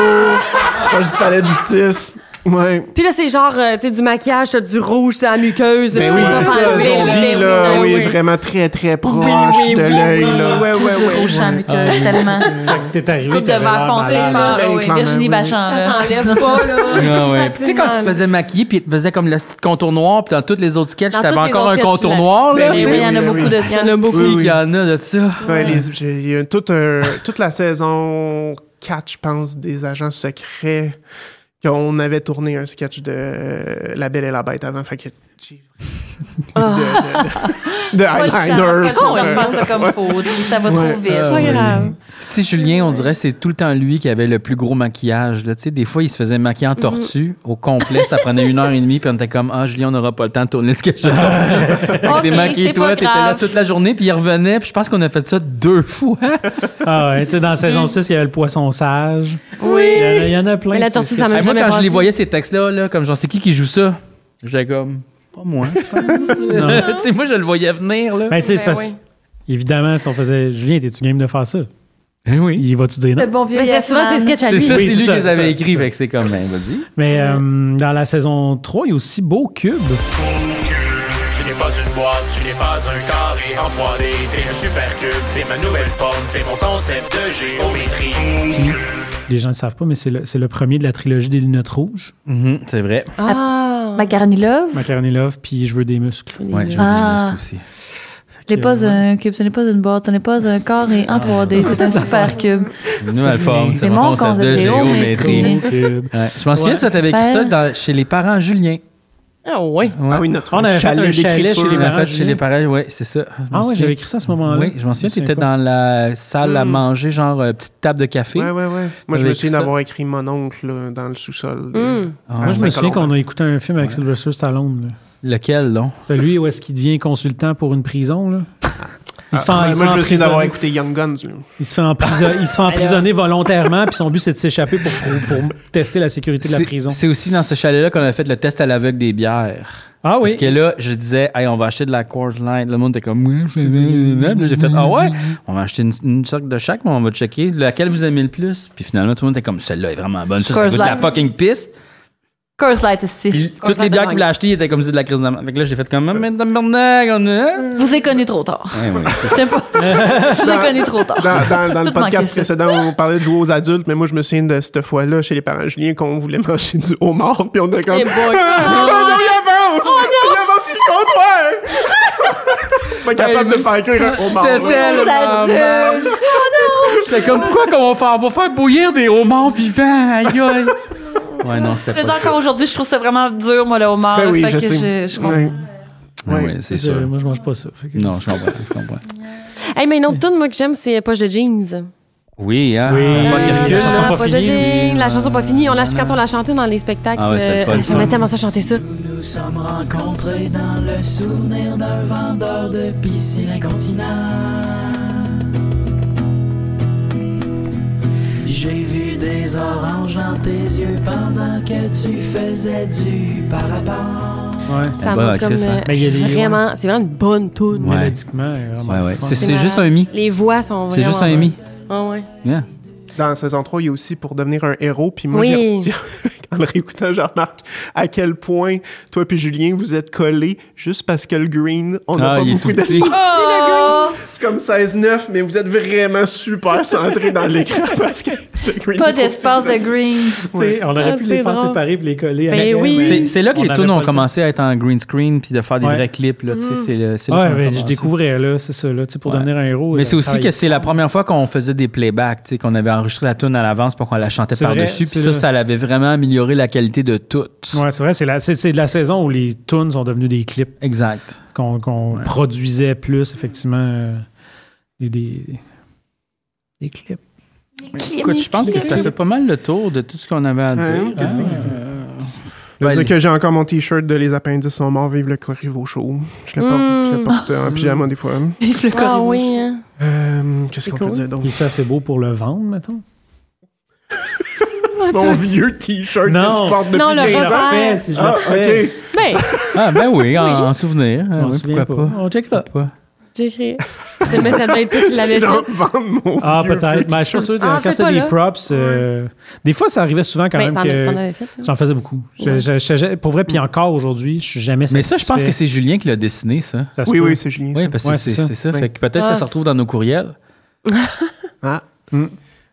[SPEAKER 6] proche du palais de justice. Ouais.
[SPEAKER 5] Puis là, c'est genre, euh, tu sais, du maquillage, t'as du rouge, c'est la muqueuse.
[SPEAKER 6] Ben
[SPEAKER 5] tu
[SPEAKER 6] oui,
[SPEAKER 5] sais, pas
[SPEAKER 6] c'est ça,
[SPEAKER 5] enlevé, là.
[SPEAKER 6] zombie,
[SPEAKER 4] ben
[SPEAKER 6] là.
[SPEAKER 5] oui,
[SPEAKER 6] Oui,
[SPEAKER 5] oui.
[SPEAKER 6] vraiment très, très proche
[SPEAKER 5] oui,
[SPEAKER 6] de
[SPEAKER 5] oui,
[SPEAKER 6] l'œil,
[SPEAKER 5] oui,
[SPEAKER 6] là.
[SPEAKER 5] Ouais,
[SPEAKER 4] Tout
[SPEAKER 5] ouais,
[SPEAKER 4] du
[SPEAKER 5] ouais.
[SPEAKER 4] rouge sans muqueuse, tellement.
[SPEAKER 1] T'es arrivé.
[SPEAKER 4] Coupe de
[SPEAKER 1] t'avais l'air
[SPEAKER 4] verre foncé,
[SPEAKER 1] malade.
[SPEAKER 4] par-
[SPEAKER 6] Ben,
[SPEAKER 4] oui,
[SPEAKER 6] clairement,
[SPEAKER 4] Virginie
[SPEAKER 6] oui.
[SPEAKER 4] Bachan.
[SPEAKER 5] Ça
[SPEAKER 4] là.
[SPEAKER 5] s'enlève pas, là.
[SPEAKER 3] Ah ouais. Puis Tu sais, quand tu te
[SPEAKER 5] Facilement.
[SPEAKER 3] faisais maquiller, puis tu te faisais comme le petit contour noir, puis dans tous les autres sketchs,
[SPEAKER 5] Dans
[SPEAKER 3] t'avais
[SPEAKER 5] tous les
[SPEAKER 3] encore
[SPEAKER 5] autres
[SPEAKER 3] un
[SPEAKER 5] sketchs,
[SPEAKER 3] contour
[SPEAKER 5] là.
[SPEAKER 3] noir, là.
[SPEAKER 6] Ben
[SPEAKER 4] Oui,
[SPEAKER 6] oui,
[SPEAKER 4] il y en a
[SPEAKER 6] oui,
[SPEAKER 4] beaucoup
[SPEAKER 6] oui.
[SPEAKER 4] de
[SPEAKER 5] Il y en a beaucoup.
[SPEAKER 3] Oui,
[SPEAKER 6] oui.
[SPEAKER 3] il y en a de ça.
[SPEAKER 6] Ouais, les- j'ai- il y a toute, un- toute la saison 4, je pense, des agents secrets qu'on avait tourné un sketch de euh, La Belle et la Bête avant. Fait que j'ai- de,
[SPEAKER 5] Ah.
[SPEAKER 6] de, de, de
[SPEAKER 4] Pas le temps, pas
[SPEAKER 6] eyeliner.
[SPEAKER 4] le temps de
[SPEAKER 6] pour, euh,
[SPEAKER 4] refaire ça comme faut. Ça va trop
[SPEAKER 6] Ouais.
[SPEAKER 4] vite.
[SPEAKER 5] C'est pas grave.
[SPEAKER 3] Tu sais, Julien, on dirait que c'est tout le temps lui qui avait le plus gros maquillage. Là. Tu sais, des fois, il se faisait maquiller en tortue au complet. Ça prenait une heure et demie, puis on était comme Ah, Julien, on n'aura pas le temps de tourner ce sketch de tortue.
[SPEAKER 4] Ok,
[SPEAKER 3] toi,
[SPEAKER 4] c'est pas
[SPEAKER 3] t'étais là
[SPEAKER 4] grave.
[SPEAKER 3] toute la journée, puis il revenait, puis je pense qu'on a fait ça deux fois.
[SPEAKER 1] Ah ouais, tu sais, dans la saison 6, il y avait le poisson sage. Oui. Il y en a- il y en a plein.
[SPEAKER 5] Mais la
[SPEAKER 1] de ces
[SPEAKER 5] tortue, ça
[SPEAKER 1] sketchs.
[SPEAKER 5] m'a
[SPEAKER 3] Hey, moi,
[SPEAKER 5] jamais
[SPEAKER 3] quand je les
[SPEAKER 5] passé.
[SPEAKER 3] voyais, ces textes-là, là, comme genre, c'est qui qui joue ça J'étais comme Pas moi. je pense. tu sais, moi, je le voyais venir. Là.
[SPEAKER 1] Ben, tu sais, c'est
[SPEAKER 5] Ben
[SPEAKER 1] parce-
[SPEAKER 5] oui.
[SPEAKER 1] Évidemment, si on faisait Julien, t'es-tu game de faire ça?
[SPEAKER 3] Ben oui.
[SPEAKER 1] Il va-tu dire non?
[SPEAKER 4] Le bon vieux
[SPEAKER 5] Mais c'était souvent, c'est
[SPEAKER 4] Yasman.
[SPEAKER 5] sketch à
[SPEAKER 3] C'est
[SPEAKER 5] lui.
[SPEAKER 3] ça,
[SPEAKER 1] Oui,
[SPEAKER 3] c'est
[SPEAKER 1] c'est
[SPEAKER 3] lui qui
[SPEAKER 1] ça,
[SPEAKER 3] les
[SPEAKER 1] c'est ça,
[SPEAKER 3] avait écrits.
[SPEAKER 1] c'est
[SPEAKER 3] Fait que c'est comme, ben, vas-y.
[SPEAKER 1] Mais euh, dans la saison 3, il y a aussi Beau Cube.
[SPEAKER 2] Tu n'es pas une boîte, tu n'es pas un carré en 3D. T'es un supercube, t'es ma nouvelle forme, t'es mon concept de géométrie.
[SPEAKER 1] Les gens ne savent pas, mais c'est le, c'est le premier de la trilogie des lunettes rouges.
[SPEAKER 3] Mhm, c'est vrai.
[SPEAKER 5] Ah!
[SPEAKER 4] Macaroni Love,
[SPEAKER 1] Macaroni Love, puis Je veux des muscles.
[SPEAKER 3] Ouais, je me
[SPEAKER 4] Ah.
[SPEAKER 3] dis aussi.
[SPEAKER 4] ce n'est
[SPEAKER 1] Euh,
[SPEAKER 4] pas
[SPEAKER 1] ouais.
[SPEAKER 4] un cube, ce n'est pas une boîte, ce n'est pas un carré en 3D, c'est un super cube.
[SPEAKER 3] Une nouvelle forme, c'est mon concept de géométrie.
[SPEAKER 1] Cube.
[SPEAKER 3] Ouais, Je m'en souviens, ça t'avais écrit ça
[SPEAKER 4] Faire-
[SPEAKER 3] dans- chez les parents Julien.
[SPEAKER 5] Ah ouais.
[SPEAKER 3] Ouais.
[SPEAKER 6] Ah oui, notre
[SPEAKER 1] On avait fait un
[SPEAKER 6] chalet
[SPEAKER 1] chalet
[SPEAKER 6] d'écriture.
[SPEAKER 1] chez les
[SPEAKER 3] On l'a fait
[SPEAKER 1] parents.
[SPEAKER 3] chez les parents, ouais, c'est ça. Je m'en
[SPEAKER 1] Ah ouais,
[SPEAKER 3] souviens.
[SPEAKER 1] j'avais écrit ça à ce moment-là.
[SPEAKER 3] Oui, je m'en souviens,
[SPEAKER 1] Je sais
[SPEAKER 3] t'étais
[SPEAKER 1] pas. Hmm.
[SPEAKER 3] dans la salle à manger, genre euh, petite table de café.
[SPEAKER 6] Ouais, ouais, ouais. Moi, je
[SPEAKER 3] T'avais
[SPEAKER 6] me
[SPEAKER 3] écrit
[SPEAKER 6] souviens
[SPEAKER 3] ça?
[SPEAKER 6] d'avoir écrit mon oncle là, dans le sous-sol.
[SPEAKER 4] Mm.
[SPEAKER 6] Euh,
[SPEAKER 5] Hmm.
[SPEAKER 3] Ah,
[SPEAKER 1] Moi, je me souviens
[SPEAKER 6] Saint-Colombe.
[SPEAKER 1] qu'on a écouté un film avec Sylvester Stallone. là.
[SPEAKER 3] Lequel, non?
[SPEAKER 1] Celui Euh, où est-ce qu'il devient consultant pour une prison. Là. Il se fait,
[SPEAKER 6] Ah,
[SPEAKER 1] il se
[SPEAKER 6] moi,
[SPEAKER 1] fait
[SPEAKER 6] je me souviens d'avoir
[SPEAKER 1] emprisonner-
[SPEAKER 6] écouté Young Guns. là.
[SPEAKER 1] il se fait, emprisonner- il se fait emprisonner volontairement, puis son but, c'est de s'échapper pour, pour, pour tester la sécurité de la
[SPEAKER 3] C'est-
[SPEAKER 1] prison.
[SPEAKER 3] C'est aussi dans ce chalet-là qu'on a fait le test à l'aveugle des bières.
[SPEAKER 1] Ah oui.
[SPEAKER 3] Parce que là, je disais, hey, on va acheter de la Coors Light. Le monde était comme, oui, je vais. Puis J'ai fait, ah ouais, on va acheter une, une sorte de chaque, mais on va checker laquelle vous aimez le plus. Puis finalement, tout le monde était comme, celle-là est vraiment bonne. Ça, ça
[SPEAKER 4] Coors
[SPEAKER 3] goûte la
[SPEAKER 4] Light.
[SPEAKER 3] fucking pisse.
[SPEAKER 4] Curse Light ici.
[SPEAKER 3] Puis toutes les bières qu'il voulait acheter, ils étaient comme ça de la crise de la Fait que là, j'ai fait comme, mais tabarnak, on a.
[SPEAKER 4] Vous avez connu trop tard.
[SPEAKER 3] Ouais, ouais.
[SPEAKER 4] J'aime pas. Vous avez connu trop tard.
[SPEAKER 6] Dans, dans- dans le
[SPEAKER 4] Tout manquait,
[SPEAKER 6] podcast
[SPEAKER 4] ça.
[SPEAKER 6] précédent, on parlait de jouer aux adultes, mais moi, je me souviens de cette fois-là chez les parents Julien qu'on voulait manger du homard, puis on était comme. Oh,
[SPEAKER 5] Eh boy.
[SPEAKER 6] Ah, non,
[SPEAKER 4] oh,
[SPEAKER 6] il avance! Il avance sur le comptoir! Pas capable de faire cuire un homard.
[SPEAKER 3] C'était
[SPEAKER 6] là.
[SPEAKER 3] tellement
[SPEAKER 4] Adulte.
[SPEAKER 3] mal. J'étais comme, pourquoi qu'on va faire, on va faire bouillir des homards vivants, aïe aïe. Ouais, non,
[SPEAKER 4] Je
[SPEAKER 3] c'était
[SPEAKER 4] le
[SPEAKER 3] pas
[SPEAKER 4] dis encore aujourd'hui, je trouve ça vraiment dur, moi, le homard.
[SPEAKER 6] Ben oui,
[SPEAKER 4] Fait
[SPEAKER 6] je
[SPEAKER 4] que
[SPEAKER 6] sais.
[SPEAKER 4] je- je comprends.
[SPEAKER 6] Ouais.
[SPEAKER 3] ça.
[SPEAKER 1] Ah
[SPEAKER 3] Ouais, ouais, c'est
[SPEAKER 1] C'est-
[SPEAKER 3] sûr.
[SPEAKER 1] Moi, je mange pas ça. Fait que-
[SPEAKER 3] Non, je comprends, je comprends.
[SPEAKER 5] Hey, mais une autre tune, moi, que j'aime, c'est Poche de Jeans.
[SPEAKER 3] Oui, hein?
[SPEAKER 1] Oui.
[SPEAKER 3] Pas qu'il
[SPEAKER 1] Euh,
[SPEAKER 3] recule,
[SPEAKER 1] la chanson
[SPEAKER 3] hein?
[SPEAKER 1] pas
[SPEAKER 5] Poche
[SPEAKER 1] finie.
[SPEAKER 5] de Jeans, la chanson pas finie. On l'a quand on l'a chantée dans les spectacles.
[SPEAKER 3] Ah ouais, c'était le fun,
[SPEAKER 5] euh,
[SPEAKER 3] ça.
[SPEAKER 5] J'aimais tellement ça chanter ça.
[SPEAKER 8] Nous sommes rencontrés dans le souvenir d'un vendeur de piscine incontinent. J'ai vu des oranges dans tes yeux pendant que tu faisais du parapente.
[SPEAKER 1] Ouais.
[SPEAKER 5] Ça
[SPEAKER 3] Elle est
[SPEAKER 5] m'a
[SPEAKER 3] bonne,
[SPEAKER 5] comme,
[SPEAKER 3] Chris, hein.
[SPEAKER 5] euh,
[SPEAKER 1] Mais il y a des-
[SPEAKER 5] vraiment, c'est vraiment une bonne tune.
[SPEAKER 3] Ouais.
[SPEAKER 1] Mélodiquement, elle est euh, vraiment
[SPEAKER 3] Ouais, ouais.
[SPEAKER 1] fun.
[SPEAKER 3] C'est c'est
[SPEAKER 5] malade.
[SPEAKER 3] juste un mi.
[SPEAKER 5] Les voix sont
[SPEAKER 3] C'est
[SPEAKER 5] vraiment.
[SPEAKER 3] juste un
[SPEAKER 5] bonnes.
[SPEAKER 3] mi.
[SPEAKER 5] Ah ouais.
[SPEAKER 3] Yeah.
[SPEAKER 6] Dans la saison 3, il y a aussi pour devenir un héros. Puis moi,
[SPEAKER 5] Oui.
[SPEAKER 6] j'ai- j'ai- en le réécoutant, je remarque à quel point toi puis Julien vous êtes collés juste parce que le green, on n'a
[SPEAKER 3] Ah,
[SPEAKER 6] pas
[SPEAKER 3] il est
[SPEAKER 6] beaucoup
[SPEAKER 3] tout petit.
[SPEAKER 4] Oh!
[SPEAKER 6] d'espace. C'est comme 16-9, mais vous êtes vraiment super centré dans l'écran parce que le green.
[SPEAKER 4] Pas
[SPEAKER 6] est trop
[SPEAKER 4] d'espace de
[SPEAKER 6] petit.
[SPEAKER 4] green.
[SPEAKER 1] Tu sais, On aurait
[SPEAKER 5] Ah,
[SPEAKER 1] pu les
[SPEAKER 5] c'est
[SPEAKER 1] faire
[SPEAKER 5] drôle.
[SPEAKER 1] séparer puis les coller. à
[SPEAKER 5] Ben
[SPEAKER 1] laquelle,
[SPEAKER 5] oui.
[SPEAKER 1] mais
[SPEAKER 3] C'est c'est là que
[SPEAKER 1] on
[SPEAKER 3] les
[SPEAKER 1] avait
[SPEAKER 3] tunes
[SPEAKER 1] pas
[SPEAKER 3] ont
[SPEAKER 1] le temps.
[SPEAKER 3] commencé à être en green screen puis de faire des
[SPEAKER 1] Ouais.
[SPEAKER 3] vrais clips. Là, tu sais,
[SPEAKER 5] Mm.
[SPEAKER 3] c'est le, c'est là qu'on
[SPEAKER 1] Ouais,
[SPEAKER 3] a
[SPEAKER 1] ben, je
[SPEAKER 3] commencé.
[SPEAKER 1] découvrais, là, c'est ça, là, tu sais, pour
[SPEAKER 3] Ouais.
[SPEAKER 1] devenir un héros.
[SPEAKER 3] Mais
[SPEAKER 1] là,
[SPEAKER 3] c'est aussi
[SPEAKER 1] euh, travailler.
[SPEAKER 3] que c'est la première fois qu'on faisait des playbacks, tu sais, qu'on avait enregistré la tune à l'avance pour qu'on la chantait
[SPEAKER 1] C'est vrai,
[SPEAKER 3] par-dessus. Puis
[SPEAKER 1] c'est
[SPEAKER 3] ça,
[SPEAKER 1] le-
[SPEAKER 3] ça l'avait vraiment amélioré la qualité de tout.
[SPEAKER 1] Ouais, c'est vrai, c'est la, c'est- c'est de la saison où les tunes sont devenues des clips.
[SPEAKER 3] Exact.
[SPEAKER 1] qu'on qu'on produisait plus, effectivement, euh, des, des, des clips.
[SPEAKER 3] Écoute, je pense que ça fait pas mal le tour de tout ce qu'on avait à dire.
[SPEAKER 6] Hein? Qu'est-ce que- Je
[SPEAKER 3] Ben,
[SPEAKER 6] veux dire que j'ai encore mon t-shirt de Les appendices sont morts, vive le corriveau chaud. Je le porte, je le porte en pyjama des fois.
[SPEAKER 4] Vive le
[SPEAKER 5] Ah
[SPEAKER 4] corps.
[SPEAKER 5] oui, hein.
[SPEAKER 6] Euh, Qu'est-ce qu'on peut dire donc?
[SPEAKER 1] Il est assez beau pour le vendre, mettons?
[SPEAKER 6] Mon vieux t-shirt que
[SPEAKER 1] Non.
[SPEAKER 6] je porte depuis
[SPEAKER 5] Non, le
[SPEAKER 6] 15 ans.
[SPEAKER 5] revers.
[SPEAKER 1] Parfait, si je
[SPEAKER 6] Ah,
[SPEAKER 1] le fais.
[SPEAKER 6] ok.
[SPEAKER 5] Ben,
[SPEAKER 3] Ah, ben oui, en, en souvenir. Ah
[SPEAKER 1] On
[SPEAKER 3] oui,
[SPEAKER 1] se souvient
[SPEAKER 3] pourquoi pas.
[SPEAKER 1] On checkera.
[SPEAKER 3] Pourquoi pas.
[SPEAKER 5] j'ai écrit. C'est mais ça doit être toute la
[SPEAKER 6] Je
[SPEAKER 5] vaisselle.
[SPEAKER 6] vais vendre mon
[SPEAKER 1] Ah,
[SPEAKER 6] vieux
[SPEAKER 1] peut-être. Mais je suis sûr, que
[SPEAKER 5] Ah,
[SPEAKER 1] quand
[SPEAKER 5] fais pas
[SPEAKER 1] c'est des
[SPEAKER 5] là.
[SPEAKER 1] props, euh, des fois, ça arrivait souvent quand
[SPEAKER 5] Ben,
[SPEAKER 1] même
[SPEAKER 5] t'en t'en Mm.
[SPEAKER 1] que
[SPEAKER 5] avais fait. hein.
[SPEAKER 1] j'en faisais beaucoup. Je- je- je- pour vrai, puis encore aujourd'hui, je suis jamais
[SPEAKER 3] Mais ça, je pense que
[SPEAKER 1] satisfait.
[SPEAKER 3] c'est Julien qui l'a dessiné, ça.
[SPEAKER 1] Ça se
[SPEAKER 6] Oui,
[SPEAKER 1] peut.
[SPEAKER 6] oui, c'est Julien.
[SPEAKER 3] Oui,
[SPEAKER 6] ça.
[SPEAKER 3] parce que
[SPEAKER 1] Ouais,
[SPEAKER 3] c'est
[SPEAKER 1] c'est ça.
[SPEAKER 3] c'est ça.
[SPEAKER 6] Ouais.
[SPEAKER 3] Fait que peut-être
[SPEAKER 5] Ah.
[SPEAKER 3] ça se retrouve dans nos courriels.
[SPEAKER 6] Ah.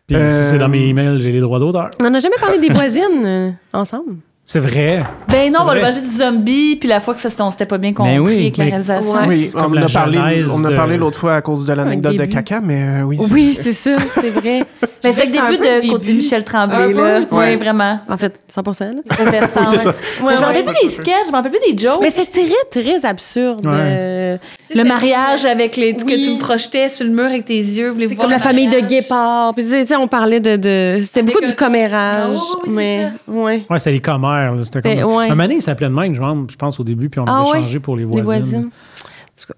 [SPEAKER 1] Puis
[SPEAKER 6] Euh,
[SPEAKER 1] si c'est dans mes emails, j'ai les droits d'auteur.
[SPEAKER 5] On n'a jamais parlé des voisines euh, ensemble.
[SPEAKER 1] C'est vrai.
[SPEAKER 4] Ben non,
[SPEAKER 1] C'est
[SPEAKER 4] on va
[SPEAKER 1] vrai.
[SPEAKER 4] manger du zombie, puis la fois que ça, on s'était pas bien compris
[SPEAKER 3] Ben oui,
[SPEAKER 4] avec la
[SPEAKER 1] mais-
[SPEAKER 4] réalisation.
[SPEAKER 5] Ouais.
[SPEAKER 6] Oui,
[SPEAKER 1] C'est
[SPEAKER 6] on
[SPEAKER 1] comme la
[SPEAKER 6] a, parlé,
[SPEAKER 1] genèse
[SPEAKER 6] on a
[SPEAKER 1] de-
[SPEAKER 6] parlé l'autre fois à cause de l'anecdote de
[SPEAKER 5] début.
[SPEAKER 6] caca, mais euh, oui. c'est-
[SPEAKER 5] Oui, c'est ça, c'est vrai.
[SPEAKER 4] Mais c'est le
[SPEAKER 5] un
[SPEAKER 4] début
[SPEAKER 5] peu le
[SPEAKER 4] de côté de Michel Tremblay,
[SPEAKER 5] Un
[SPEAKER 4] là.
[SPEAKER 5] peu,
[SPEAKER 4] Oui,
[SPEAKER 6] ouais.
[SPEAKER 4] vraiment.
[SPEAKER 5] En fait, 100 là.
[SPEAKER 4] Intéressant,
[SPEAKER 6] c'est ça.
[SPEAKER 4] ouais. Mais je me rappelle plus des sketchs, je me rappelle plus des jokes.
[SPEAKER 5] Mais c'est très, très absurde.
[SPEAKER 1] Ouais.
[SPEAKER 5] euh,
[SPEAKER 4] le mariage avec les que
[SPEAKER 5] Oui.
[SPEAKER 4] tu me projetais sur le mur avec tes yeux, voulez-vous
[SPEAKER 5] C'est
[SPEAKER 4] voir
[SPEAKER 5] comme la
[SPEAKER 4] le
[SPEAKER 5] famille de
[SPEAKER 4] mariage?
[SPEAKER 5] Guépard. Puis, tu sais, tu sais, on parlait de. de- C'était beaucoup
[SPEAKER 4] que-
[SPEAKER 5] du commérage.
[SPEAKER 4] Ah, oui, oui, oui,
[SPEAKER 5] mais.
[SPEAKER 4] c'est
[SPEAKER 5] Ouais.
[SPEAKER 1] Ouais, c'est les commères. là, C'était comme...
[SPEAKER 5] Ben, ouais.
[SPEAKER 1] Un moment donné, il s'appelait de même, je pense, je pense, au début, puis on
[SPEAKER 5] Ah,
[SPEAKER 1] avait
[SPEAKER 5] ouais.
[SPEAKER 1] changé pour les voisines.
[SPEAKER 5] Les voisines.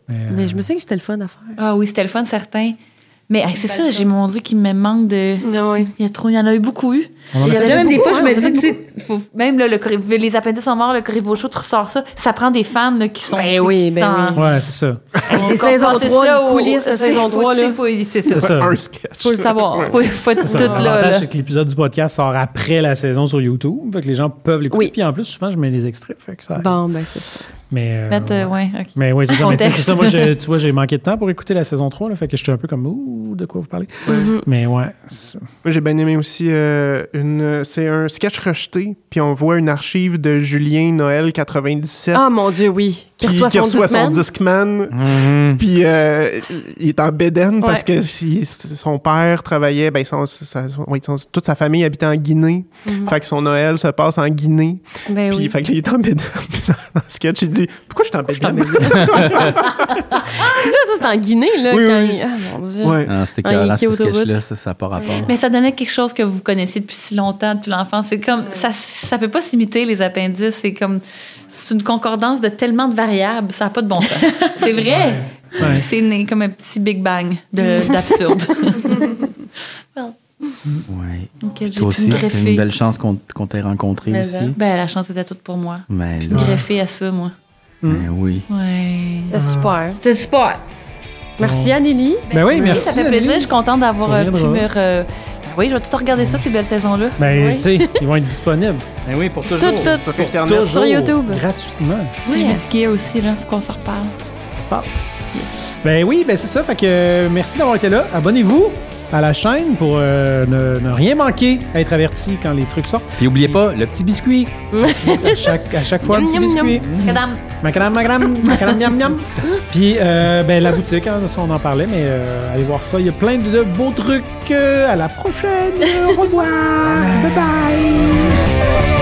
[SPEAKER 1] Mais, euh,
[SPEAKER 5] Mais je me souviens que j'étais le fun à faire.
[SPEAKER 4] Ah oui, c'était le fun certain. Mais hey, c'est ça, j'ai mon dieu qui me manque de
[SPEAKER 5] Ouais.
[SPEAKER 4] il y a trop, il y en a eu beaucoup eu.
[SPEAKER 1] on en a
[SPEAKER 4] Il y
[SPEAKER 1] fait
[SPEAKER 4] avait là, même des fois,
[SPEAKER 5] beaucoup,
[SPEAKER 4] je
[SPEAKER 5] hein,
[SPEAKER 4] me
[SPEAKER 5] on en a
[SPEAKER 4] dis, tu sais, faut- même là, le, corri- les appendices sont morts, le corriveau chaud, tu ressors ça, ça prend des fans là, qui sont.
[SPEAKER 5] Ben oui, ben
[SPEAKER 4] qui sont-
[SPEAKER 1] euh, Ouais, c'est ça.
[SPEAKER 5] Hey, c'est
[SPEAKER 4] Faut
[SPEAKER 5] saison
[SPEAKER 4] passer
[SPEAKER 5] 3,
[SPEAKER 4] ça
[SPEAKER 5] les
[SPEAKER 4] au- euh,
[SPEAKER 5] coulisses de
[SPEAKER 4] c'est-
[SPEAKER 5] saison
[SPEAKER 4] faut-
[SPEAKER 5] 3, là.
[SPEAKER 4] c'est- faut- C'est ça.
[SPEAKER 1] C'est ça.
[SPEAKER 6] Un sketch.
[SPEAKER 5] Faut le savoir.
[SPEAKER 4] Faut, faut être
[SPEAKER 1] Ça,
[SPEAKER 4] toute là.
[SPEAKER 1] L'avantage,
[SPEAKER 4] là.
[SPEAKER 1] c'est que l'épisode du podcast sort après la saison sur YouTube. Fait que les gens peuvent l'écouter.
[SPEAKER 5] Oui.
[SPEAKER 1] Puis en plus, souvent, je mets les extraits. Fait que ça...
[SPEAKER 5] Bon, ben, c'est ça.
[SPEAKER 1] Mais, euh,
[SPEAKER 4] Mettre, euh, ouais, ok.
[SPEAKER 1] Mais oui, c'est ça. Mais tu sais, c'est
[SPEAKER 4] Contexte.
[SPEAKER 1] ça, moi, j'ai- tu vois, j'ai manqué de temps pour écouter la saison 3, là, fait que j'étais un peu comme, ouh, de quoi vous parlez.
[SPEAKER 4] Mm.
[SPEAKER 5] Mhm.
[SPEAKER 1] Mais ouais, c'est-
[SPEAKER 6] Moi, j'ai bien aimé aussi euh, une. C'est un sketch rejeté, puis on voit une archive de Julien Noël 97.
[SPEAKER 5] Ah mon Dieu, oui.
[SPEAKER 6] qui, qui reçoit son
[SPEAKER 5] man.
[SPEAKER 6] Discman.
[SPEAKER 1] Mhm.
[SPEAKER 6] Puis euh, il est en bédaine parce
[SPEAKER 5] Ouais.
[SPEAKER 6] que si- son père travaillait, ben, son- sa- son- oui, son- toute sa famille habitait en Guinée.
[SPEAKER 5] Mhm.
[SPEAKER 6] Fait que son Noël se passe en Guinée.
[SPEAKER 5] Ben
[SPEAKER 6] Puis
[SPEAKER 5] oui.
[SPEAKER 6] fait que là, il est en bédaine. Puis dans dans le sketch, il dit Pourquoi je suis en bédaine
[SPEAKER 5] C'est ça, ça, c'est en Guinée, là.
[SPEAKER 6] Oui,
[SPEAKER 5] quand
[SPEAKER 6] oui.
[SPEAKER 5] il- Ah, mon Dieu.
[SPEAKER 6] Ouais.
[SPEAKER 3] Ah, C'était
[SPEAKER 5] Ah, il est
[SPEAKER 3] écœurant,
[SPEAKER 5] qui
[SPEAKER 3] ce
[SPEAKER 5] autoroute?
[SPEAKER 3] sketch-là, ça, ça n'a pas rapport.
[SPEAKER 4] Mais ça donnait quelque chose que vous connaissiez depuis si longtemps, depuis l'enfance. C'est comme ça, ça peut pas s'imiter les appendices. C'est comme c'est une concordance de tellement de variables, ça n'a pas de bon sens. c'est vrai.
[SPEAKER 1] Ouais.
[SPEAKER 4] C'est né comme un petit Big Bang de- d'absurde.
[SPEAKER 3] Ouais.
[SPEAKER 4] Ok, j'ai
[SPEAKER 3] Toi
[SPEAKER 4] pu
[SPEAKER 3] aussi,
[SPEAKER 4] me
[SPEAKER 3] c'était
[SPEAKER 4] greffer.
[SPEAKER 3] une belle chance qu'on qu'on t'ait rencontré
[SPEAKER 5] Mais
[SPEAKER 3] aussi.
[SPEAKER 5] hein.
[SPEAKER 4] ben, la chance était toute pour moi.
[SPEAKER 3] Mais
[SPEAKER 4] Je
[SPEAKER 3] là,
[SPEAKER 4] me greffais à ça, moi.
[SPEAKER 3] ben oui.
[SPEAKER 4] Ouais.
[SPEAKER 5] C'est
[SPEAKER 6] Euh,
[SPEAKER 5] super.
[SPEAKER 10] C'est super.
[SPEAKER 5] Merci, Anneli.
[SPEAKER 1] Ben oui, merci.
[SPEAKER 4] ça fait plaisir. Je
[SPEAKER 1] Amélie.
[SPEAKER 4] suis contente d'avoir
[SPEAKER 1] Tu
[SPEAKER 4] euh, pu
[SPEAKER 1] reviendras.
[SPEAKER 4] me. re- Ben oui, je vais tout regarder ça, ces belles saisons-là.
[SPEAKER 1] Ben,
[SPEAKER 4] Oui.
[SPEAKER 1] tu sais, ils vont être disponibles. Ben oui, pour toujours.
[SPEAKER 5] Tout, tout.
[SPEAKER 6] Pour Internet.
[SPEAKER 1] Toujours.
[SPEAKER 5] Sur YouTube.
[SPEAKER 1] Gratuitement.
[SPEAKER 4] Oui, je vais skier aussi, là. Faut qu'on se reparle.
[SPEAKER 1] Ben oui, ben c'est ça. Fait que euh, merci d'avoir été là. Abonnez-vous à la chaîne pour euh, ne, ne rien manquer, être averti quand les trucs sortent.
[SPEAKER 3] Puis oubliez pas, le petit biscuit.
[SPEAKER 1] à, chaque, à chaque fois, un
[SPEAKER 5] Miam,
[SPEAKER 1] petit
[SPEAKER 5] miam,
[SPEAKER 1] biscuit.
[SPEAKER 3] Mm.
[SPEAKER 4] Madame,
[SPEAKER 1] Macadam, macadam, macadam, miam, miam. Puis, euh, ben, la boutique, hein, ça, on en parlait, mais euh, allez voir ça. Il y a plein de beaux trucs. Euh, À la prochaine. Au revoir. Bye bye.